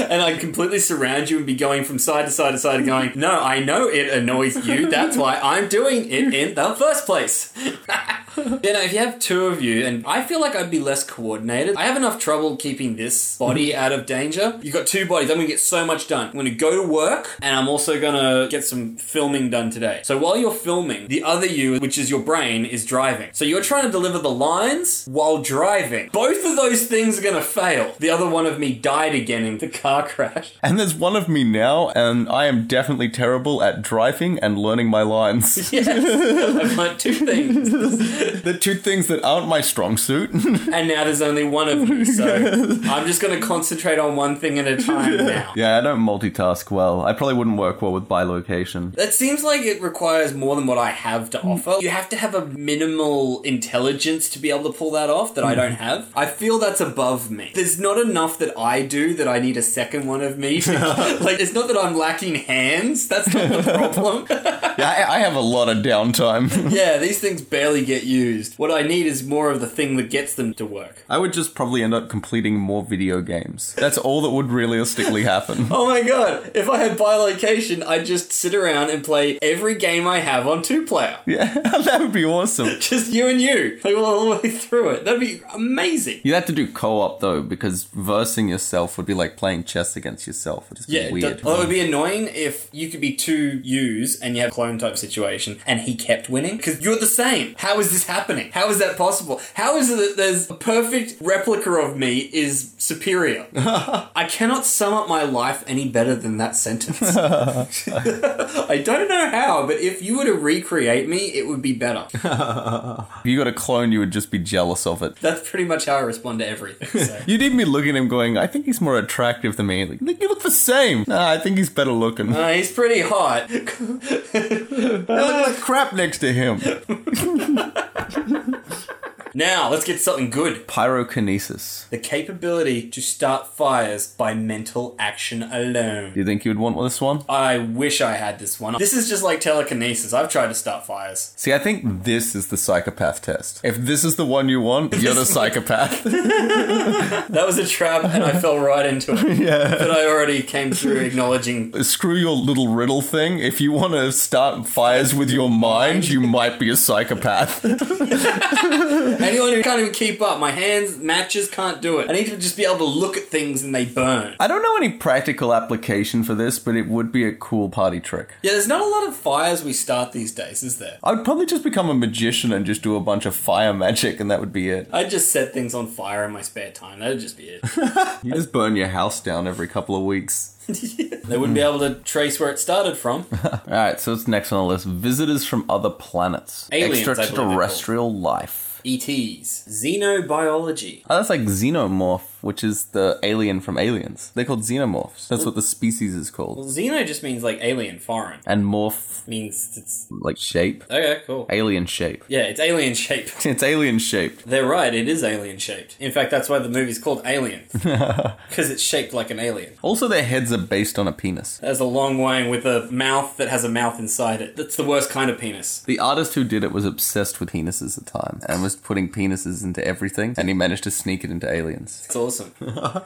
Speaker 2: And I completely surround you and be going from side to side to side and going, no, I know it annoys you, that's why I'm doing it in the first place. You know, if you have two of you, and I feel like I'd be less coordinated. I have enough trouble keeping this body out of danger. You've got two bodies. I'm going to get so much done. I'm going to go to work, and I'm also going to get some filming done today. So while you're filming, the other you, which is your brain, is driving. So you're trying to deliver the lines while driving. Both of those things are going to fail. The other one of me died again in the car crash. [LAUGHS]
Speaker 5: And there's one of me now, and I am definitely terrible at driving and learning my lines.
Speaker 2: Yes, I've learnt two things.
Speaker 5: the two things that aren't my strong suit. [LAUGHS]
Speaker 2: And now there's only one of me, so I'm just going to concentrate on one thing at a time now.
Speaker 5: yeah, I don't multitask well. I probably wouldn't work well with bilocation.
Speaker 2: That seems like it requires more than what I have to offer. You have to have a minimal intelligence to be able to pull that off that I don't have. I feel that's above me. There's not enough that I do that I need a second one of me. [LAUGHS] To, like, it's not that I'm lacking hands. That's not the problem.
Speaker 5: Yeah, I, I have a lot of downtime.
Speaker 2: yeah, these things barely get used. What I need is more of the thing that gets them to work.
Speaker 5: [LAUGHS] I would just probably end up completing more video games. That's all that would realistically happen.
Speaker 2: Oh my god, if I had bilocation, I'd just sit around and play every game I have on two player.
Speaker 5: [LAUGHS] Yeah, [LAUGHS] that would be awesome.
Speaker 2: [LAUGHS] Just you and you. Like all the way through it. That'd be amazing.
Speaker 5: You'd have to do co-op though, because versing yourself would be like playing chess against yourself. It'd just be
Speaker 2: Yeah, it,
Speaker 5: weird.
Speaker 2: does- Oh, well, it would be annoying if you could be two yous and you have clone type situation and he kept winning because you're the same. How is this happening? How is that possible? How is it that there's a perfect replica of me is superior? I cannot sum up my life any better than that sentence. [LAUGHS] I don't know how, but if you were to recreate me, it would be better. [LAUGHS]
Speaker 5: if you got a clone, you would just be jealous of it.
Speaker 2: That's pretty much how I respond to everything. So.
Speaker 5: You'd even be looking at him going, I think he's more attractive than me. Like, "Look, you look the same. Nah, I think he's
Speaker 2: [LAUGHS]
Speaker 5: better looking. I
Speaker 2: Uh, he's pretty hot.
Speaker 5: look like crap next to him.
Speaker 2: now, let's get something good.
Speaker 5: Pyrokinesis.
Speaker 2: The capability to start fires by mental action
Speaker 5: Do
Speaker 2: alone.
Speaker 5: you think you would want this one?
Speaker 2: I wish I had this one. This is just like telekinesis. I've tried to start fires.
Speaker 5: See, I think this is the psychopath test. If this is the one you want, you're the psychopath. [LAUGHS]
Speaker 2: That was a trap and I fell right into it. Yeah. But I already came through acknowledging.
Speaker 5: Screw your little riddle thing. If you want to start fires with your mind, you might be a psychopath.
Speaker 2: Anyone who can't even keep up, my hands, matches can't do it. I need to just be able to look at things and they burn.
Speaker 5: I don't know any practical application for this, but it would be a cool party trick.
Speaker 2: Yeah, there's not a lot of fires we start these days, is there?
Speaker 5: I would probably just become a magician and just do a bunch of fire magic, and that would be it.
Speaker 2: I just set things on fire in my spare time. That'd just be it.
Speaker 5: You just burn your house down every couple of weeks.
Speaker 2: they wouldn't be able to trace where it started from.
Speaker 5: All right, so what's next on the list? Visitors from other planets,
Speaker 2: Aliens, I believe they're
Speaker 5: extraterrestrial life.
Speaker 2: ETs. E Xenobiology.
Speaker 5: Oh, that's like xenomorph, which is the alien from Aliens. They're called xenomorphs. That's what the species is
Speaker 2: Well,
Speaker 5: called.
Speaker 2: Xeno just means like alien, foreign.
Speaker 5: And morph,
Speaker 2: means it's
Speaker 5: like shape,
Speaker 2: okay, cool.
Speaker 5: alien shape. [LAUGHS]
Speaker 2: Yeah, it's alien shaped. [LAUGHS]
Speaker 5: It's alien shaped.
Speaker 2: They're right. It is alien shaped. In fact, that's why the movie's called
Speaker 5: [LAUGHS]
Speaker 2: Alien because it's shaped like an alien.
Speaker 5: Also, their heads are based on a penis.
Speaker 2: That's a long way with a mouth that has a mouth inside it. That's the worst kind of penis.
Speaker 5: The artist who did it was obsessed with penises at the time and was putting penises into everything, and he managed to sneak it into aliens.
Speaker 2: It's
Speaker 5: [LAUGHS]
Speaker 2: awesome.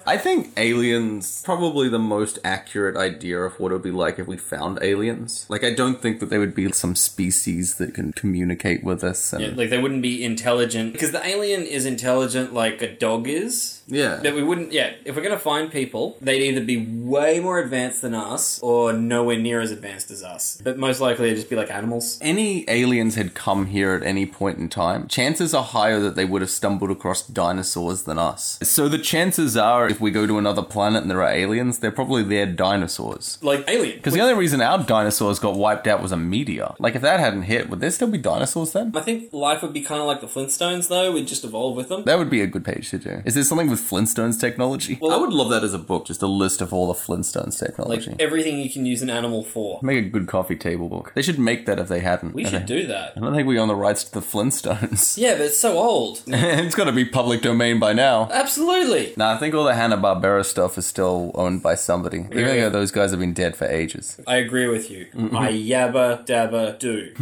Speaker 5: I think aliens probably the most accurate idea of what it would be like if we found aliens. Like I don't think that they would be some species that can communicate with us and
Speaker 2: Yeah, like they wouldn't be intelligent because the alien is intelligent like a dog is.
Speaker 5: Yeah.
Speaker 2: That we wouldn't. Yeah. If we're gonna find people, they'd either be way more advanced than us or nowhere near as advanced as us. But most likely, they'd just be like animals.
Speaker 5: any aliens had come here at any point in time, chances are higher that they would have stumbled across dinosaurs than us. So the chances are, if we go to another planet and there are aliens, they're probably there dinosaurs.
Speaker 2: Like alien.
Speaker 5: Because the only reason our dinosaurs got wiped out was a meteor. Like, if that hadn't hit, would there still be dinosaurs then?
Speaker 2: I think life would be kind of like the Flintstones, though. We'd just evolve with them.
Speaker 5: That would be a good page to do. Is there something with Flintstones technology?
Speaker 2: Well-
Speaker 5: I would love that as a book, just a list of all the Flintstones
Speaker 2: Like
Speaker 5: technology.
Speaker 2: everything you can use an animal for.
Speaker 5: Make a good coffee table book. They should make that if they hadn't.
Speaker 2: We
Speaker 5: I
Speaker 2: should
Speaker 5: don't-
Speaker 2: do that.
Speaker 5: I don't think we own the rights to the Flintstones.
Speaker 2: Yeah, but it's so old.
Speaker 5: [LAUGHS] it's got to be public domain by now.
Speaker 2: Absolutely.
Speaker 5: Nah, I think all the Hanna Barbera stuff is still owned by somebody. Even
Speaker 2: Yeah.
Speaker 5: though those guys have been dead for ages.
Speaker 2: I agree with you. I yabba dabba
Speaker 5: [LAUGHS]
Speaker 2: do.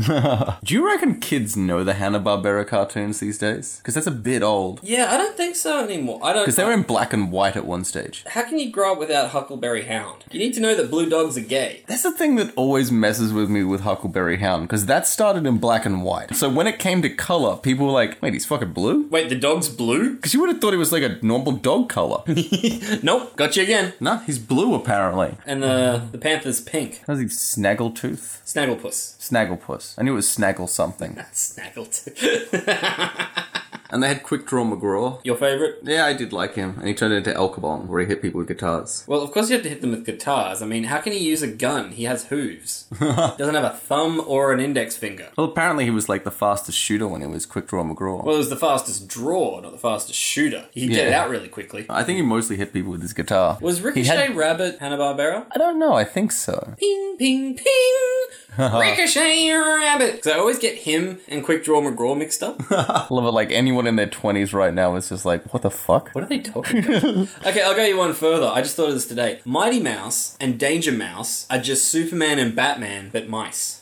Speaker 5: Do you reckon kids know the Hanna Barbera cartoons these days? Because that's a bit old.
Speaker 2: Yeah, I don't think so anymore. I don't.
Speaker 5: Because they were in black and white at one stage.
Speaker 2: How can you grow up without Huckleberry Hound? You need to know that blue dogs are gay.
Speaker 5: That's the thing that always messes with me with Huckleberry Hound, because that started in black and white. So when it came to color, people were like, wait, he's fucking blue?
Speaker 2: Wait, the dog's
Speaker 5: [LAUGHS]
Speaker 2: blue?
Speaker 5: Because you would have thought he was like a normal dog [LAUGHS] color.
Speaker 2: Nope, got you again.
Speaker 5: nah, he's blue apparently.
Speaker 2: And uh,
Speaker 5: Mm-hmm.
Speaker 2: the panther's pink.
Speaker 5: How's he snaggletooth?
Speaker 2: Snagglepuss. [LAUGHS]
Speaker 5: Snagglepuss. I knew it was snaggle something.
Speaker 2: Snaggled.
Speaker 5: [LAUGHS] And they had Quick Draw McGraw.
Speaker 2: [LAUGHS] Your favourite?
Speaker 5: Yeah, I did like him. And he turned into Elkabong, where he hit people with guitars.
Speaker 2: Well, of course you have to hit them with guitars. I mean, how can he use a gun? He has hooves.
Speaker 5: [LAUGHS]
Speaker 2: Doesn't have a thumb or an index finger.
Speaker 5: Well, apparently he was like the fastest shooter when he was Quick Draw McGraw.
Speaker 2: Well, it was the fastest draw, not the fastest shooter. He could get it
Speaker 5: Yeah.
Speaker 2: out really quickly.
Speaker 5: I think he mostly hit people with his guitar.
Speaker 2: Was
Speaker 5: He
Speaker 2: Ricochet
Speaker 5: had-
Speaker 2: Rabbit Hanna-Barbera?
Speaker 5: I don't know, I think so.
Speaker 2: Ping, ping,
Speaker 5: [LAUGHS]
Speaker 2: ping! Ricochet Rabbit! Because I always get him and Quick Draw McGraw mixed
Speaker 5: [LAUGHS]
Speaker 2: up.
Speaker 5: I love it, like anyone in their 20s right now is just like, what the fuck?
Speaker 2: What are they
Speaker 5: [LAUGHS]
Speaker 2: talking about? okay, I'll go you one further. I just thought of this today. Mighty Mouse and Danger Mouse are just Superman and Batman, but mice.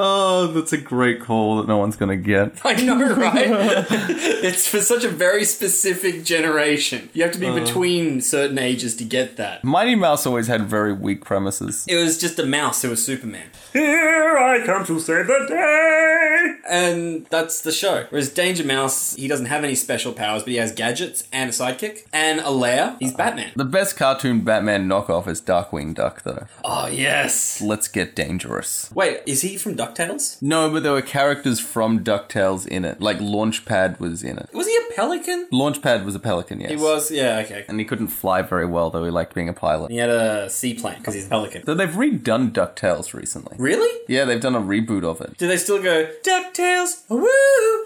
Speaker 5: Oh, that's a great call that no one's gonna get.
Speaker 2: [LAUGHS] I know, right? it's for such a very specific generation. You have to be between certain ages to get that.
Speaker 5: Mighty Mouse always had very weak premises.
Speaker 2: It was just a mouse who was Superman. Here I come to save the day! And that's the show. Whereas Danger Mouse, he doesn't have any special powers, but he has gadgets and a sidekick and a lair. He's Batman.
Speaker 5: The best cartoon Batman knockoff is Darkwing Duck, though.
Speaker 2: Oh, yes.
Speaker 5: Let's get dangerous.
Speaker 2: Wait, is he from DuckTales?
Speaker 5: No, but there were characters from DuckTales in it. Like Launchpad was in it.
Speaker 2: Was he a pelican?
Speaker 5: Launchpad was a pelican, yes.
Speaker 2: He was, yeah, okay.
Speaker 5: And he couldn't fly very well, though he liked being a pilot.
Speaker 2: He had a seaplane because he's a pelican.
Speaker 5: Though they've redone DuckTales recently.
Speaker 2: Really?
Speaker 5: Yeah, they've done a reboot of it.
Speaker 2: Do they still go Ducktales? Woo!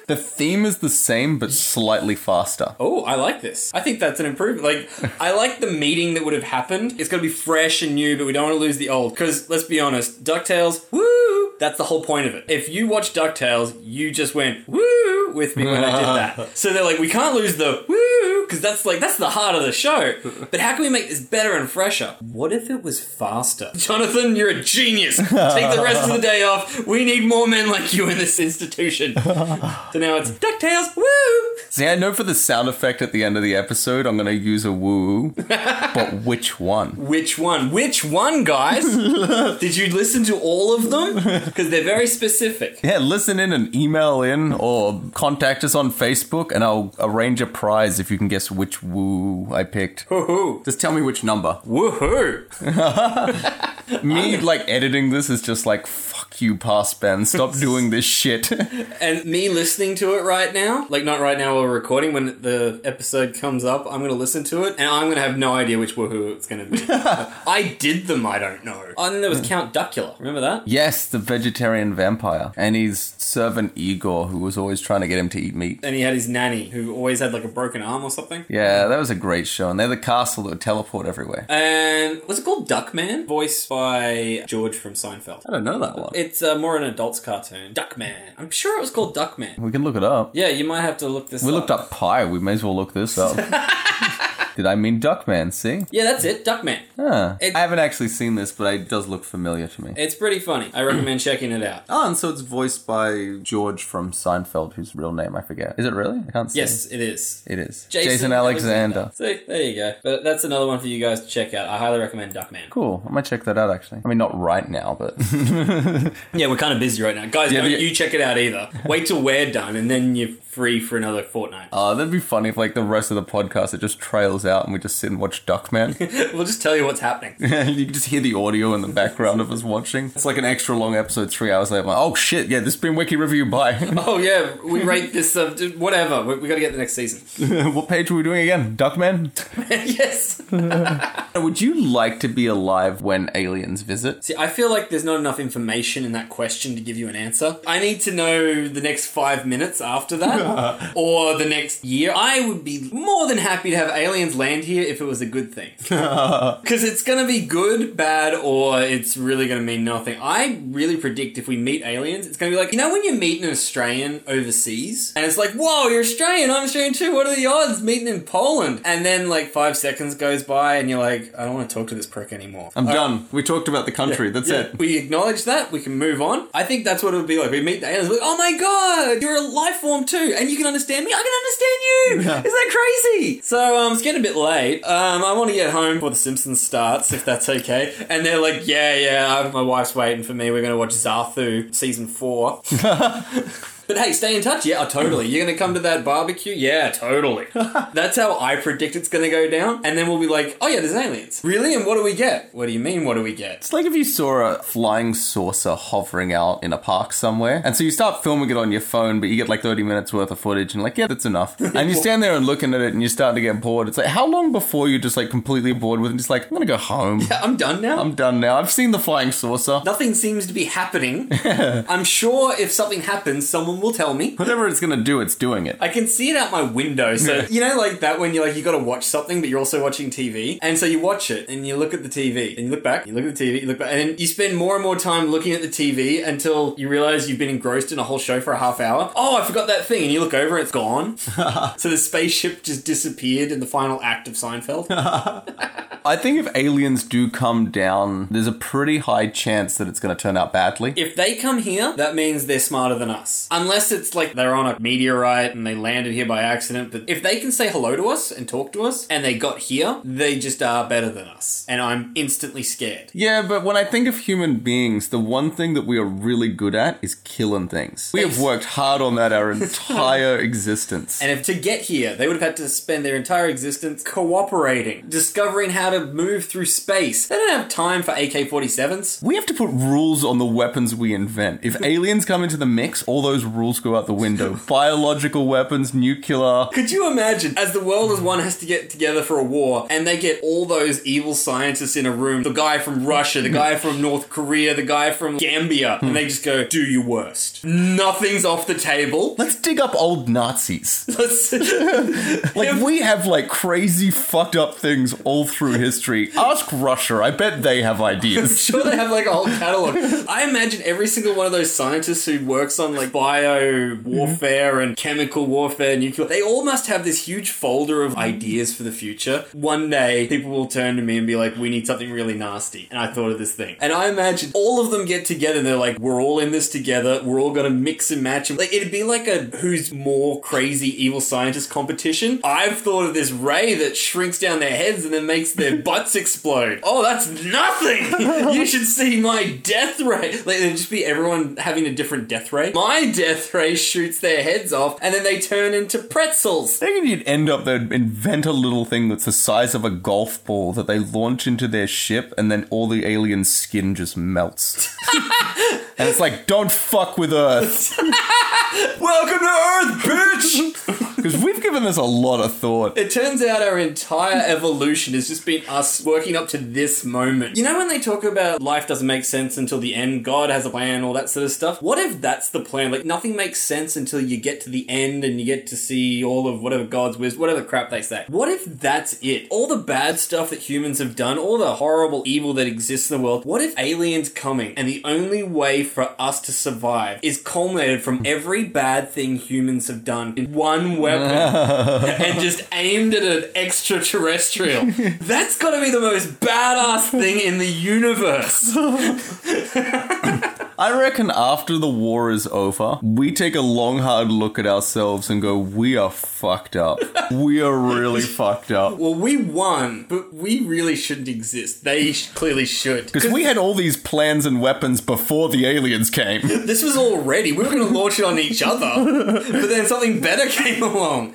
Speaker 5: The theme is the same, but slightly faster.
Speaker 2: Oh, I like this. I think that's an improvement. Like, I like the meeting that would have happened. It's gonna be fresh and new, but we don't want to lose the old. Because let's be honest, Ducktales, woo! That's the whole point of it. If you watch Ducktales, you just went woo with me when I did that. So they're like, we can't lose the woo because that's like that's the heart of the show. But how can we make this better and fresher? What if it was faster? [LAUGHS] Jonathan, you're a genius. Take the rest of the day off. We need more men like you in this institution. so now it's Ducktales, woo!
Speaker 5: See, I know for the sound effect at the end of the episode, I'm going to use a woo, but which one?
Speaker 2: Which one? Which one, guys? Did you listen to all of them? Because they're very specific.
Speaker 5: Yeah, listen in and email in or contact us on Facebook, and I'll arrange a prize if you can guess which woo I picked.
Speaker 2: Woohoo!
Speaker 5: Just tell me which number.
Speaker 2: Woohoo!
Speaker 5: Me, like, editing this is just like, fuck you, past Ben. Stop doing this shit.
Speaker 2: And me listening to it right now, like not right now while we're recording, when the episode comes up, I'm going to listen to it and I'm going to have no idea which woohoo it's going to be. I did them, I don't know. Oh, And then there was Count Duckula. Remember that?
Speaker 5: yes, the vegetarian vampire. And his servant Igor, who was always trying to get him to eat meat.
Speaker 2: And he had his nanny who always had like a broken arm or something.
Speaker 5: Yeah, that was a great show. And they're the castle that would teleport everywhere.
Speaker 2: And was it called Duckman? Voiced by George from Seinfeld.
Speaker 5: I don't know that one.
Speaker 2: It's uh, more an adult's cartoon. Duckman. I'm sure it was called Duckman.
Speaker 5: We can look it up.
Speaker 2: Yeah, you might have to look this
Speaker 5: We
Speaker 2: up.
Speaker 5: [LAUGHS] looked up pie. We may as well look this up. Did I mean Duckman? See?
Speaker 2: Yeah, that's it. Duckman.
Speaker 5: Huh.
Speaker 2: It-
Speaker 5: I haven't actually seen this, but it does look familiar to me.
Speaker 2: It's pretty funny. I recommend checking it out.
Speaker 5: Oh, and so it's voiced by George from Seinfeld, whose real name I forget. Is it really? I can't see.
Speaker 2: Yes, it is.
Speaker 5: It is. Jason, Alexander.
Speaker 2: See, there you go. But that's another one for you guys to check out. I highly recommend Duckman.
Speaker 5: Cool. I might check that out actually. I mean, not right now, [LAUGHS] but
Speaker 2: Yeah, we're kind of busy right now. Guys,
Speaker 5: Yeah,
Speaker 2: don't
Speaker 5: but-
Speaker 2: you check it out either. Wait till we're done and then you're free for another fortnight.
Speaker 5: uh, that'd be funny if like the rest of the podcast it just trails out and we just sit and watch [LAUGHS] Duckman.
Speaker 2: we'll just tell you what's happening.
Speaker 5: [LAUGHS] and you can just hear the audio in the background of us watching. It's like an extra long episode, three hours later. I'm like, oh shit, yeah, this has been Wiki Review. Bye. [LAUGHS]
Speaker 2: Oh yeah, we rate this. Uh, d- whatever. We, we got to get the next season. [LAUGHS]
Speaker 5: what page were we doing again? Duckman.
Speaker 2: yes.
Speaker 5: [LAUGHS] Would you like to be alive when aliens visit?
Speaker 2: See, I feel like there's not enough information in that question to give you an answer. I need to know the next five minutes after
Speaker 5: [LAUGHS]
Speaker 2: that, or the next year. I would be more than happy to have aliens land here if it was a good
Speaker 5: [LAUGHS]
Speaker 2: thing. Because it's going to be good, bad, or it's really going to mean nothing. I really predict if we meet aliens, it's going to be like, you know, when you meet an Australian overseas, and it's like, whoa, you're Australian, I'm Australian too, what are the odds? Meeting in Poland. And then, like, five seconds goes by, and you're like, I don't want to talk to this prick anymore.
Speaker 5: I'm done. We talked about the country. That's
Speaker 2: Uh, Yeah,
Speaker 5: it.
Speaker 2: We acknowledge that. We can move on. I think that's what it would be like. We meet the aliens. We're like, oh my god, you're a life form too, and you can understand me. I can understand you. Isn't that crazy? So um, it's getting a bit late. Um, I want to get home before The Simpsons starts, if that's okay. And they're like, yeah, yeah, I- my wife's waiting for me. We're going to watch Zarthu season
Speaker 5: [LAUGHS]
Speaker 2: four. But hey, stay in touch. Yeah, oh, totally. You're going to come to that barbecue? Yeah,
Speaker 5: [LAUGHS]
Speaker 2: totally. That's how I predict it's going to go down. And then we'll be like, oh, yeah, there's aliens. Really? And what do we get? What do you mean, what do we get?
Speaker 5: It's like if you saw a flying saucer hovering out in a park somewhere, and so you start filming it on your phone, but you get like 30 minutes worth of footage, and like, yeah,
Speaker 2: [LAUGHS]
Speaker 5: that's enough. And you stand there and looking at it, and you start to get bored. It's like, how long before you're just like completely bored with it? Just like, I'm gonna go home.
Speaker 2: [LAUGHS] I'm done now.
Speaker 5: I'm done now. I've seen the flying saucer.
Speaker 2: Nothing seems to be happening. I'm sure if something happens, someone will tell me.
Speaker 5: Whatever it's gonna do, it's doing it.
Speaker 2: I can see it out my window. So you know, like that when you're like you got to watch something, but you're also watching TV, and so you watch it and you look at the TV and you look back, you look at the TV, you look back, and then you spend more and more time looking at the TV until you realize you've been engrossed in a whole show for a half hour. Oh, I forgot that thing, and you look over, it's gone. so the spaceship just disappeared in the final act of Seinfeld.
Speaker 5: I think if aliens do come down, there's a pretty high chance that it's gonna turn out badly.
Speaker 2: If they come here, that means they're smarter than us. Unless it's like they're on a meteorite and they landed here by accident. But if they can say hello to us and talk to us and they got here, they just are better than us. And I'm instantly scared.
Speaker 5: Yeah, but when I think of human beings, the one thing that we are really good at is killing things. We have worked hard on that our entire existence.
Speaker 2: And if to get here, they would have had to spend their entire existence cooperating, discovering how to move through space. They don't have time for AK 47s.
Speaker 5: We have to put rules on the weapons we invent. If aliens come into the mix, all those rules go out the window. Biological weapons, nuclear.
Speaker 2: Could you imagine, as the world as one has to get together for a war, and they get all those evil scientists in a room the guy from Russia, the guy from North Korea, the guy from Gambia, and they just go, do your worst. Nothing's off the table. [LAUGHS]
Speaker 5: Let's dig up old Nazis.
Speaker 2: Let's-
Speaker 5: Like, we have like crazy fucked up things all through history. Ask Russia, I bet they
Speaker 2: [LAUGHS]
Speaker 5: have ideas.
Speaker 2: sure they have like a whole catalog. I imagine every single one of those scientists who works on like bio warfare and chemical warfare, nuclear. They all must have this huge folder of ideas for the future. One day, people will turn to me and be like, "We need something really nasty," and I thought of this thing. And I imagine all of them get together and they're like, "We're all in this together. We're all gonna mix and match." And like it'd be like a who's more crazy evil scientist competition. I've thought of this ray that shrinks down their heads and then makes their butts explode. Oh, that's nothing. you should see my death ray. Like it'd just be everyone having a different death ray. My death ray shoots their heads off and then they turn into pretzels.
Speaker 5: I think you'd end up they'd invent a little thing that's the size of a golf ball that they launch into their ship and then all the alien skin just melts. and it's like, don't fuck with Earth.
Speaker 2: Welcome to Earth, bitch.
Speaker 5: Because we've given this a lot of thought.
Speaker 2: [LAUGHS] It turns out our entire evolution has just been us working up to this moment. You know when they talk about life doesn't make sense until the end, God has a plan, all that sort of stuff? What if that's the plan? Like nothing makes sense until you get to the end and you get to see all of whatever God's wisdom, whatever crap they say. What if that's it? All the bad stuff that humans have done, all the horrible evil that exists in the world, what if aliens coming and the only way for us to survive is culminated from every bad thing humans have done in one weapon and just aimed at an extraterrestrial. That's got to be the most badass thing in the universe.
Speaker 5: I reckon after the war is over, we take a long, hard look at ourselves and go, we are fucked up. we are really fucked up.
Speaker 2: Well, we won, but we really shouldn't exist. They sh- clearly should.
Speaker 5: Because we had all these plans and weapons before the aliens came. [LAUGHS]
Speaker 2: This was all ready. We were going to launch it on each other, but then something better [LAUGHS] came along.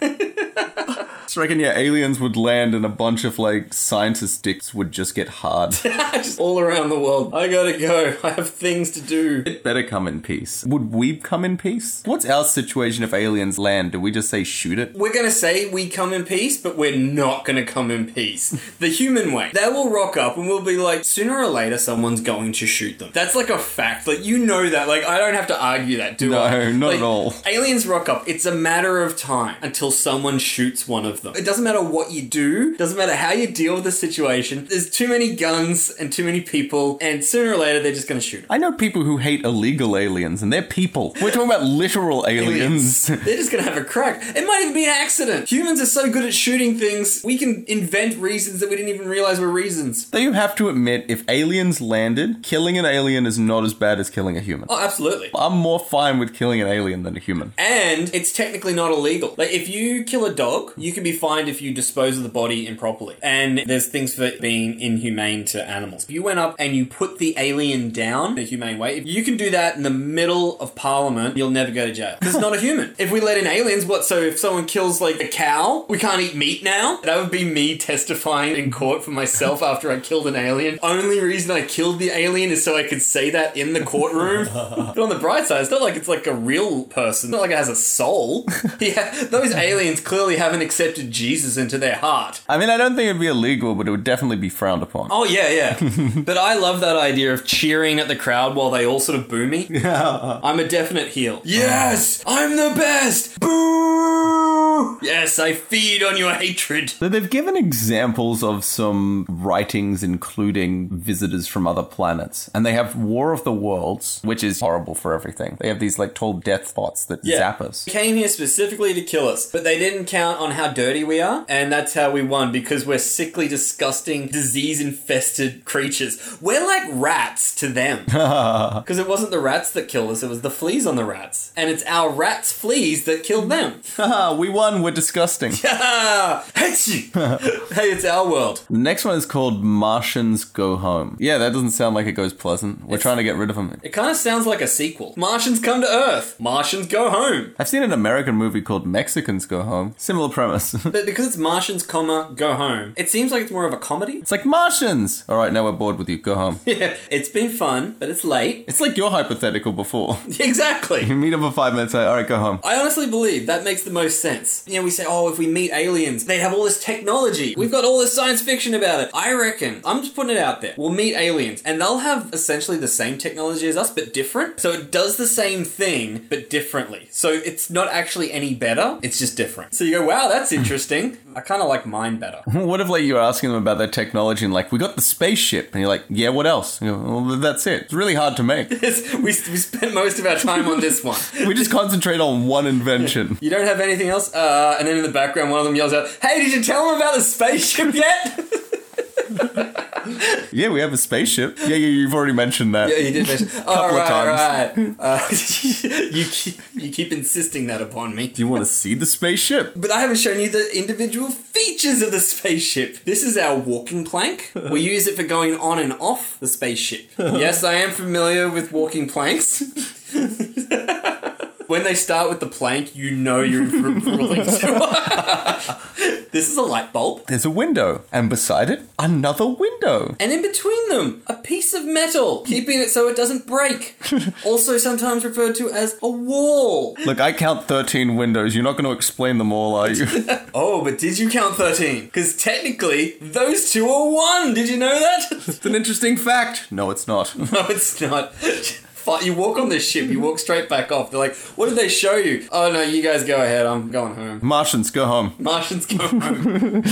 Speaker 5: I reckon, yeah, aliens would land and a bunch of, like, scientist dicks would just get [LAUGHS] hard.
Speaker 2: just all around the world. I gotta go. I have things to do.
Speaker 5: it better come in peace. Would we come in peace? What's our situation if aliens land? Do we just say shoot it?
Speaker 2: We're gonna say we come in peace, but we're not gonna come in peace.
Speaker 5: [LAUGHS]
Speaker 2: The human way. They will rock up and we'll be like, sooner or later, someone's going to shoot them. That's like a fact. Like, you know that. Like, I don't have to argue that, do
Speaker 5: No,
Speaker 2: I?
Speaker 5: not
Speaker 2: Like,
Speaker 5: at all.
Speaker 2: Aliens rock up. It's a matter of time until someone shoots one of them. It doesn't matter what you do, doesn't matter how you deal with the situation. There's too many guns and too many people, and sooner or later, they're just gonna shoot 'em.
Speaker 5: I know people who hate illegal aliens, and they're people. We're talking about literal aliens. [LAUGHS]
Speaker 2: They're just gonna have a crack. It might even be an accident. Humans are so good at shooting things, we can invent reasons that we didn't even realize were reasons.
Speaker 5: Though you have to admit, if aliens landed, killing an alien is not as bad as killing a human.
Speaker 2: Oh, absolutely.
Speaker 5: I'm more fine with killing an alien than a human.
Speaker 2: And it's technically not illegal. Like, if you kill a dog, you can be fined if you dispose of the body improperly. And there's things for being inhumane to animals. If you went up and you put the alien down in a humane way, if you can do that in the middle of parliament, you'll never go to jail. 'Cause it's not a human. If we let in aliens, what? So if someone kills, like, a cow, we can't eat meat now? That would be me testifying in court for myself after I killed an alien. Only reason I killed the alien is so I could say that in the courtroom. But on the bright side, it's not like it's like a real person. It's not like it has a soul. yeah, those aliens clearly haven't accepted Jesus into their heart.
Speaker 5: I mean, I don't think it'd be illegal, but it would definitely be frowned upon. [LAUGHS]
Speaker 2: Oh yeah, yeah. but I love that idea of cheering at the crowd while they all sort of boo me. I'm a definite heel. Yes, I'm the best. Boo! Yes, I feed on your hatred.
Speaker 5: So they've given examples of some writings, including visitors from other planets, and they have War of the Worlds, which is horrible for everything. They have these like tall death bots that zap us.
Speaker 2: They Came here specifically to kill us, but they didn't count on how dirty we are, and that's how we won because we're sickly, disgusting, disease infested creatures. We're like rats to them. Because it wasn't the rats that killed us, it was the fleas on the rats. And it's our rats' fleas that killed them. [LAUGHS]
Speaker 5: Haha, we won. We're disgusting.
Speaker 2: Hatchie! hey, it's our world.
Speaker 5: The next one is called Martians Go Home. Yeah, that doesn't sound like it goes pleasant. We're trying to get rid of them.
Speaker 2: It kind of sounds like a sequel. Martians come to Earth, Martians go home.
Speaker 5: I've seen an American movie called Mexicans Go Home. Similar premise. [LAUGHS]
Speaker 2: But because it's Martians, comma, go home, it seems like it's more of a comedy. [LAUGHS]
Speaker 5: it's like Martians. All right, now we're bored with you. Go home.
Speaker 2: Yeah, it's been fun, but it's late. [LAUGHS]
Speaker 5: It's like your hypothetical before. [LAUGHS]
Speaker 2: Exactly.
Speaker 5: You meet up for five minutes. All right, go home.
Speaker 2: I honestly believe that makes the most sense. You know, we say, oh, if we meet aliens, they have all this technology. We've got all this science fiction about it. I reckon, I'm just putting it out there, we'll meet aliens and they'll have essentially the same technology as us, but different. So it does the same thing, but differently. So it's not actually any better, it's just different. So you go, wow, that's interesting. I kind of like mine better. [LAUGHS]
Speaker 5: What if like you were asking them about their technology and like we got the spaceship and you're like yeah what else? You go, well, that's it. It's really hard to make.
Speaker 2: we, we spent most of our time on this one.
Speaker 5: We just concentrate on one
Speaker 2: [LAUGHS]
Speaker 5: invention.
Speaker 2: You don't have anything else? Uh, and then in the background, one of them yells out, hey, did you tell them about the spaceship yet?
Speaker 5: Yeah, we have a spaceship. Yeah, yeah you've already mentioned that.
Speaker 2: Yeah, you did
Speaker 5: [LAUGHS]
Speaker 2: mention. All
Speaker 5: Couple of
Speaker 2: right, all
Speaker 5: [LAUGHS]
Speaker 2: right. Uh, [LAUGHS] you keep, you keep insisting that upon me.
Speaker 5: Do you want to see the spaceship?
Speaker 2: But I haven't shown you the individual features of the spaceship. This is our walking plank.
Speaker 5: [LAUGHS]
Speaker 2: We use it for going on and off the spaceship. Yes, I am familiar with walking planks. [LAUGHS] When they start with the plank, you know you're in for a [LAUGHS] relief. This is a light bulb.
Speaker 5: There's a window and beside it another window.
Speaker 2: And in between them, a piece of metal, keeping it so it doesn't break. Also, sometimes referred to as a wall.
Speaker 5: Look, I count 13 windows. You're not going to explain them
Speaker 2: [LAUGHS]
Speaker 5: all, are you?
Speaker 2: Oh, but did you count 13? Because technically, those two are one. Did you know that? [LAUGHS]
Speaker 5: it's an interesting fact. No, it's not.
Speaker 2: no, it's not. fi- you walk on this ship, you walk straight back off. They're like, what did they show you? Oh no, you guys go ahead. I'm going home. [LAUGHS]
Speaker 5: Martians, go home. [LAUGHS]
Speaker 2: Martians go home.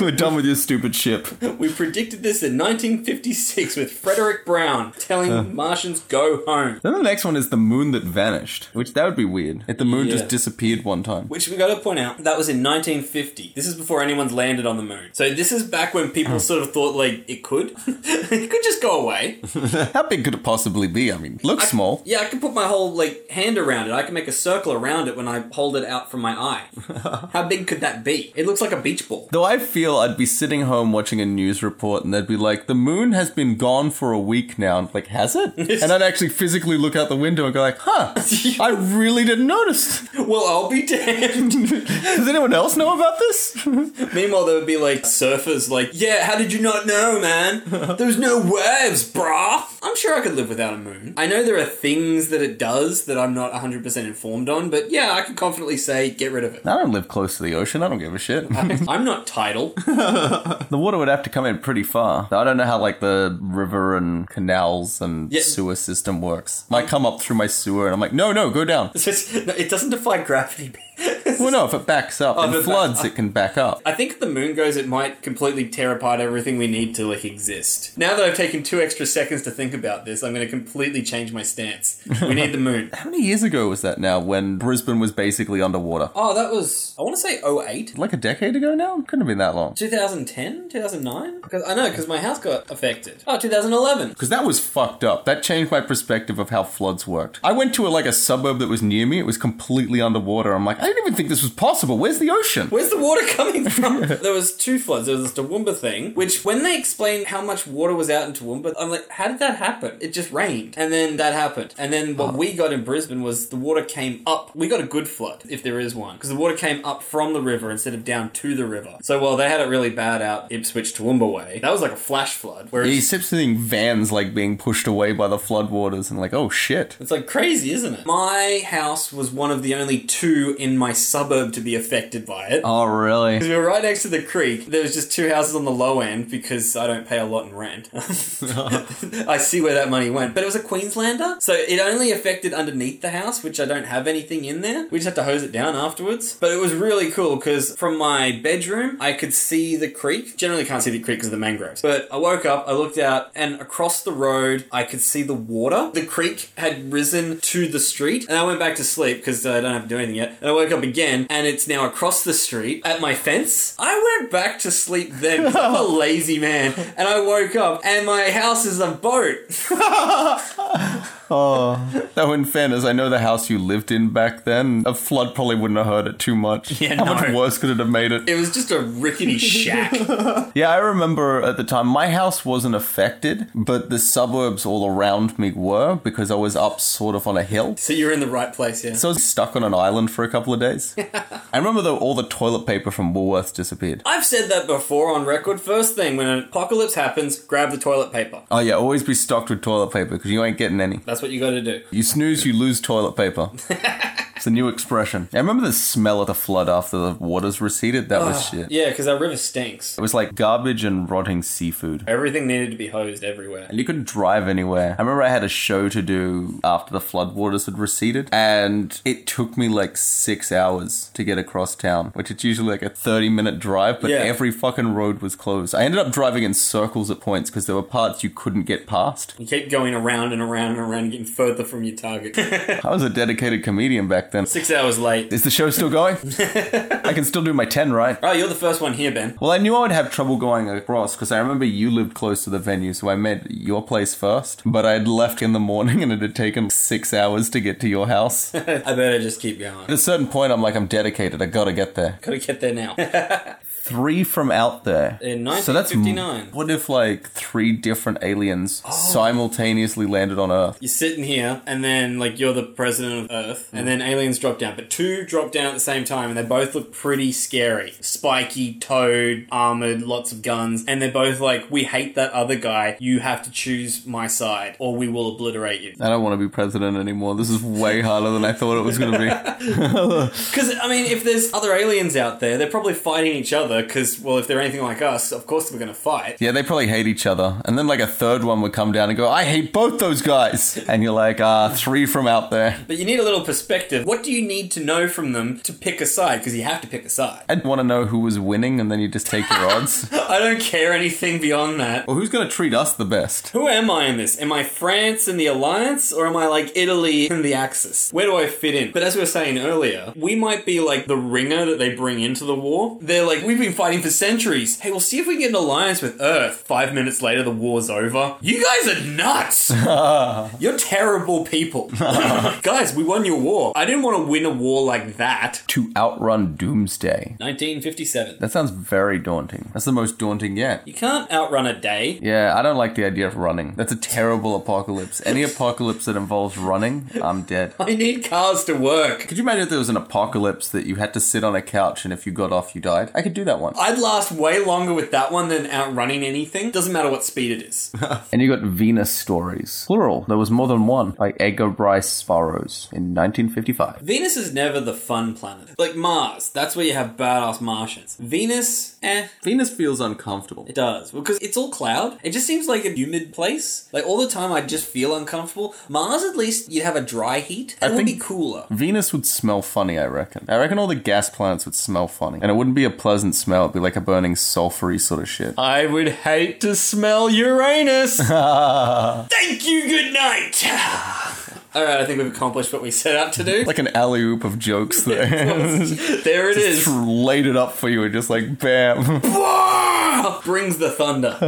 Speaker 5: We're done with your stupid ship.
Speaker 2: we predicted this in 1956 with Frederick Brown telling Martians go home.
Speaker 5: Then the next one is the moon that vanished, which that would be weird. If the moon
Speaker 2: Yeah.
Speaker 5: just disappeared one time.
Speaker 2: Which we got to point out, that was in 1950. This is before anyone's landed on the moon. So this is back when people sort of thought like it could, [LAUGHS] it could just go away.
Speaker 5: How big could it possibly be? I mean, looks small.
Speaker 2: Yeah, I can put my whole like hand around it. I can make a circle around it when I hold it out from my eye. How big could that be? It looks like a beach ball.
Speaker 5: Though I feel I'd be sitting home watching a news report and they'd be like, the moon has been gone for a week now. And I'm like, has [LAUGHS] it? and I'd actually physically look out the window and go like, [LAUGHS] huh, I really didn't notice.
Speaker 2: Well, I'll be damned.
Speaker 5: Does anyone else know about [LAUGHS] this?
Speaker 2: Meanwhile, there would be like surfers, like, yeah, how did you not know,
Speaker 5: [LAUGHS]
Speaker 2: man? There's no waves, brah. I'm sure I could live without a moon. I know there are things that it does that I'm not 100% informed on, but yeah, I can confidently say get rid of
Speaker 5: [LAUGHS]
Speaker 2: it.
Speaker 5: I don't live close to the ocean. I don't give a shit.
Speaker 2: I'm not tidal.
Speaker 5: [LAUGHS]
Speaker 2: [LAUGHS]
Speaker 5: the water would have to come in pretty far. I don't know how like the river and canals and
Speaker 2: Yeah.
Speaker 5: sewer system works. I come up through my sewer and I'm like, no, no, go down.
Speaker 2: It's just- no, it doesn't defy gravity. [LAUGHS]
Speaker 5: Well, Oh, no, if it backs up
Speaker 2: if it
Speaker 5: and
Speaker 2: back-
Speaker 5: floods, it can back up.
Speaker 2: I think if the moon goes, it might completely tear apart everything we need to like exist. Now that I've taken two extra seconds to think about this, I'm going to completely change my stance. We need the
Speaker 5: [LAUGHS]
Speaker 2: moon.
Speaker 5: How many years ago was that now when Brisbane was basically underwater?
Speaker 2: Oh, that was I want to say 08?
Speaker 5: Like a decade ago now? Couldn't have been that long.
Speaker 2: 2010? 2009? Because I know, because my house got affected. Oh, 2011.
Speaker 5: Because that was fucked up. That changed my perspective of how floods worked. I went to a, like a suburb that was near me. It was completely underwater. I'm like, I didn't even think this was possible. Where's the ocean?
Speaker 2: Where's the water coming from? there was two floods. There was this Toowoomba thing, which when they explained how much water was out in Toowoomba, I'm like, how did that happen? It just rained, and then that happened, and then what we got in Brisbane was the water came up. We got a good flood, if there is one, because the water came up from the river instead of down to the river. So while they had it really bad out Ipswich Toowoomba way, that was like a flash flood. Where
Speaker 5: He
Speaker 2: it's,
Speaker 5: keeps seeing vans like being pushed away by the floodwaters and like, oh shit.
Speaker 2: It's like crazy, isn't it? My house was one of the only two in my suburb to be affected by it.
Speaker 5: Oh really?
Speaker 2: Because we were right next to the creek. There was just two houses on the low end because I don't pay a lot in [LAUGHS] rent. I see where that money went. But it was a Queenslander, so it only affected underneath the house, which I don't have anything in there. We just had to hose it down afterwards. But it was really cool because from my bedroom, I could see the creek. Generally can't see the creek because of the mangroves. But I woke up, I looked out, and across the road, I could see the water. The creek had risen to the street, and I went back to sleep because I don't have to do anything yet. And I woke up again, and it's now across the street at my fence. I went back to sleep then. 'cause
Speaker 5: [LAUGHS]
Speaker 2: I'm a lazy man, and I woke up, and my house is a boat. [LAUGHS]
Speaker 5: Though in fairness, I know the house you lived in back then. A flood probably wouldn't have hurt it too much.
Speaker 2: Yeah,
Speaker 5: How
Speaker 2: no.
Speaker 5: much worse could it have made it?
Speaker 2: It was just a rickety
Speaker 5: [LAUGHS]
Speaker 2: shack.
Speaker 5: Yeah, I remember at the time my house wasn't affected, but the suburbs all around me were because I was up sort of on a hill.
Speaker 2: so you're in the right place, yeah.
Speaker 5: So I was stuck on an island for a couple of days. I remember though all the toilet paper from Woolworths disappeared.
Speaker 2: I've said that before on record. First thing, when an apocalypse happens, grab the toilet paper.
Speaker 5: Oh yeah, always be stocked with toilet paper because you ain't getting any.
Speaker 2: That's what you gotta do.
Speaker 5: You snooze, you lose toilet paper. it's a new expression. I remember the smell of the flood after the waters receded. That was shit.
Speaker 2: Yeah, because our river stinks.
Speaker 5: It was like garbage and rotting seafood.
Speaker 2: Everything needed to be hosed everywhere.
Speaker 5: and you couldn't drive anywhere. I remember I had a show to do after the floodwaters had receded, and it took me like six hours to get across town, which it's usually like a 30 minute drive, but
Speaker 2: Yeah.
Speaker 5: every fucking road was closed. I ended up driving in circles at points because there were parts you couldn't get past.
Speaker 2: You keep going around and around and around, getting further from your target.
Speaker 5: I was a dedicated comedian back then.
Speaker 2: Six hours late.
Speaker 5: Is the show still going? I can still do my 10, right?
Speaker 2: Oh, you're the first one here, Ben.
Speaker 5: Well, I knew I would have trouble going across because I remember you lived close to the venue, so I met your place first. But I had left in the morning [LAUGHS] and it had taken six hours to get to your house. At
Speaker 2: I better just keep going.
Speaker 5: a certain point, I'm like, I'm dedicated. I gotta get there.
Speaker 2: Gotta get there now.
Speaker 5: Three from out there.
Speaker 2: In
Speaker 5: m-
Speaker 2: 1959.
Speaker 5: What if like three different aliens simultaneously landed on Earth?
Speaker 2: You're sitting here, and then, like, you're the president of Earth, and then aliens drop down. But two drop down at the same time, and they both look pretty scary. Spiky, toad, armored, lots of guns. And they're both like, we hate that other guy. You have to choose my side, or we will obliterate you.
Speaker 5: I don't want to be president anymore. This is way harder than I thought it was gonna be.
Speaker 2: Because, I mean, if there's other aliens out there, they're probably fighting each other other because, well, if they're anything like us, of course we're going to fight.
Speaker 5: Yeah, they probably hate each other. And then like a third one would come down and go, I hate both those guys. And you're like, ah, three from out there.
Speaker 2: But you need a little perspective. What do you need to know from them to pick a side? Because you have to pick a side. [LAUGHS]
Speaker 5: I'd want to know who was winning and then you just take your [LAUGHS] odds.
Speaker 2: I don't care anything beyond that.
Speaker 5: Well, who's going to treat us the best?
Speaker 2: Who am I in this? Am I France in the Alliance or am I like Italy in the Axis? Where do I fit in? But as we were saying earlier, we might be like the ringer that they bring into the war. They're like, we've been fighting for centuries. Hey, we'll see if we can get an alliance with Earth. Five minutes later, the war's over. You guys are nuts! You're terrible people. guys, we won your war. I didn't want to win a war like that.
Speaker 5: To outrun Doomsday.
Speaker 2: 1957.
Speaker 5: That sounds very daunting. That's the most daunting yet.
Speaker 2: You can't outrun a day.
Speaker 5: Yeah, I don't like the idea of running. That's a terrible apocalypse. Any apocalypse that involves running, I'm dead.
Speaker 2: I need cars to work.
Speaker 5: Could you imagine if there was an apocalypse that you had to sit on a couch and if you got off, you died? I could do that one.
Speaker 2: I'd last way longer with that one than outrunning anything. Doesn't matter what speed it [LAUGHS] is.
Speaker 5: And you got Venus stories. Plural. There was more than one. Like Edgar Bryce Sparrows in 1955.
Speaker 2: Venus is never the fun planet. Like Mars, that's where you have badass Martians. Venus, eh,
Speaker 5: Venus feels uncomfortable.
Speaker 2: it does. Because it's all cloud. It just seems like a humid place. Like all the time, I just feel uncomfortable. Mars, at least, you'd have a dry heat. It
Speaker 5: I
Speaker 2: would
Speaker 5: think-
Speaker 2: be cooler.
Speaker 5: Venus would smell funny, I reckon. I reckon all the gas planets would smell funny. And it wouldn't be a pleasant smell, it'd be like a burning sulfury sort of [LAUGHS] shit.
Speaker 2: I would hate to smell Uranus. [LAUGHS] Thank you, good [SIGHS] night. all right, I think we've accomplished what we set out to do. [LAUGHS]
Speaker 5: Like an alley oop of jokes [LAUGHS] there.
Speaker 2: there it is.
Speaker 5: Laid it up for you and just like [LAUGHS] bam.
Speaker 2: Wah! Ah! Brings the thunder.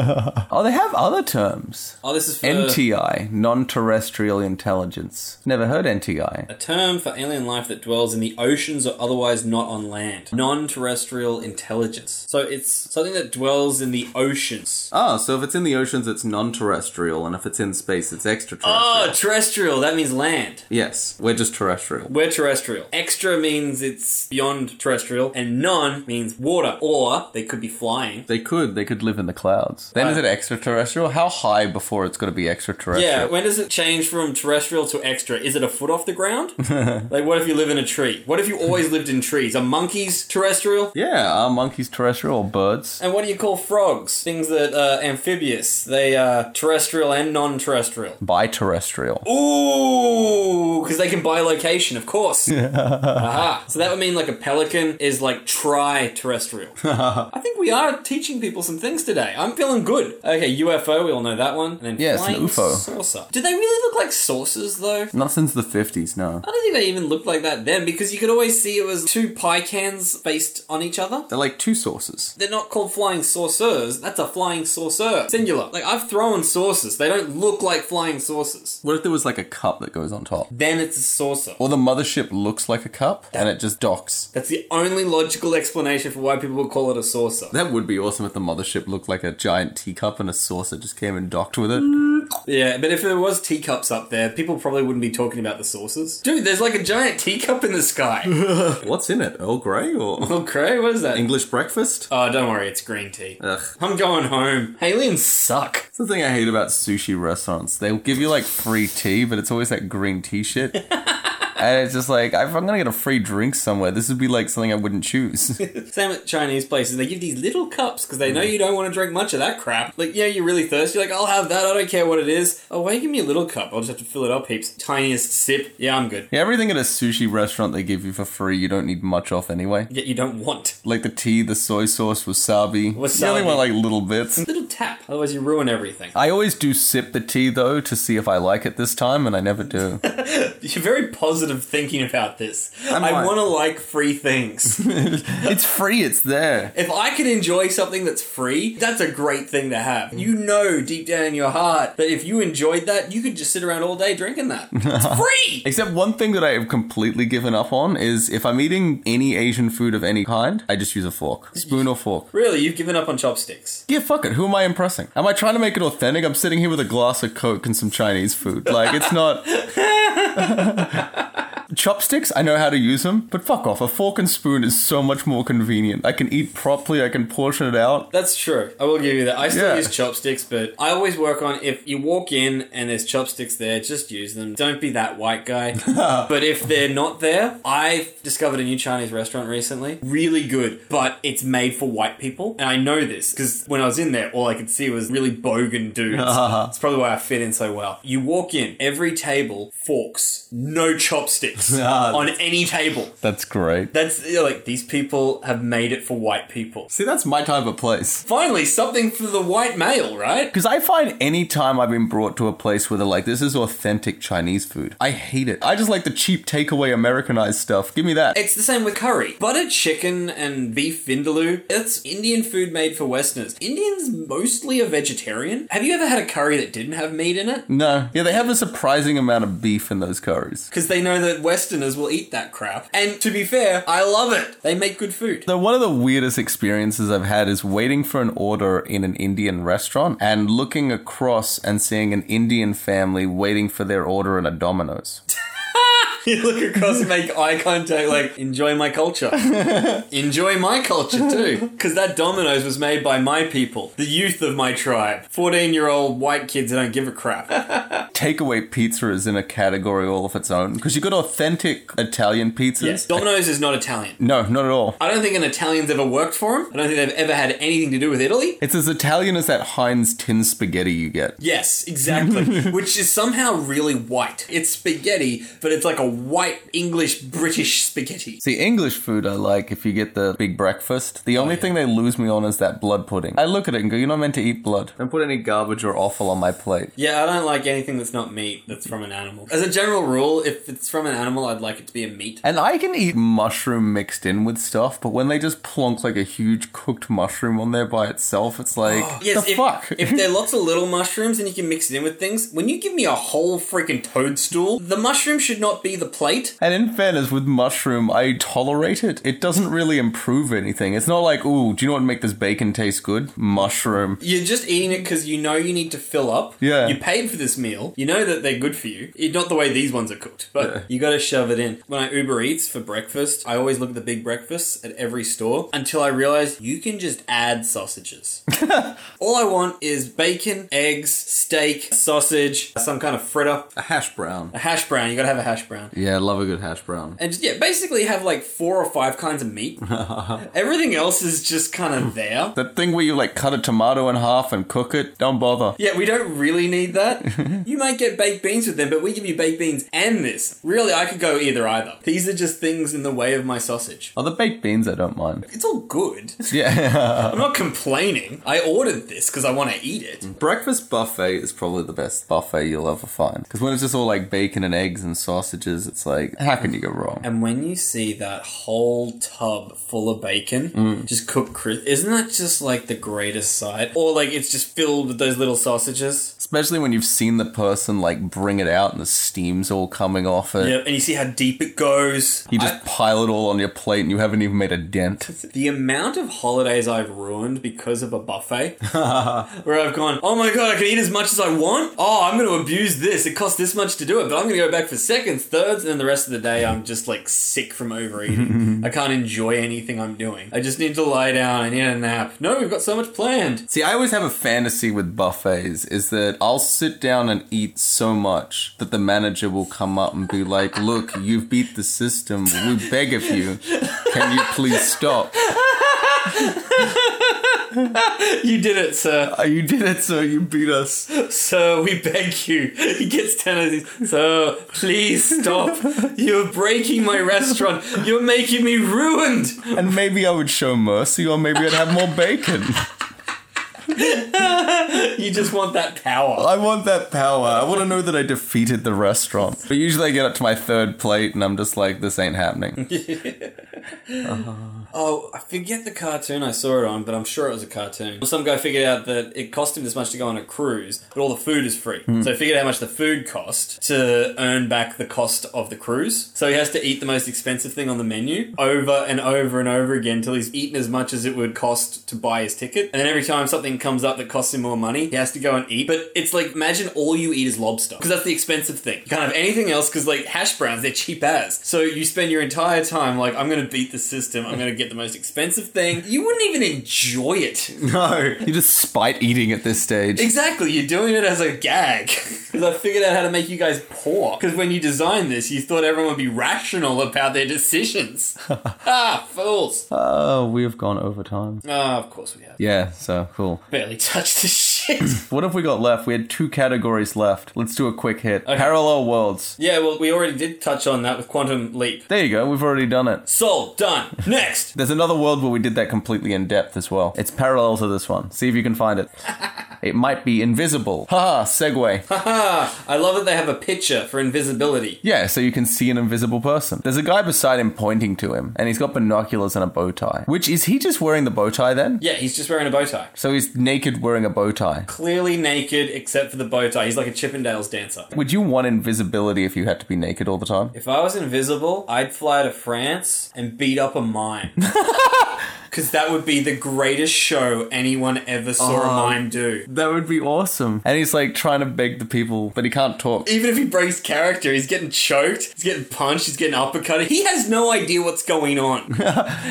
Speaker 5: oh, they have other terms.
Speaker 2: Oh, this is for
Speaker 5: NTI, non terrestrial intelligence. Never heard NTI.
Speaker 2: A term for alien life that dwells in the oceans or otherwise not on land. Non terrestrial intelligence. So it's something that dwells in the oceans.
Speaker 5: Oh, so if it's in the oceans, it's non terrestrial, and if it's in space, it's extraterrestrial.
Speaker 2: Oh, terrestrial, that means land.
Speaker 5: Yes, we're just terrestrial.
Speaker 2: We're terrestrial. Extra means it's beyond terrestrial, and non means water, or they could be flying.
Speaker 5: They could, they could live in the clouds. Then is it extraterrestrial? How high before it's got to be extraterrestrial?
Speaker 2: Yeah, when does it change from terrestrial to extra? Is it a foot off the [LAUGHS] ground? like, what if you live in a tree? What if you always lived in trees? Are monkeys terrestrial?
Speaker 5: Yeah, are monkeys terrestrial or birds?
Speaker 2: And what do you call frogs? Things that are amphibious. They are terrestrial and non terrestrial.
Speaker 5: Biterrestrial.
Speaker 2: Ooh, because they can buy location, of
Speaker 5: [LAUGHS]
Speaker 2: course. Aha. So that would mean like a pelican is like tri
Speaker 5: [LAUGHS]
Speaker 2: terrestrial. I think we are teaching people some things today. I'm feeling good. Okay, UFO, we all know that one. And then
Speaker 5: Yeah, it's an
Speaker 2: flying
Speaker 5: UFO.
Speaker 2: saucer. Do they really look like saucers though?
Speaker 5: Not since the 50s, no.
Speaker 2: I don't think they even looked like that then because you could always see it was two cans based on each other.
Speaker 5: They're like two sources.
Speaker 2: They're not called flying saucers. That's a flying saucer. Singular. Like, I've thrown saucers. They don't look like flying saucers.
Speaker 5: What if there was like a cup that goes on top?
Speaker 2: Then it's a saucer.
Speaker 5: Or the mothership looks like a cup and it just docks.
Speaker 2: That's the only logical explanation for why people would call it a saucer.
Speaker 5: That would be awesome if the mothership looked like a giant teacup and a saucer just came and docked with it.
Speaker 2: Mm. Yeah, but if there was teacups up there, people probably wouldn't be talking about the saucers. Dude, there's like a giant teacup in the sky.
Speaker 5: What's in it? Earl Grey or [LAUGHS]
Speaker 2: okay, what is that?
Speaker 5: English breakfast?
Speaker 2: Oh, don't worry, it's green tea.
Speaker 5: Ugh.
Speaker 2: I'm going home. Aliens suck.
Speaker 5: It's the thing I hate about sushi restaurants. They'll give you like free tea, but it's always that green tea [LAUGHS] shit. And it's just like, if I'm gonna get a free drink somewhere, this would be like something I wouldn't [LAUGHS] choose.
Speaker 2: Same at Chinese places. They give these little cups because they know you don't want to drink much of that crap. Like, yeah, you're really thirsty. Like, I'll have that. I don't care what it is. Oh, why you give me a little cup? I'll just have to fill it up heaps. Tiniest sip. Yeah, I'm good.
Speaker 5: Yeah, everything at a sushi restaurant they give you for free, you don't need much off anyway.
Speaker 2: Yet you don't want.
Speaker 5: Like the tea, the soy sauce, wasabi. You only
Speaker 2: Wasabi.
Speaker 5: want like little bits.
Speaker 2: Little tap. Otherwise, you ruin everything.
Speaker 5: I always do sip the tea though to see if I like it this time, and I never [LAUGHS] do.
Speaker 2: You're very positive thinking about this.
Speaker 5: I'm
Speaker 2: I
Speaker 5: fine.
Speaker 2: want to like free things.
Speaker 5: it's free, it's there.
Speaker 2: if I can enjoy something that's free, that's a great thing to have. You know deep down in your heart that if you enjoyed that, you could just sit around all day drinking that. It's free!
Speaker 5: Except one thing that I have completely given up on is if I'm eating any Asian food of any kind, I just use a fork. Spoon or fork.
Speaker 2: Really, you've given up on chopsticks.
Speaker 5: Yeah, fuck it. Who am I impressing? Am I trying to make it authentic? I'm sitting here with a glass of Coke and some Chinese food. Like, it's not. Chopsticks, I know how to use them, but fuck off. A fork and spoon is so much more convenient. I can eat properly, I can portion it out.
Speaker 2: That's true. I will give you that. I still
Speaker 5: Yeah.
Speaker 2: use chopsticks, but I always work on if you walk in and there's chopsticks there, just use them. Don't be that white guy. but if they're not there, I've discovered a new Chinese restaurant recently. Really good, but it's made for white people. And I know this because when I was in there, all I could see was really bogan dudes. It's probably why I fit in so well. You walk in, every table, forks, no chopsticks
Speaker 5: Ah.
Speaker 2: on any table.
Speaker 5: That's great.
Speaker 2: That's you're like these people have made it for white people.
Speaker 5: See, that's my type of place.
Speaker 2: Finally, something for the white male, right?
Speaker 5: Because I find any time I've been brought to a place where they're like, this is authentic Chinese food, I hate it. I just like the cheap takeaway Americanized stuff. Give me that.
Speaker 2: It's the same with curry. Butter chicken and beef vindaloo, it's Indian food made for Westerners. Indians mostly are vegetarian. Have you ever had a curry that didn't have meat in it?
Speaker 5: no. Yeah, they have a surprising amount of beef in those curries.
Speaker 2: Because they know that Westerners will eat that crap. And to be fair, I love it. They make good food. [LAUGHS]
Speaker 5: So one of the weirdest experiences I've had is waiting for an order in an Indian restaurant and looking across and seeing an Indian family waiting for their order in a Domino's.
Speaker 2: you look across and make eye contact, like, enjoy my culture. enjoy my culture too. Because that Domino's was made by my people, the youth of my tribe. 14 year old white kids that don't give a crap.
Speaker 5: Takeaway pizza is in a category all of its own because you've got authentic Italian pizzas.
Speaker 2: Yes, Domino's is not Italian.
Speaker 5: No, not at all.
Speaker 2: I don't think an Italian's ever worked for him. I don't think they've ever had anything to do with Italy.
Speaker 5: It's as Italian as that Heinz tin spaghetti you get.
Speaker 2: Yes,
Speaker 5: [LAUGHS]
Speaker 2: exactly. Which is somehow really white. It's spaghetti, but it's like a white English British spaghetti.
Speaker 5: See, English food I like if you get the big breakfast. The only thing they lose me on is that blood pudding. I look at it and go, you're not meant to eat blood. Don't put any garbage or offal on my plate.
Speaker 2: Yeah, I don't like anything that's not meat that's from an animal. As a general rule, if it's from an animal, I'd like it to be a meat.
Speaker 5: And I can eat mushroom mixed in with stuff, but when they just plonk like a huge cooked mushroom on there by itself, it's like
Speaker 2: Yes,
Speaker 5: the
Speaker 2: if,
Speaker 5: fuck.
Speaker 2: if there are lots of little mushrooms and you can mix it in with things, when you give me a whole freaking toadstool, the mushroom should not be the plate.
Speaker 5: [LAUGHS] and in fairness, with mushroom, I tolerate it. It doesn't really improve anything. It's not like, ooh, do you know what would make this bacon taste good? Mushroom.
Speaker 2: You're just eating it because you know you need to fill up.
Speaker 5: Yeah.
Speaker 2: You paid for this meal. You know that they're good for you. It- Not the way these ones are cooked, but you got to shove it in. When I Uber Eats for breakfast, I always look at the big breakfasts at every store until I realize you can just add sausages. All I want is bacon, eggs, steak, sausage, some kind of fritter,
Speaker 5: A hash brown.
Speaker 2: a hash brown. You got to have a hash brown.
Speaker 5: Yeah, I love a good hash brown.
Speaker 2: And just, yeah, basically have like four or five kinds of meat. Everything else is just kind of there.
Speaker 5: That thing where you like cut a tomato in half and cook it, don't bother.
Speaker 2: Yeah, we don't really need that. you might get baked beans with them, but we give you baked beans and this. Really, I could go either either. These are just things in the way of my sausage.
Speaker 5: Oh, the baked beans, I don't mind. [LAUGHS]
Speaker 2: It's all good.
Speaker 5: Yeah.
Speaker 2: I'm not complaining. I ordered this because I want to eat it.
Speaker 5: Mm. Breakfast buffet is probably the best buffet you'll ever find. Because when it's just all like bacon and eggs and sausages, it's like, how can you go wrong?
Speaker 2: And when you see that whole tub full of bacon just cooked crisp, isn't that just like the greatest sight? Or like it's just filled with those little sausages.
Speaker 5: Especially when you've seen the person like bring it out and the steam's all coming off it.
Speaker 2: Yep, and you see how deep it goes.
Speaker 5: You just pile it all on your plate and you haven't even made a dent.
Speaker 2: The amount of holidays I've ruined because of a
Speaker 5: [LAUGHS]
Speaker 2: buffet, where I've gone, oh my god, I can eat as much as I want. Oh, I'm going to abuse this. It costs this much to do it, but I'm going to go back for seconds, thirds, and then the rest of the day I'm just like sick from
Speaker 5: [LAUGHS]
Speaker 2: overeating. I can't enjoy anything I'm doing. I just need to lie down. I need a nap. No, we've got so much planned. [LAUGHS]
Speaker 5: See, I always have a fantasy with buffets is that I'll sit down and eat so much that the manager will come up and be like, Look, you've beat the system. We beg of you. Can you please stop?
Speaker 2: You did it, sir.
Speaker 5: Oh, you did it, sir. You beat us.
Speaker 2: [LAUGHS] Sir, we beg you. [LAUGHS] He gets down and he's, Sir, please
Speaker 5: [LAUGHS]
Speaker 2: stop. You're breaking my restaurant. You're making me ruined.
Speaker 5: And maybe I would show mercy, or maybe I'd have more bacon.
Speaker 2: You just want that power.
Speaker 5: I want that power. I want to know that I defeated the restaurant. But usually I get up to my third plate and I'm just like, this ain't [LAUGHS] happening.
Speaker 2: Oh, I forget the cartoon I saw it on, but I'm sure it was a cartoon. Some guy figured out that it cost him this much to go on a cruise, but all the food is free. So he figured out how much the food cost to earn back the cost of the cruise. So he has to eat the most expensive thing on the menu over and over and over again till he's eaten as much as it would cost to buy his ticket. And then every time something comes up that costs him more money, he has to go and eat. But it's like imagine all you eat is lobster because that's the expensive thing. You can't have anything else because like hash browns, they're cheap as. So you spend your entire time like I'm going to beat the system. I'm going to get the most expensive thing. You wouldn't even enjoy it.
Speaker 5: No, you're just spite eating at this stage.
Speaker 2: Exactly, you're doing it as a gag. [LAUGHS] Because I figured out how to make you guys poor. Because when you designed this, you thought everyone would be rational about their decisions. ah, fools. Ah,
Speaker 5: Oh, we've gone over time.
Speaker 2: of course we have.
Speaker 5: Yeah, so cool.
Speaker 2: Barely touched the shit.
Speaker 5: What have we got left? We had two categories left. Let's do a quick hit. Parallel worlds.
Speaker 2: yeah, well, we already did touch on that with Quantum Leap.
Speaker 5: There you go, we've already done it.
Speaker 2: Sold, done. [LAUGHS] Next.
Speaker 5: There's another world where we did that completely in depth as well. It's parallel to this one. See if you can find [LAUGHS] it. It might be invisible. Haha, segue.
Speaker 2: Ah, I love that they have a picture for invisibility.
Speaker 5: Yeah, so you can see an invisible person. There's a guy beside him pointing to him, and he's got binoculars and a bow tie. Which is he just wearing the bow tie then?
Speaker 2: Yeah, he's just wearing a bow tie.
Speaker 5: So he's naked wearing a bow tie.
Speaker 2: Clearly naked, except for the bow tie. He's like a Chippendales dancer.
Speaker 5: Would you want invisibility if you had to be naked all the time?
Speaker 2: If I was invisible, I'd fly to France and beat up a mime. Because that would be the greatest show anyone ever saw a mime do.
Speaker 5: That would be awesome. And he's like trying to beg the people, but he can't talk.
Speaker 2: Even if he breaks character, he's getting choked, he's getting punched, he's getting uppercut. He has no idea what's going on.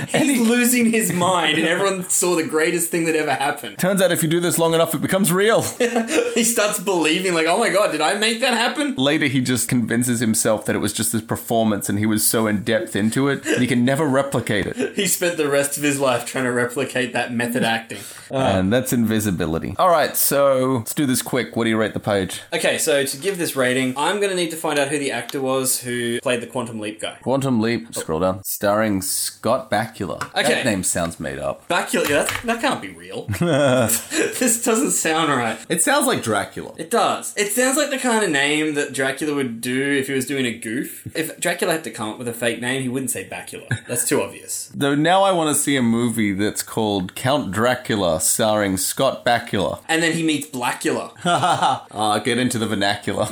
Speaker 2: he's losing his mind, and everyone saw the greatest thing that ever happened.
Speaker 5: Turns out if you do this long enough, it becomes real. [LAUGHS]
Speaker 2: He starts believing, like, oh my god, did I make that happen?
Speaker 5: Later, he just convinces himself that it was just this performance and he was so in depth into it that he can never replicate it.
Speaker 2: He spent the rest of his life trying to replicate that method acting.
Speaker 5: And that's invisibility. All right, so let's do this quick. What do you rate the page?
Speaker 2: Okay, so to give this rating, I'm going to need to find out who the actor was who played the Quantum Leap guy.
Speaker 5: Quantum Leap, scroll down. Starring Scott Bakula.
Speaker 2: Okay.
Speaker 5: That name sounds made up.
Speaker 2: Bakula, that, that can't be real. [LAUGHS] this doesn't sound right.
Speaker 5: It sounds like Dracula.
Speaker 2: It does. It sounds like the kind of name that Dracula would do if he was doing a goof. If Dracula had to come up with a fake name, he wouldn't say Bakula. That's too obvious.
Speaker 5: Though now I want to see a movie that's called Count Dracula, starring Scott Bakula.
Speaker 2: And then he meets Blackula. [LAUGHS]
Speaker 5: Ah, get into the vernacular.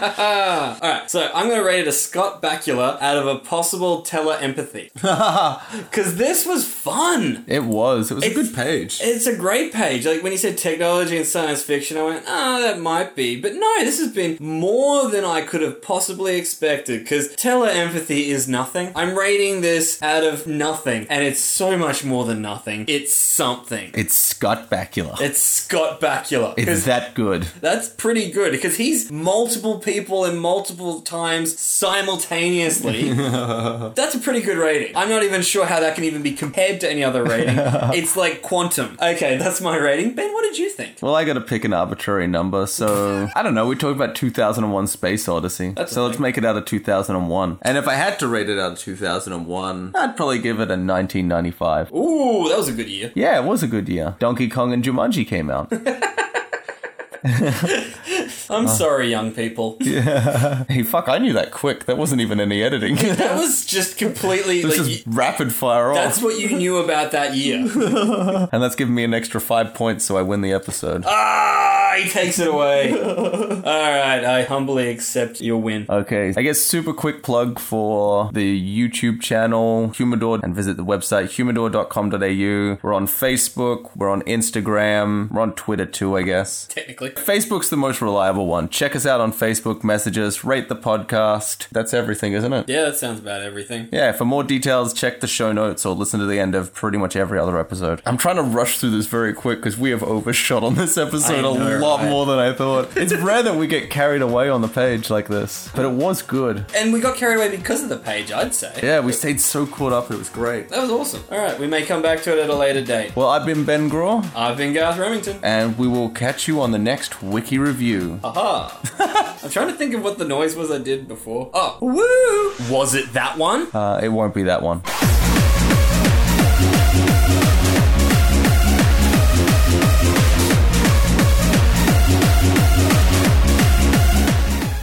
Speaker 2: Alright, so I'm going to rate it a Scott Bakula out of a possible tele empathy. [LAUGHS] Because this was fun.
Speaker 5: [LAUGHS] It was. It was a
Speaker 2: It's-
Speaker 5: good page.
Speaker 2: It's a great page. Like when you said technology and science fiction, I went, ah, that might be. But no, this has been more than I could have possibly expected because teleempathy is nothing. I'm rating this out of nothing, and it's so much more than nothing. It's something.
Speaker 5: it's Scott Bakula.
Speaker 2: It's Scott Bakula.
Speaker 5: it's
Speaker 2: 'Cause
Speaker 5: that good.
Speaker 2: That's pretty good because he's multiple people in multiple times simultaneously.
Speaker 5: [LAUGHS]
Speaker 2: That's a pretty good rating. I'm not even sure how that can even be compared to any other
Speaker 5: [LAUGHS]
Speaker 2: rating. it's like quantum. Okay, that's my rating. Ben, what did you think?
Speaker 5: Well, I got to pick an arbitrary number, [LAUGHS] so I don't know. We talked about 2001 Space Odyssey,
Speaker 2: That's
Speaker 5: so
Speaker 2: a
Speaker 5: let's
Speaker 2: thing.
Speaker 5: make it out of 2001. And if I had to rate it out of 2001, I'd probably give it a 1995.
Speaker 2: Ooh, that was a good year.
Speaker 5: Yeah, it was a good year. Donkey Kong and Jumanji
Speaker 2: [LAUGHS]
Speaker 5: came out. Uh.
Speaker 2: I'm sorry, young people.
Speaker 5: hey, fuck! I knew that quick. That wasn't even any
Speaker 2: [LAUGHS]
Speaker 5: editing. [LAUGHS] this
Speaker 2: That was just completely like.
Speaker 5: is
Speaker 2: you-
Speaker 5: rapid fire
Speaker 2: that's
Speaker 5: off,
Speaker 2: what you knew about that year.
Speaker 5: [LAUGHS] and that's giving me an extra five points, so I win the episode.
Speaker 2: Ah, he takes it
Speaker 5: [LAUGHS]
Speaker 2: away. All right, I humbly accept your win.
Speaker 5: Okay, I guess super quick plug for the YouTube channel Humidor and visit the website humidor.com.au. We're on Facebook, we're on Instagram, we're on Twitter too, I guess.
Speaker 2: Technically.
Speaker 5: Facebook's the most reliable one. Check us out on Facebook, messages, rate the podcast. That's everything, isn't it?
Speaker 2: Yeah, that sounds about everything.
Speaker 5: Yeah, for more details, check the show notes or listen to the end of pretty much every other episode. I'm trying to rush through this very quick because we have overshot on this episode
Speaker 2: I know,
Speaker 5: a lot
Speaker 2: right?
Speaker 5: more than I thought. It's rare that we get carried away on the page like this, but it was good.
Speaker 2: And we got carried away because of the page, I'd say.
Speaker 5: Yeah, we stayed so caught up, it was great.
Speaker 2: That was awesome. All right, we may come back to it at a later date.
Speaker 5: Well, I've been Ben Graw,
Speaker 2: I've been Garth Remington.
Speaker 5: and we will catch you on the next Wiki Review.
Speaker 2: Aha! [LAUGHS] I'm trying to think of what the noise was I did before. Oh, woo! Was it that one?
Speaker 5: Uh, it won't be that one.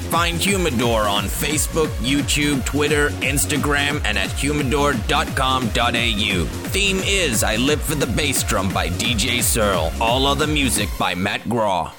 Speaker 1: Find Humidor on Facebook, YouTube, Twitter, Instagram, and at humidor.com.au. Theme is I Live for the Bass Drum by DJ Searle. All other music by Matt Graw.